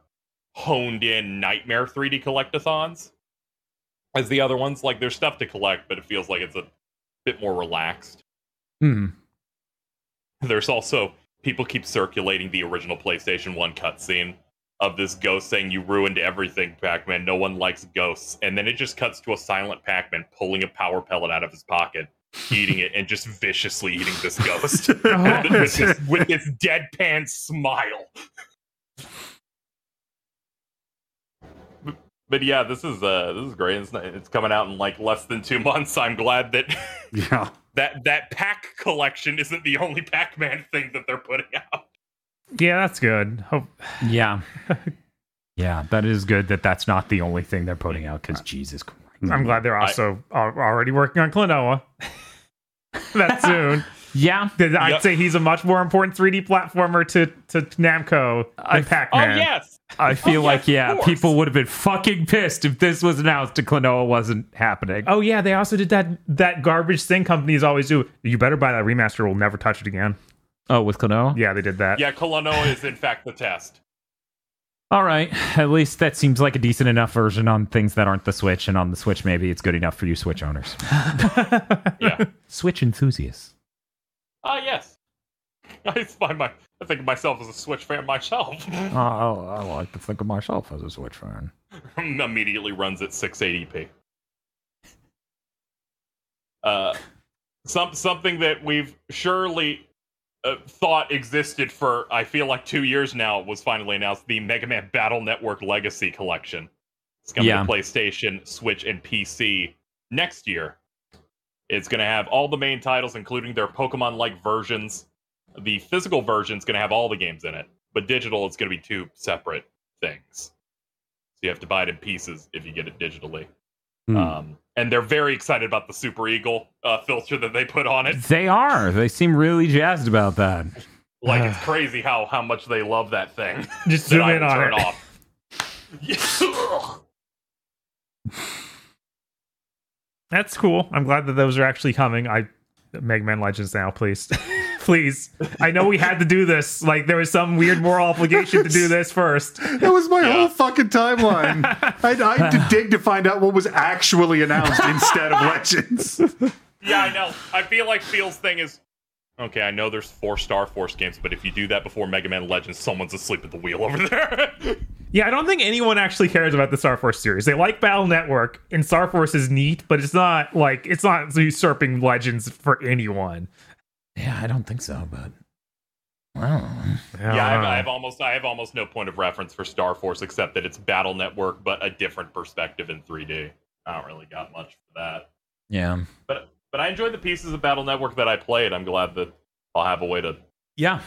honed in nightmare 3D collectathons. as the other ones. Like there's stuff to collect, but it feels like it's a bit more relaxed. Hmm. There's also people keep circulating the original PlayStation One cutscene of this ghost saying you ruined everything, Pac-Man. No one likes ghosts, and then it just cuts to a silent Pac-Man pulling a power pellet out of his pocket. Eating it and just viciously eating this ghost Oh. with, this, with this deadpan smile. But yeah, this is uh, this is great. It's, not- it's coming out in like less than two months. I'm glad that Yeah. that that pack collection isn't the only Pac-Man thing that they're putting out. Yeah, that's good. Hope Yeah. yeah, that is good that that's not the only thing they're putting out because Jesus Christ. I'm glad they're I- also al already working on Klonoa. that soon. Yeah. Then I'd Yep. say he's a much more important 3D platformer to, to Namco I- than Pac-Man. Oh yes, I feel yeah, like of yeah, course. people would have been fucking pissed if this was announced and Klonoa wasn't happening. Oh yeah, they also did that that garbage thing companies always do. You better buy that remaster. We'll never touch it again. Oh, with Klonoa. Yeah, they did that. yeah, Klonoa is in fact the test. All right. At least that seems like a decent enough version on things that aren't the Switch, and on the Switch, maybe it's good enough for you Switch owners, Yeah. Switch enthusiasts. Ah yes, I find my I think of myself as a Switch fan myself. Oh, I, I like to think of myself as a Switch fan. Immediately runs at 680p. Uh, some something that we've surely. Uh, thought existed for I feel like two years now was finally announced the Mega Man Battle Network Legacy Collection. It's coming Yeah. to PlayStation, Switch, and PC next year. It's going to have all the main titles, including their Pokemon like versions. The physical version's going to have all the games in it, but digital, it's going to be two separate things. So you have to buy it in pieces if you get it digitally. Hmm. Um, and they're very excited about the Super Eagle uh, filter that they put on it. They are. They seem really jazzed about that. Like, it's crazy how, how much they love that thing. Just that zoom I in will on turn it. off. That's cool. I'm glad that those are actually coming. I Mega Man Legends now, please. please. I know we had to do this. Like there was some weird moral obligation to do this first. That Hmm. was my Yeah. whole fucking timeline. I, I had to dig to find out what was actually announced instead of Legends. Yeah, I know. I feel like Field's thing is okay. I know there's four Star Force games, but if you do that before Mega Man Legends, someone's asleep at the wheel over there. Yeah, I don't think anyone actually cares about the Star Force series. They like Battle Network, and Star Force is neat, but it's not like it's not usurping Legends for anyone. Yeah, I don't think so, but. yeah, I have, I have almost, I have almost no point of reference for Star Force except that it's Battle Network, but a different perspective in 3D. I don't really got much for that. Yeah. But but I enjoyed the pieces of Battle Network that I played. I'm glad that I'll have a way to Yeah.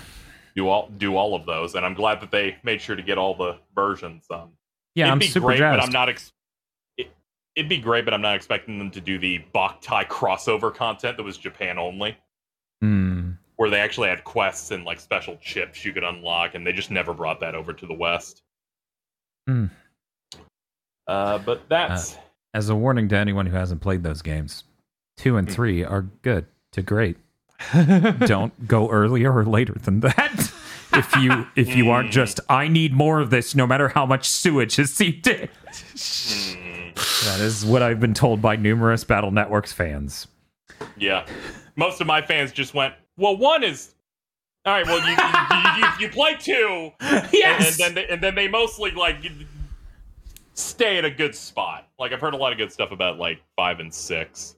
do all do all of those, and I'm glad that they made sure to get all the versions. Um, Yeah, it'd I'm be super great, jazzed. but I'm not. Ex- it, it'd be great, but I'm not expecting them to do the Boktai crossover content that was Japan only, Hmm. where they actually had quests and like special chips you could unlock, and they just never brought that over to the West. Hmm. Uh, but that's As a warning to anyone who hasn't played those games, two Hmm. and three are good to great. don't go earlier or later than that. If you if you aren't Mm. just I need more of this, no matter how much sewage has seeped in. mm, That is what I've been told by numerous Battle Networks fans. yeah. Most of my fans just went, "Well, one is." All right. Well, you you, you, you play two, and, and then they, and then they mostly like you- stay at a good spot. Like I've heard a lot of good stuff about like five and six,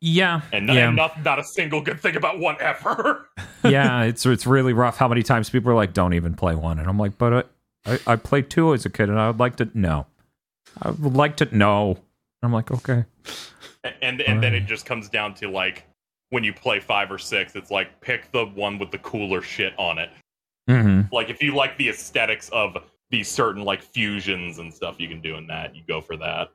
yeah. and not, yeah. and not, not a single good thing about one ever. yeah, it's it's really rough how many times people are like, "Don't even play one," and I'm like, "But I I, I played two as a kid, and I would like to no, I would like to no." I'm like, okay, and and then it just comes down to like when you play five or six, it's like pick the one with the cooler shit on it. mm-hmm. Like if you like the aesthetics of these certain like fusions and stuff you can do in that, you go for that.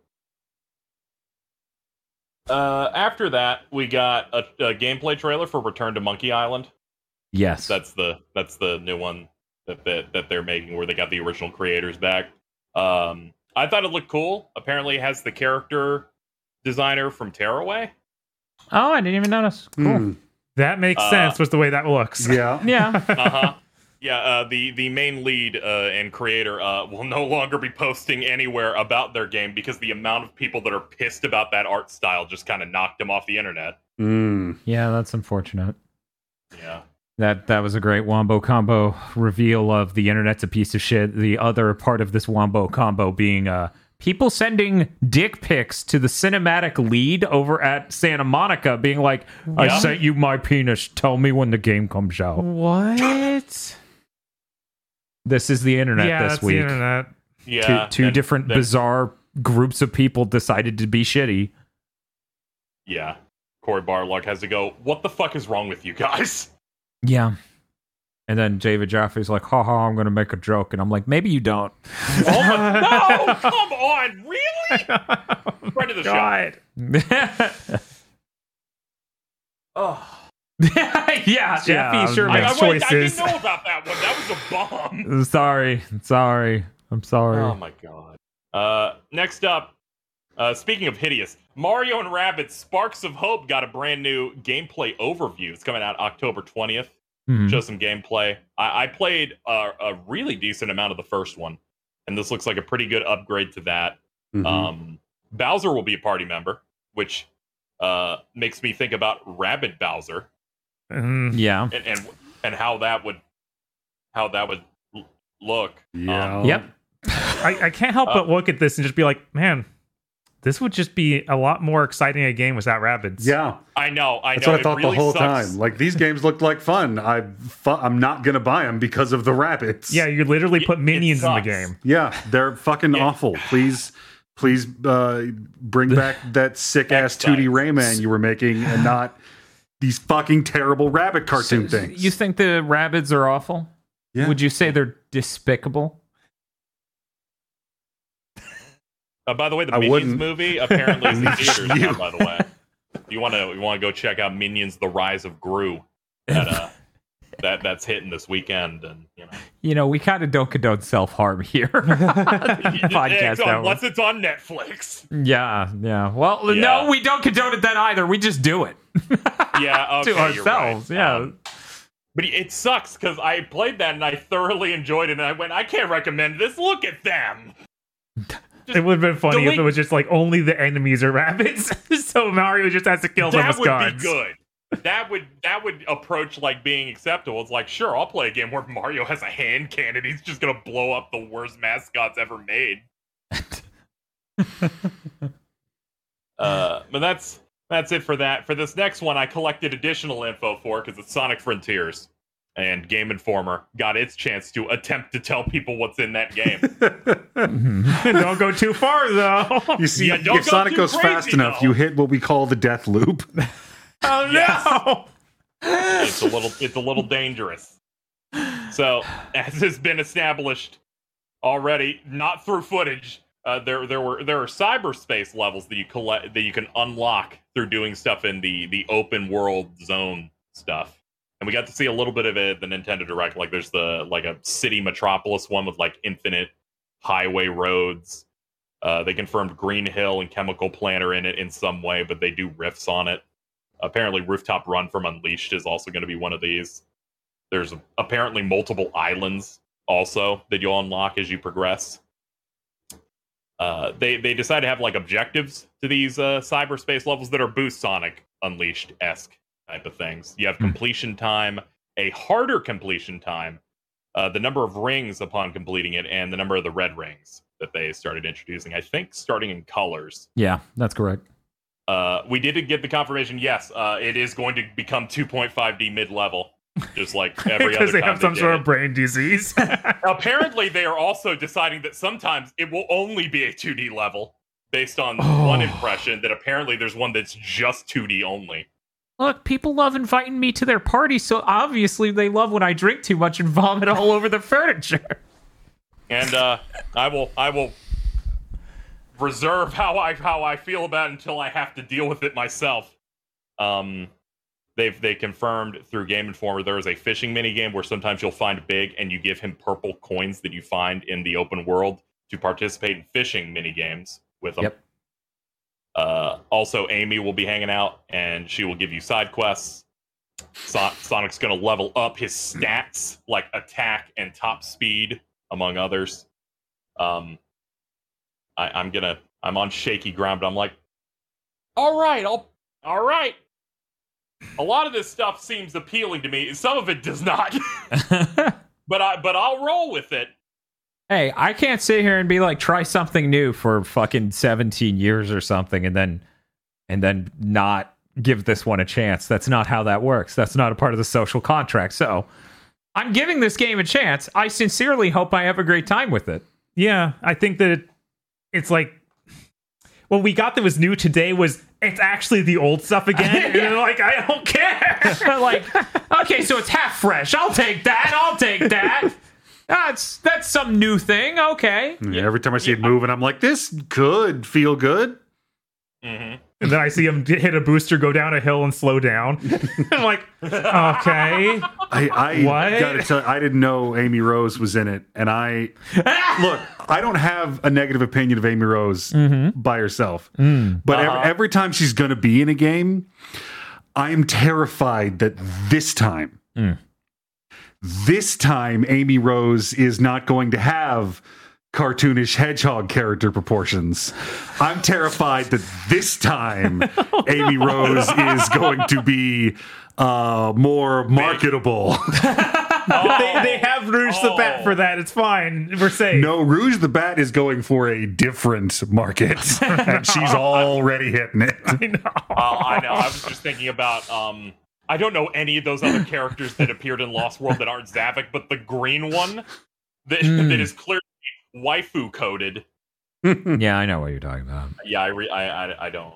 Uh, after that, we got a, a gameplay trailer for Return to Monkey Island. yes, That's the that's the new one that that, that they're making where they got the original creators back. Um, I thought it looked cool. Apparently, it has the character designer from Tearaway. oh, I didn't even notice. Cool. Hmm. That makes Uh, Mm. sense with the way that looks. Yeah. Yeah, Uh huh. Yeah, uh, the the main lead uh, and creator uh, will no longer be posting anywhere about their game because the amount of people that are pissed about that art style just kind of knocked them off the internet. Mm. Yeah, that's unfortunate. Yeah, That that was a great wombo combo reveal of the internet's a piece of shit. The other part of this wombo combo being uh people sending dick pics to the cinematic lead over at Santa Monica being like, I Yeah. sent you my penis. Tell me when the game comes out. What? This is the internet yeah, this that's week. the internet. yeah. two two and different that- bizarre groups of people decided to be shitty. Yeah, Corey Barlog has to go. What the fuck is wrong with you guys? Yeah. And then David Jaffe's like, ha ha, I'm going to make a joke. And I'm like, maybe you don't. Oh my, no! Come on, really? Friend of the show. God. Oh, yeah, Yeah, Jaffe sure I- I, I, makes Next wait, I didn't choices. know about that one. That was a bomb. Sorry, sorry. I'm sorry. Oh my god. Uh, next up, uh, speaking of hideous, Mario and Rabbit Sparks of Hope got a brand new gameplay overview. It's coming out October 20th. Mm-hmm. Mhm. Show some gameplay. I, I played a, a really decent amount of the first one, and this looks like a pretty good upgrade to that. Mhm. Um, Bowser will be a party member, which uh, makes me think about Rabbit Bowser Mm. yeah. and, and and how that would how that would l- look. yeah. Um, Yep. I, I can't help but look at this and just be like, man, this would just be a lot more exciting a game without rabbits. Yeah. I know. I That's know. what I it thought really the whole sucks. time. Like these games looked like fun. I fu- I'm not gonna buy them because of the rabbits. Yeah, you could literally It- put it minions in the sucks. game. Yeah, they're fucking Yeah. awful. Please, please uh, bring back that sick ass 2D Rayman you were making, and not these fucking terrible rabbit cartoon things. You think the rabbits are awful? Yeah. Would you say they're despicable? Uh, by the way, the I Minions wouldn't. movie apparently is in theaters You- now. By the way, If you want to you want to go check out Minions: The Rise of Gru? That uh, that that's hitting this weekend, and you know, You know, we kind of don't condone self harm here. Podcast It's on- hour. unless it's on Netflix. Yeah, yeah. Well, Yeah. no, we don't condone it that either. We just do it Yeah, okay, to you're right. ourselves. Yeah. Um, but it sucks because I played that and I thoroughly enjoyed it, and I went, I can't recommend this. Look at them. It would have been funny if Delete- it was just like only the enemies are rabbits. so Mario just has to kill them that with would guns. be good. That would that would approach like being acceptable. It's like, sure, I'll play a game where Mario has a hand cannon. He's just gonna blow up the worst mascots ever made. uh, but that's that's it for that. For this next one, I collected additional info for because it's Sonic Frontiers and Game Informer got its chance to attempt to tell people what's in that game. Don't go too far though. You see, Yeah, don't if go Sonic too goes fast crazy, enough, though. you hit what we call the death loop. oh no. it's a little it's a little dangerous. So, as has been established already, not through footage, uh, there there were there are cyberspace levels that you collect that you can unlock through doing stuff in the the open world zone stuff. And we got to see a little bit of it at the Nintendo Direct. Like there's the like a city metropolis one with like infinite highway roads. Uh, they confirmed Green Hill and Chemical Plant are in it in some way, but they do riffs on it apparently rooftop run from unleashed is also going to be one of these there's apparently multiple islands also that you'll unlock as you progress uh, they they decide to have like objectives to these uh, cyberspace levels that are boost sonic unleashed esque type of things you have completion time a harder completion time uh, the number of rings upon completing it and the number of the red rings that they started introducing i think starting in colors yeah, that's correct. uh, we did get the confirmation. Yes, uh, it is going to become 2.5D mid level, just like every other. Because they time have some did sort it. of brain disease. Apparently, they are also deciding that sometimes it will only be a 2D level, based on Oh. one impression. That apparently there's one that's just 2D only. Look, people love inviting me to their parties, so obviously they love when I drink too much and vomit all over the furniture. And uh, I will, I will reserve how I how I feel about it until I have to deal with it myself. Um, they've they confirmed through Game Informer there is a fishing mini game where sometimes you'll find big and you give him purple coins that you find in the open world to participate in fishing mini games with them. Yep. Uh, also, Amy will be hanging out and she will give you side quests. So- Sonic's going to level up his stats like attack and top speed, among others. Um, I, I'm gonna I'm on shaky ground, but I'm like, all right, I'll all right. A lot of this stuff seems appealing to me. Some of it does not, but I but I'll roll with it. Hey, I can't sit here and be like, try something new for fucking 17 years or something and then and then not give this one a chance. That's not how that works. That's not a part of the social contract. So I'm giving this game a chance. I sincerely hope I have a great time with it. Yeah, I think that it, it's like what we got that was new today was it's actually the old stuff again. And they're like, I don't care. like, okay, so it's half fresh. I'll take that. I'll take that. That's that's some new thing. Okay. Yeah, every time I see it moving, I'm like, this could feel good. Mm-hmm. And then I see him d- hit a booster, go down a hill, and slow down. I'm like, okay. I, I What? gotta tell I didn't know Amy Rose was in it, and I look. I don't have a negative opinion of Amy Rose by herself, but ev- every, time she's gonna be in a game, I am terrified that this time, this time, Amy Rose is not going to have cartoonish hedgehog character proportions. I'm terrified that this time Amy Rose is going to be uh more marketable. They, they have Rouge the Bat for that. It's fine. We're safe. No, Rouge the Bat is going for a different market, and she's already hitting it. Uh, I know. I was just thinking about. Um, I don't know any of those other characters that appeared in Lost World that aren't Zavok, but the green one that, that is clearly waifu coded. Yeah, I know what you're talking about. Yeah, I, re- I, I, I don't.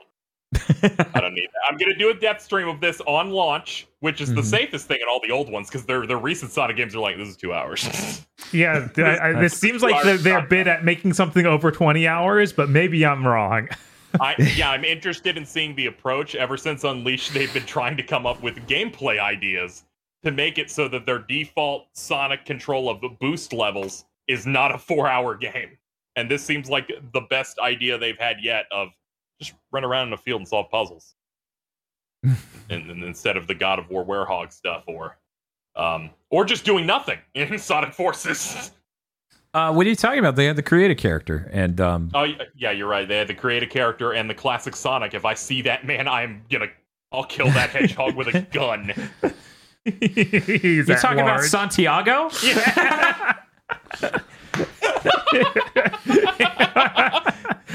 I don't need that. I'm gonna do a death stream of this on launch, which is the safest thing in all the old ones because their their recent Sonic games are like this is two hours. Yeah, th- I, I, this seems like they're, they're bid at making something over 20 hours, but maybe I'm wrong. I yeah, I'm interested in seeing the approach. Ever since Unleashed, they've been trying to come up with gameplay ideas to make it so that their default Sonic control of the boost levels is not a four-hour game. And this seems like the best idea they've had yet of just run around in a field and solve puzzles, and, and instead of the God of War Werehog stuff, or um, or just doing nothing in Sonic Forces. Uh, what are you talking about? They had to create a character, and um, Oh y- yeah, you're right. They had to create a character and the classic Sonic. If I see that man, I'm gonna, I'll kill that hedgehog with a gun. He's you're at talking about large. Santiago.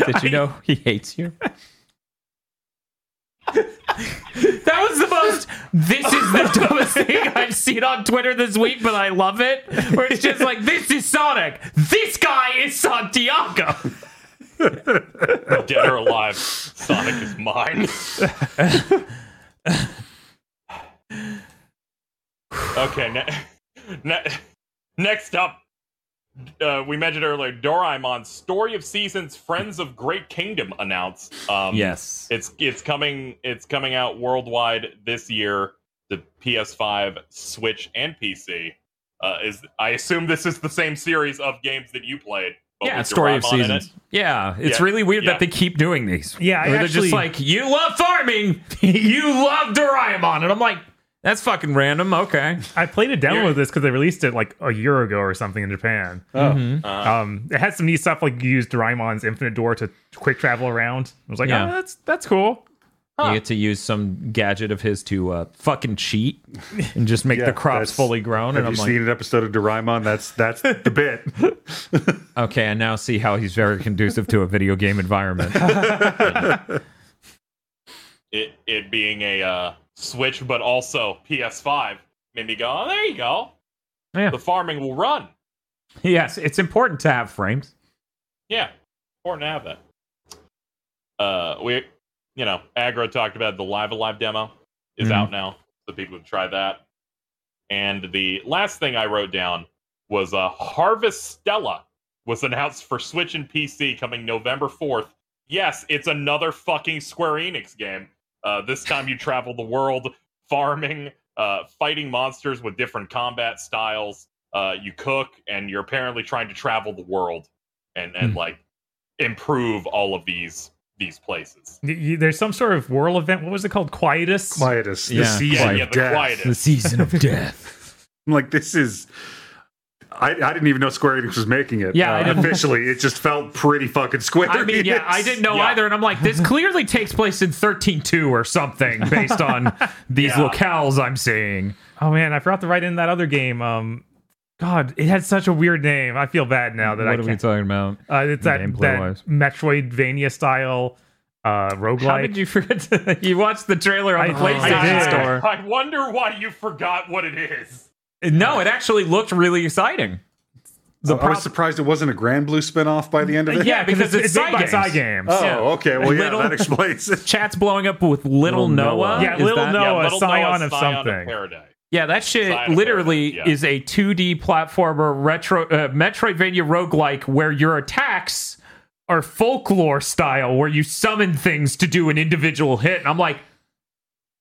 Did you know he hates you? that was the most. This is the dumbest thing I've seen on Twitter this week, but I love it. Where it's just like, this is Sonic. This guy is Santiago. Dead or alive, Sonic is mine. okay, ne- ne- next up, uh, we mentioned earlier, Doraemon Story of Seasons: Friends of Great Kingdom announced. Um, Yes. It's it's coming it's coming out worldwide this year to PS5, Switch, and PC. Uh, is I assume this is the same series of games that you played. but Yeah, with story of Doraemon in it? seasons. Yeah, it's Yeah, really weird yeah. that they keep doing these. Yeah, I Where they're actually- just like, you love farming, you love Doraemon, and I'm like, that's fucking random. Okay, I played a demo of this because they released it like a year ago or something in Japan. Oh. Um, it had some neat stuff like you used Doraimon's infinite door to quick travel around. I was like, Yeah. oh, that's that's cool. you get to use some gadget of his to uh, fucking cheat and just make Yeah, the crops that's- fully grown. Have And you I'm like, seen an episode of Doraemon? That's that's the bit. okay, I now see how he's very conducive to a video game environment. it it being a uh, Switch, but also PS5 made me go, oh, there you go. Yeah. The farming will run. yes, it's important to have frames. Yeah, important to have that. Uh, we, you know, Agro talked about the Live Alive demo is Mhm. out now, so people can try that. And the last thing I wrote down was uh, Harvest Stella was announced for Switch and PC coming November fourth. Yes, it's another fucking Square Enix game. Uh, this time you travel the world, farming, uh, fighting monsters with different combat styles. Uh, you cook, and you're Hmm. apparently trying to travel the world and and like improve all of these these places. Y- y- There's some sort of whirl event. What was it called? Quietus. Quietus, the Yeah. season Yeah, yeah, of the death. quietest. season of death. I'm like, this is. I, I didn't even know Square Enix was making it. Yeah, I uh, didn't- officially, it just felt pretty fucking Square. I mean, yeah, Enix. I didn't know Yeah. either, and I'm like, this clearly takes place in 13.2 or something based on these Yeah. locales I'm seeing. Oh man, I forgot to write in that other game. Um, God, it had such a weird name. I feel bad now that what I are we can't. talking about? uh, it's that, Gameplay-wise. that Metroidvania style uh, How roguelike. did you forget? To, you watched the trailer on I- the I PlayStation did. Store. I wonder why you forgot what it is. No, it actually looked really exciting. I was surprised it wasn't a Grand Blue spinoff by the end of it. Yeah, because it's, made side, by games. side games. Oh, yeah. okay. Well, yeah, Little- that explains it. Chat's blowing up with Little, Little Noah. Noah. yeah, Is Little that- Noah, Little Scion Noah, of Scion something. Paradise. Yeah, that shit Side of literally Paradise, yeah. is a 2D platformer retro uh, Metroidvania roguelike where your attacks are folklore style where you summon things to do an individual hit. And I'm like,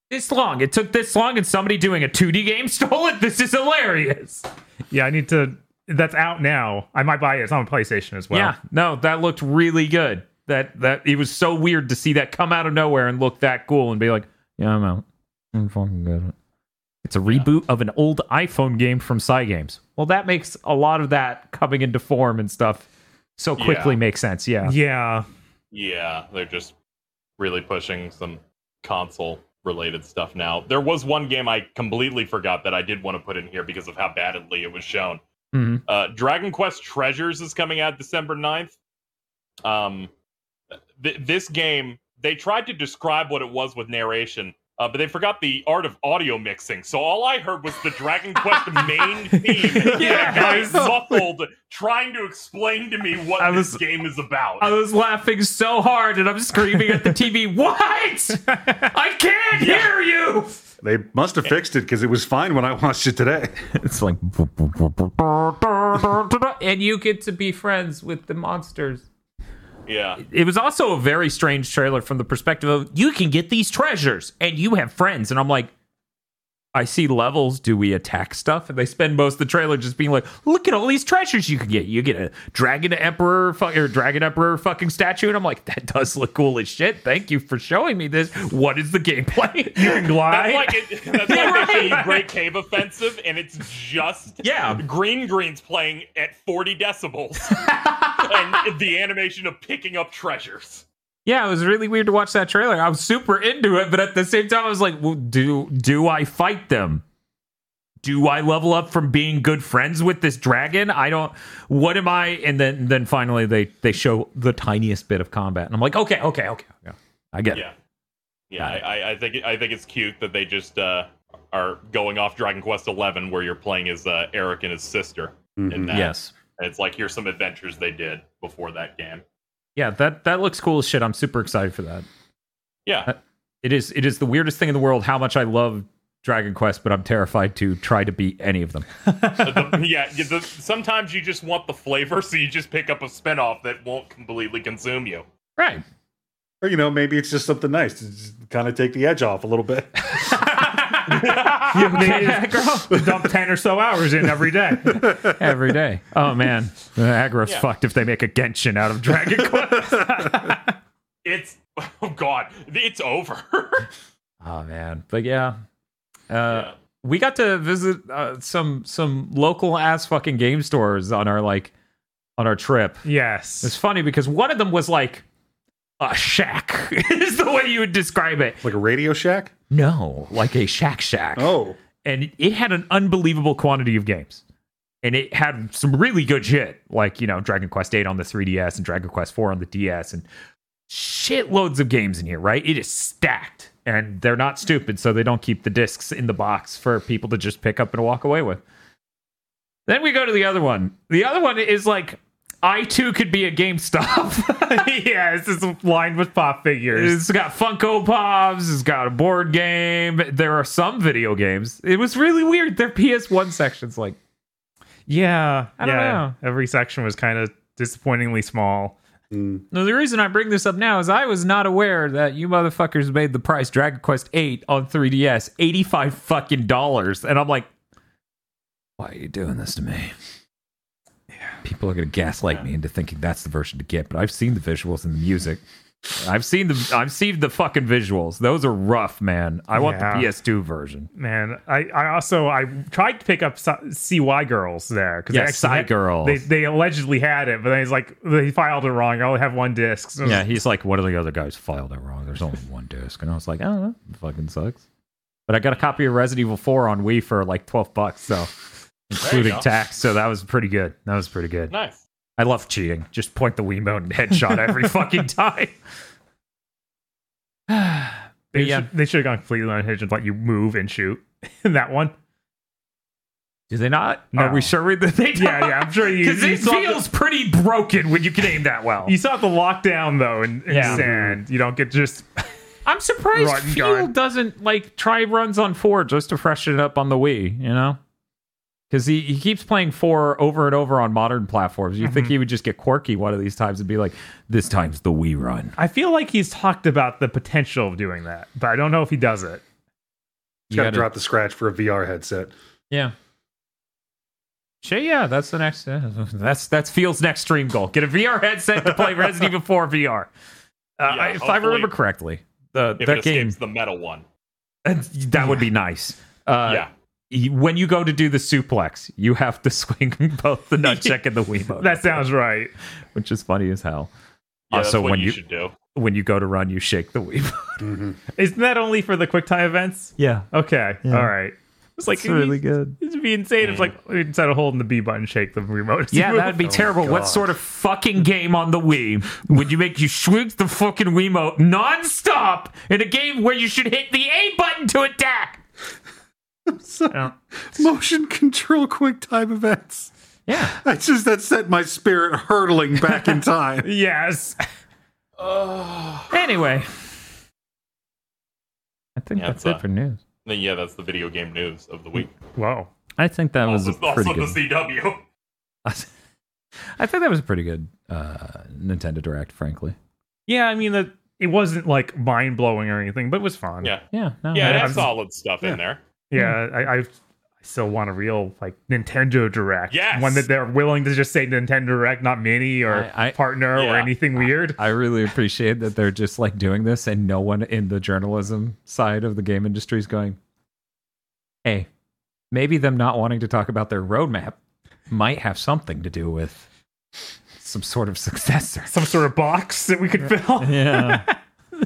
this long. It took this long and somebody doing a 2D game stole it. This is hilarious. yeah, I need to. That's out now. I might buy it. It's on PlayStation as well. yeah. No, that looked really good. That that it was so weird to see that come out of nowhere and look that cool and be like, Yeah, I'm out. I'm fucking good. It's a reboot of an old iPhone game from Cygames. Well, that makes a lot of that coming into form and stuff so quickly Yeah. makes sense. Yeah. Yeah. Yeah, they're just really pushing some console related stuff now. There was one game I completely forgot that I did want to put in here because of how badly it was shown. Mhm. Uh, Dragon Quest Treasures is coming out December 9th. Um, th- this game, they tried to describe what it was with narration. Uh, but they forgot the art of audio mixing, so all I heard was the Dragon Quest main theme. Yeah. that a guy muffled, trying to explain to me what I was- this game is about. I was laughing so hard and I'm screaming at the TV, What? I can't hear you. They must have fixed it because it was fine when I watched it today. It's like And you get to be friends with the monsters. yeah, It was also a very strange trailer from the perspective of you can get these treasures and you have friends. And I'm like, I see levels. Do we attack stuff? And they spend most of the trailer just being like, look at all these treasures you can get. You get a dragon emperor fu- or dragon emperor fucking statue. And I'm like, that does look cool as shit. Thank you for showing me this. What is the gameplay? You can That's glide. like it, that's like they the Great Cave Offensive, and it's just Yeah. Green Green's playing at forty decibels, and the animation of picking up treasures. Yeah, it was really weird to watch that trailer. I was super into it, but at the same time, I was like, well, "Do do I fight them? Do I level up from being good friends with this dragon? I don't. What am I?" And then then finally they they show the tiniest bit of combat, and I'm like, "Okay, okay, okay, okay. I get it." Yeah, yeah. I, I- I think it- I think it's cute that they just uh, are going off Dragon Quest Eleven, where you're playing as uh, Eric and his sister. In that. Yes, And it's like here's some adventures they did before that game. yeah. That that looks cool as shit. I'm super excited for that. Yeah, It is it is the weirdest thing in the world how much I love Dragon Quest, but I'm terrified to try to beat any of them. the- yeah. you- the- sometimes you just want the flavor, so you just pick up a spinoff that won't completely consume you. Right. Or, you know, maybe it's just something nice to just kind of take the edge off a little bit. You Dump 10 or so hours in every day. every day. Oh man, the aggro's Yeah. fucked if they make a Genshin out of Dragon Quest. It's oh god, it's over. oh man, but yeah, uh, Yeah. we got to visit uh, some some local ass fucking game stores on our like on our trip. It's Yes. funny because one of them was like a shack is the way you would describe it. like a Radio Shack? No, like a shack shack. Oh. and it had an unbelievable quantity of games. And it had some really good shit, like, you know, Dragon Quest 8 on the 3DS and Dragon Quest 4 on the DS and shitloads of games in here, right? It is stacked. And they're not stupid, so they don't keep the discs in the box for people to just pick up and walk away with. Then we go to the other one. The other one is like, I too could be a GameStop. yeah, it's just lined with pop figures. It's got Funko Pops. It's got a board game. There are some video games. It was really weird. Their PS1 section's like, Yeah. I don't yeah. know. Every section was kind of disappointingly small. no. The reason I bring this up now is I was not aware that you motherfuckers made the price Dragon Quest Eight on 3DS eighty five fucking dollars, and I'm like, Why are you doing this to me? People are gonna gaslight me into thinking that's the version to get, but I've seen the visuals and the music. I've seen the I've seen the fucking visuals. Those are rough, man. I want the Yeah. PS2 version. Man, I, I also I tried to pick up si- CY girls there because Yeah, Psy Girls. They, they allegedly had it, but then he's like they filed it wrong. I only have one disc. So Yeah, he's like, what are the other guys filed it wrong? There's only one disc, and I was like, oh, that fucking sucks. But I got a copy of Resident Evil 4 on Wii for like 12 bucks, so including go. tax. So that was pretty good. That was pretty good. Nice. I love cheating. Just point the Wiimote and headshot every fucking time. they Yeah. should they should have gone completely unhinged and let you move and shoot in that one. Do they not? No. Are we sure we, that they don't? Yeah, yeah, I'm sure you. Because you it saw the- feels pretty broken when you can aim that well. You saw the lockdown though in, in Yeah. Mm-hmm. sand. You don't get just I'm surprised Rotten Fuel guy. doesn't like try runs on four just to freshen it up on the Wii, you know? Because he, he keeps playing four over and over on modern platforms. You Mm-hmm. think he would just get quirky one of these times and be like, this time's the Wii run. I feel like he's talked about the potential of doing that, but I don't know if he does it. You gotta gotta- drop the scratch for a VR headset. Yeah. Sure, yeah, that's the next. uh, that's that's Field's next stream goal. Get a VR headset to play Resident Evil 4 VR. Uh, Yeah, I- if I remember hopefully- correctly, the, If it that game escapes the meta one. that would be nice. Uh, yeah. y- when you go to do the suplex, you have to swing both the nunchuck and the Wiimote. That sounds right. which is funny as hell. Yeah, also, that's what when you, you- should do. When you go to run, you shake the Wiimote. Isn't that only for the QuickTime events? Yeah, Okay, all right. It's like it'd be- good. It'd be insane if like instead of holding the B button, shake the remote. as you Yeah, move. that'd be terrible. What God. sort of fucking game on the Wii would you make you swing the fucking Wiimote nonstop in a game where you should hit the A button to attack? Motion control quick time events. Yeah, I just that sent my spirit hurtling back in time. yes. Anyway, I think Yeah, that's it's, uh, it for news. Then yeah, that's the video game news of the week. Whoa. I think that was Also, a pretty also good. the CW. I think that was a pretty good uh, Nintendo Direct, frankly. Yeah, I mean the it wasn't like mind blowing or anything, but it was fun. Yeah. Yeah, no, Yeah, I- it I- had solid stuff in there. yeah. I, I still want a real like Nintendo Direct. Yes! one that they're willing to just say Nintendo Direct, not mini or I- I- partner or Yeah. anything weird. I really appreciate that they're just like doing this, and no one in the journalism side of the game industry is going, "Hey, maybe them not wanting to talk about their roadmap might have something to do with some sort of successor." Some sort of box that we could fill. Yeah,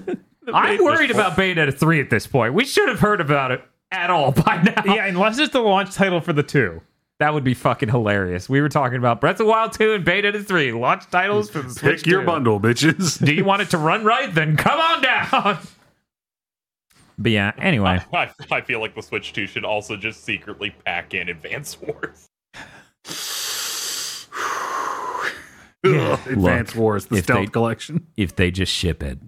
I'm worried about Bayonetta three at this point. We should have heard about it at all by now. yeah, unless it's the launch title for the two. That would be fucking hilarious. We were talking about Breath of the Wild 2 and Bayonetta 3, launch titles for the Switch. Pick your 2. bundle, bitches. Do you want it to run right? Then come on down. But yeah, anyway. I, I feel like the Switch 2 should also just secretly pack in Advance Wars. Ugh, Advance Look, Wars, the if they- stealth collection. if they just ship it,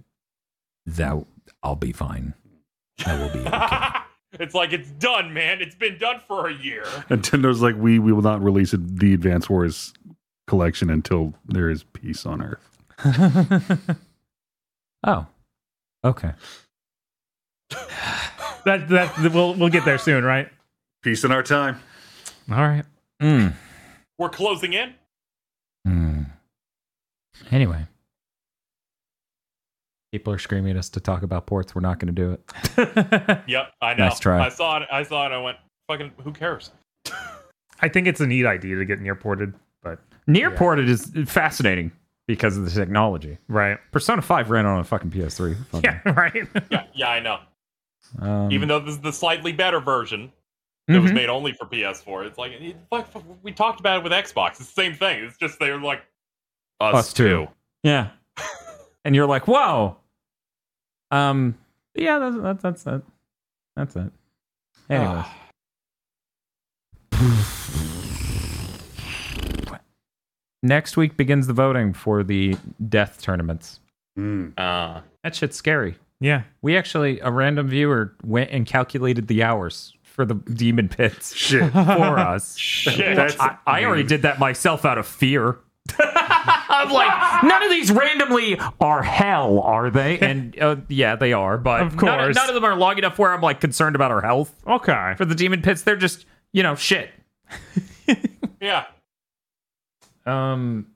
that I'll be fine. That will be it's like it's done, man. It's been done for a year. Nintendo's like, we, we will not release the Advance Wars collection until there is peace on Earth. oh, okay. That that we'll we'll get there soon, right? Peace in our time. All right. Mm. We're closing in. Mm. Anyway, people are screaming at us to talk about ports. We're not going to do it. Yep, I know. Nice try. I saw it. I saw it. I went, fucking, who cares? I think it's a neat idea to get near ported, but Near ported is fascinating because of the technology. right. Persona Five ran on a fucking PS3. Fucking- Yeah, right. Yeah, yeah, I know. um, Even though this is the slightly better version that was mhm. made only for PS4, it's like, it- fuck, fuck, we talked about it with Xbox. It's the same thing. It's just they're like, us, Us too. Yeah. and you're like, whoa. Um. Yeah. That's that's that's it. That's it. Anyway. Ah. Next week begins the voting for the death tournaments. Hmm. Uh, That shit's scary. Yeah. We actually, a random viewer went and calculated the hours for the demon pits Shit. for us. shit. That's I, I already did that myself out of fear. I'm like, none of these randomly are hell, are they? And uh, yeah, they are, but Of None, course. none of them are long enough where I'm like concerned about our health Okay. for the demon pits. They're just, you know, shit. yeah. Um,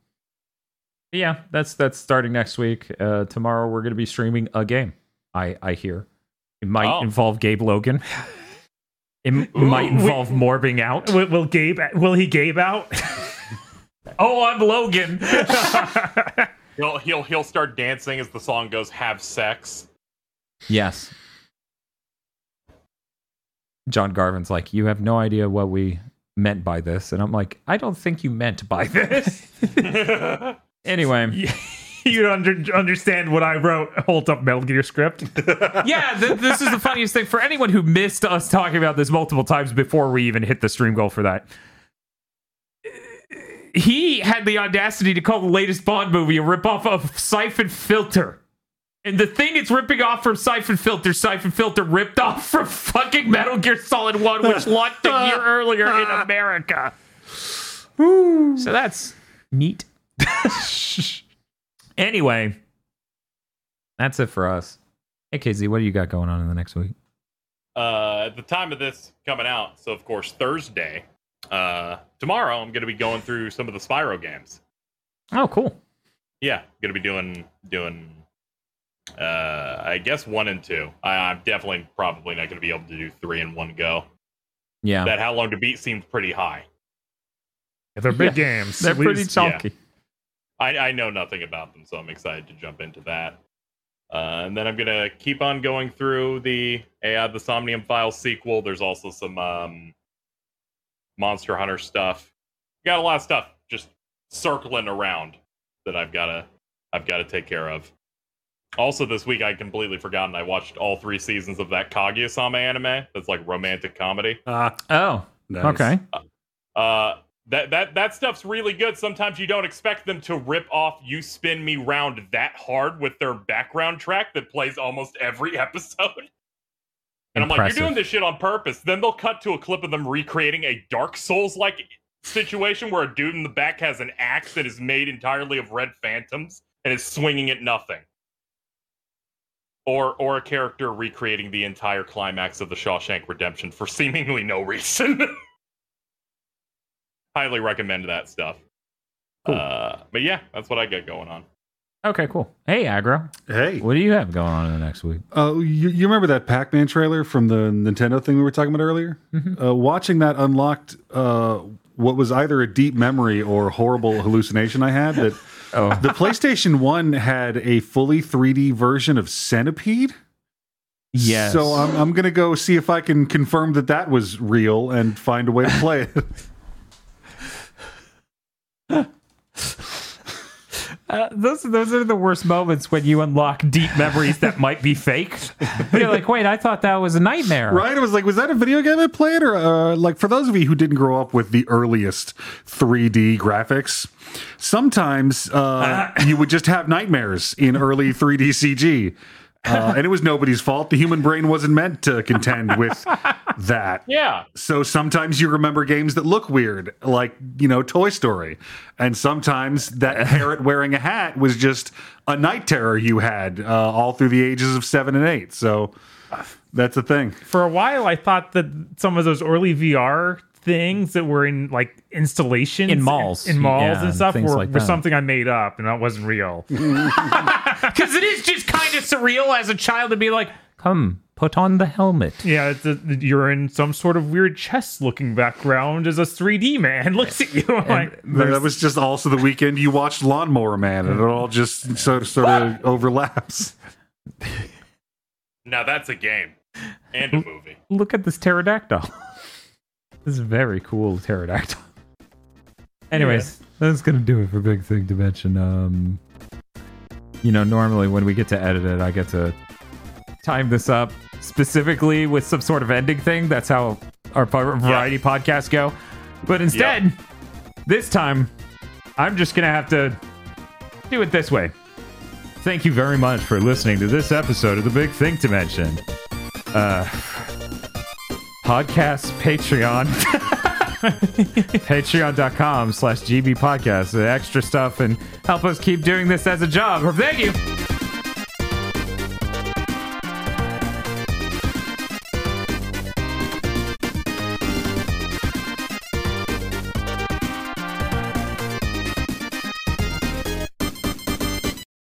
yeah, that's that's starting next week. Uh, tomorrow we're going to be streaming a game. I I hear it might Oh. involve Gabe Logan. It m- might involve morbing out. Will, will Gabe? Will he Gabe out? Oh, I'm Logan. He'll he'll he'll start dancing as the song goes. Have sex. yes. John Garvin's like, you have no idea what we meant by this, and I'm like, I don't think you meant by this. anyway, you don't under, understand what I wrote. Hold up, Metal Gear script. yeah, th- this is the funniest thing for anyone who missed us talking about this multiple times before we even hit the stream goal for that. He had the audacity to call the latest Bond movie a ripoff of Siphon Filter. And the thing it's ripping off from Siphon Filter, Siphon Filter ripped off from fucking Metal Gear Solid 1, which launched a year earlier in America. So that's neat. anyway, that's it for us. Hey KZ, what do you got going on in the next week? uh, at the time of this coming out, so of course Thursday, uh, tomorrow I'm going to be going through some of the Spyro games. Oh, cool. Yeah, going to be doing doing. Uh, I guess one and two. I, I'm definitely probably not going to be able to do three in one go. Yeah, That how long to beat seems pretty high. They're big games. they're We pretty just- chunky. I, I know nothing about them, so I'm excited to jump into that. Uh, and then I'm gonna keep on going through the AI the Somnium Files sequel. There's also some um, Monster Hunter stuff. Got a lot of stuff just circling around that I've gotta I've gotta take care of. Also, this week I completely forgotten I watched all three seasons of that Kaguya-sama anime. That's like romantic comedy. Ah, Oh, nice. okay. Uh, that that that stuff's really good. Sometimes you don't expect them to rip off "You Spin Me Round" that hard with their background track that plays almost every episode. And I'm like, Impressive. you're doing this shit on purpose. Then they'll cut to a clip of them recreating a Dark Souls like situation where a dude in the back has an axe that is made entirely of red phantoms and is swinging at nothing. Or or a character recreating the entire climax of the Shawshank Redemption for seemingly no reason. highly recommend that stuff. Cool. Uh, but yeah, that's what I got going on. Okay, cool. Hey, Agro, Hey, what do you have going on in the next week? uh, you, you remember that Pac-Man trailer from the Nintendo thing we were talking about earlier? Uh, watching that unlocked uh, what was either a deep memory or horrible hallucination I had that Oh. the PlayStation One had a fully 3D version of Centipede. Yes. So um, I'm, I'm going to go see if I can confirm that that was real and find a way to play it. Uh, those those are the worst moments when you unlock deep memories that might be fake. You're like, wait, I thought that was a nightmare. right? It was like, was that a video game I played? Or, uh, like, for those of you who didn't grow up with the earliest 3D graphics, sometimes uh, you would just have nightmares in early 3D CG. Uh, and it was nobody's fault. The human brain wasn't meant to contend with that. Yeah, So sometimes you remember games that look weird, like, you know, Toy Story. And sometimes that parrot wearing a hat was just a night terror you had uh, all through the ages of seven and eight. So that's a thing. For a while, I thought that some of those early VR things that were in like installations In malls. in, malls Yeah, and and stuff things were, like were that. something I made up and that wasn't real. Because it is just kind of surreal as a child to be like, come, put on the helmet. yeah, it's a, you're in some sort of weird chess-looking background as a 3D man looks at you. I'm like, But that was just also the weekend you watched Lawnmower Man, and it all just sort of, sort of overlaps. now that's a game and a movie. Look at this pterodactyl. this is a very cool pterodactyl. Anyways, That's gonna do it for Big Thing Dimension. Um, you know, normally when we get to edit it, I get to time this up specifically with some sort of ending thing. That's how our po- variety podcasts go. But instead, this time, I'm just going to have to do it this way. Thank you very much for listening to this episode of The Big Think Dimension. Uh, podcast Patreon. Patreon.com slash GB Podcast. Extra stuff and help us keep doing this as a job. Thank you.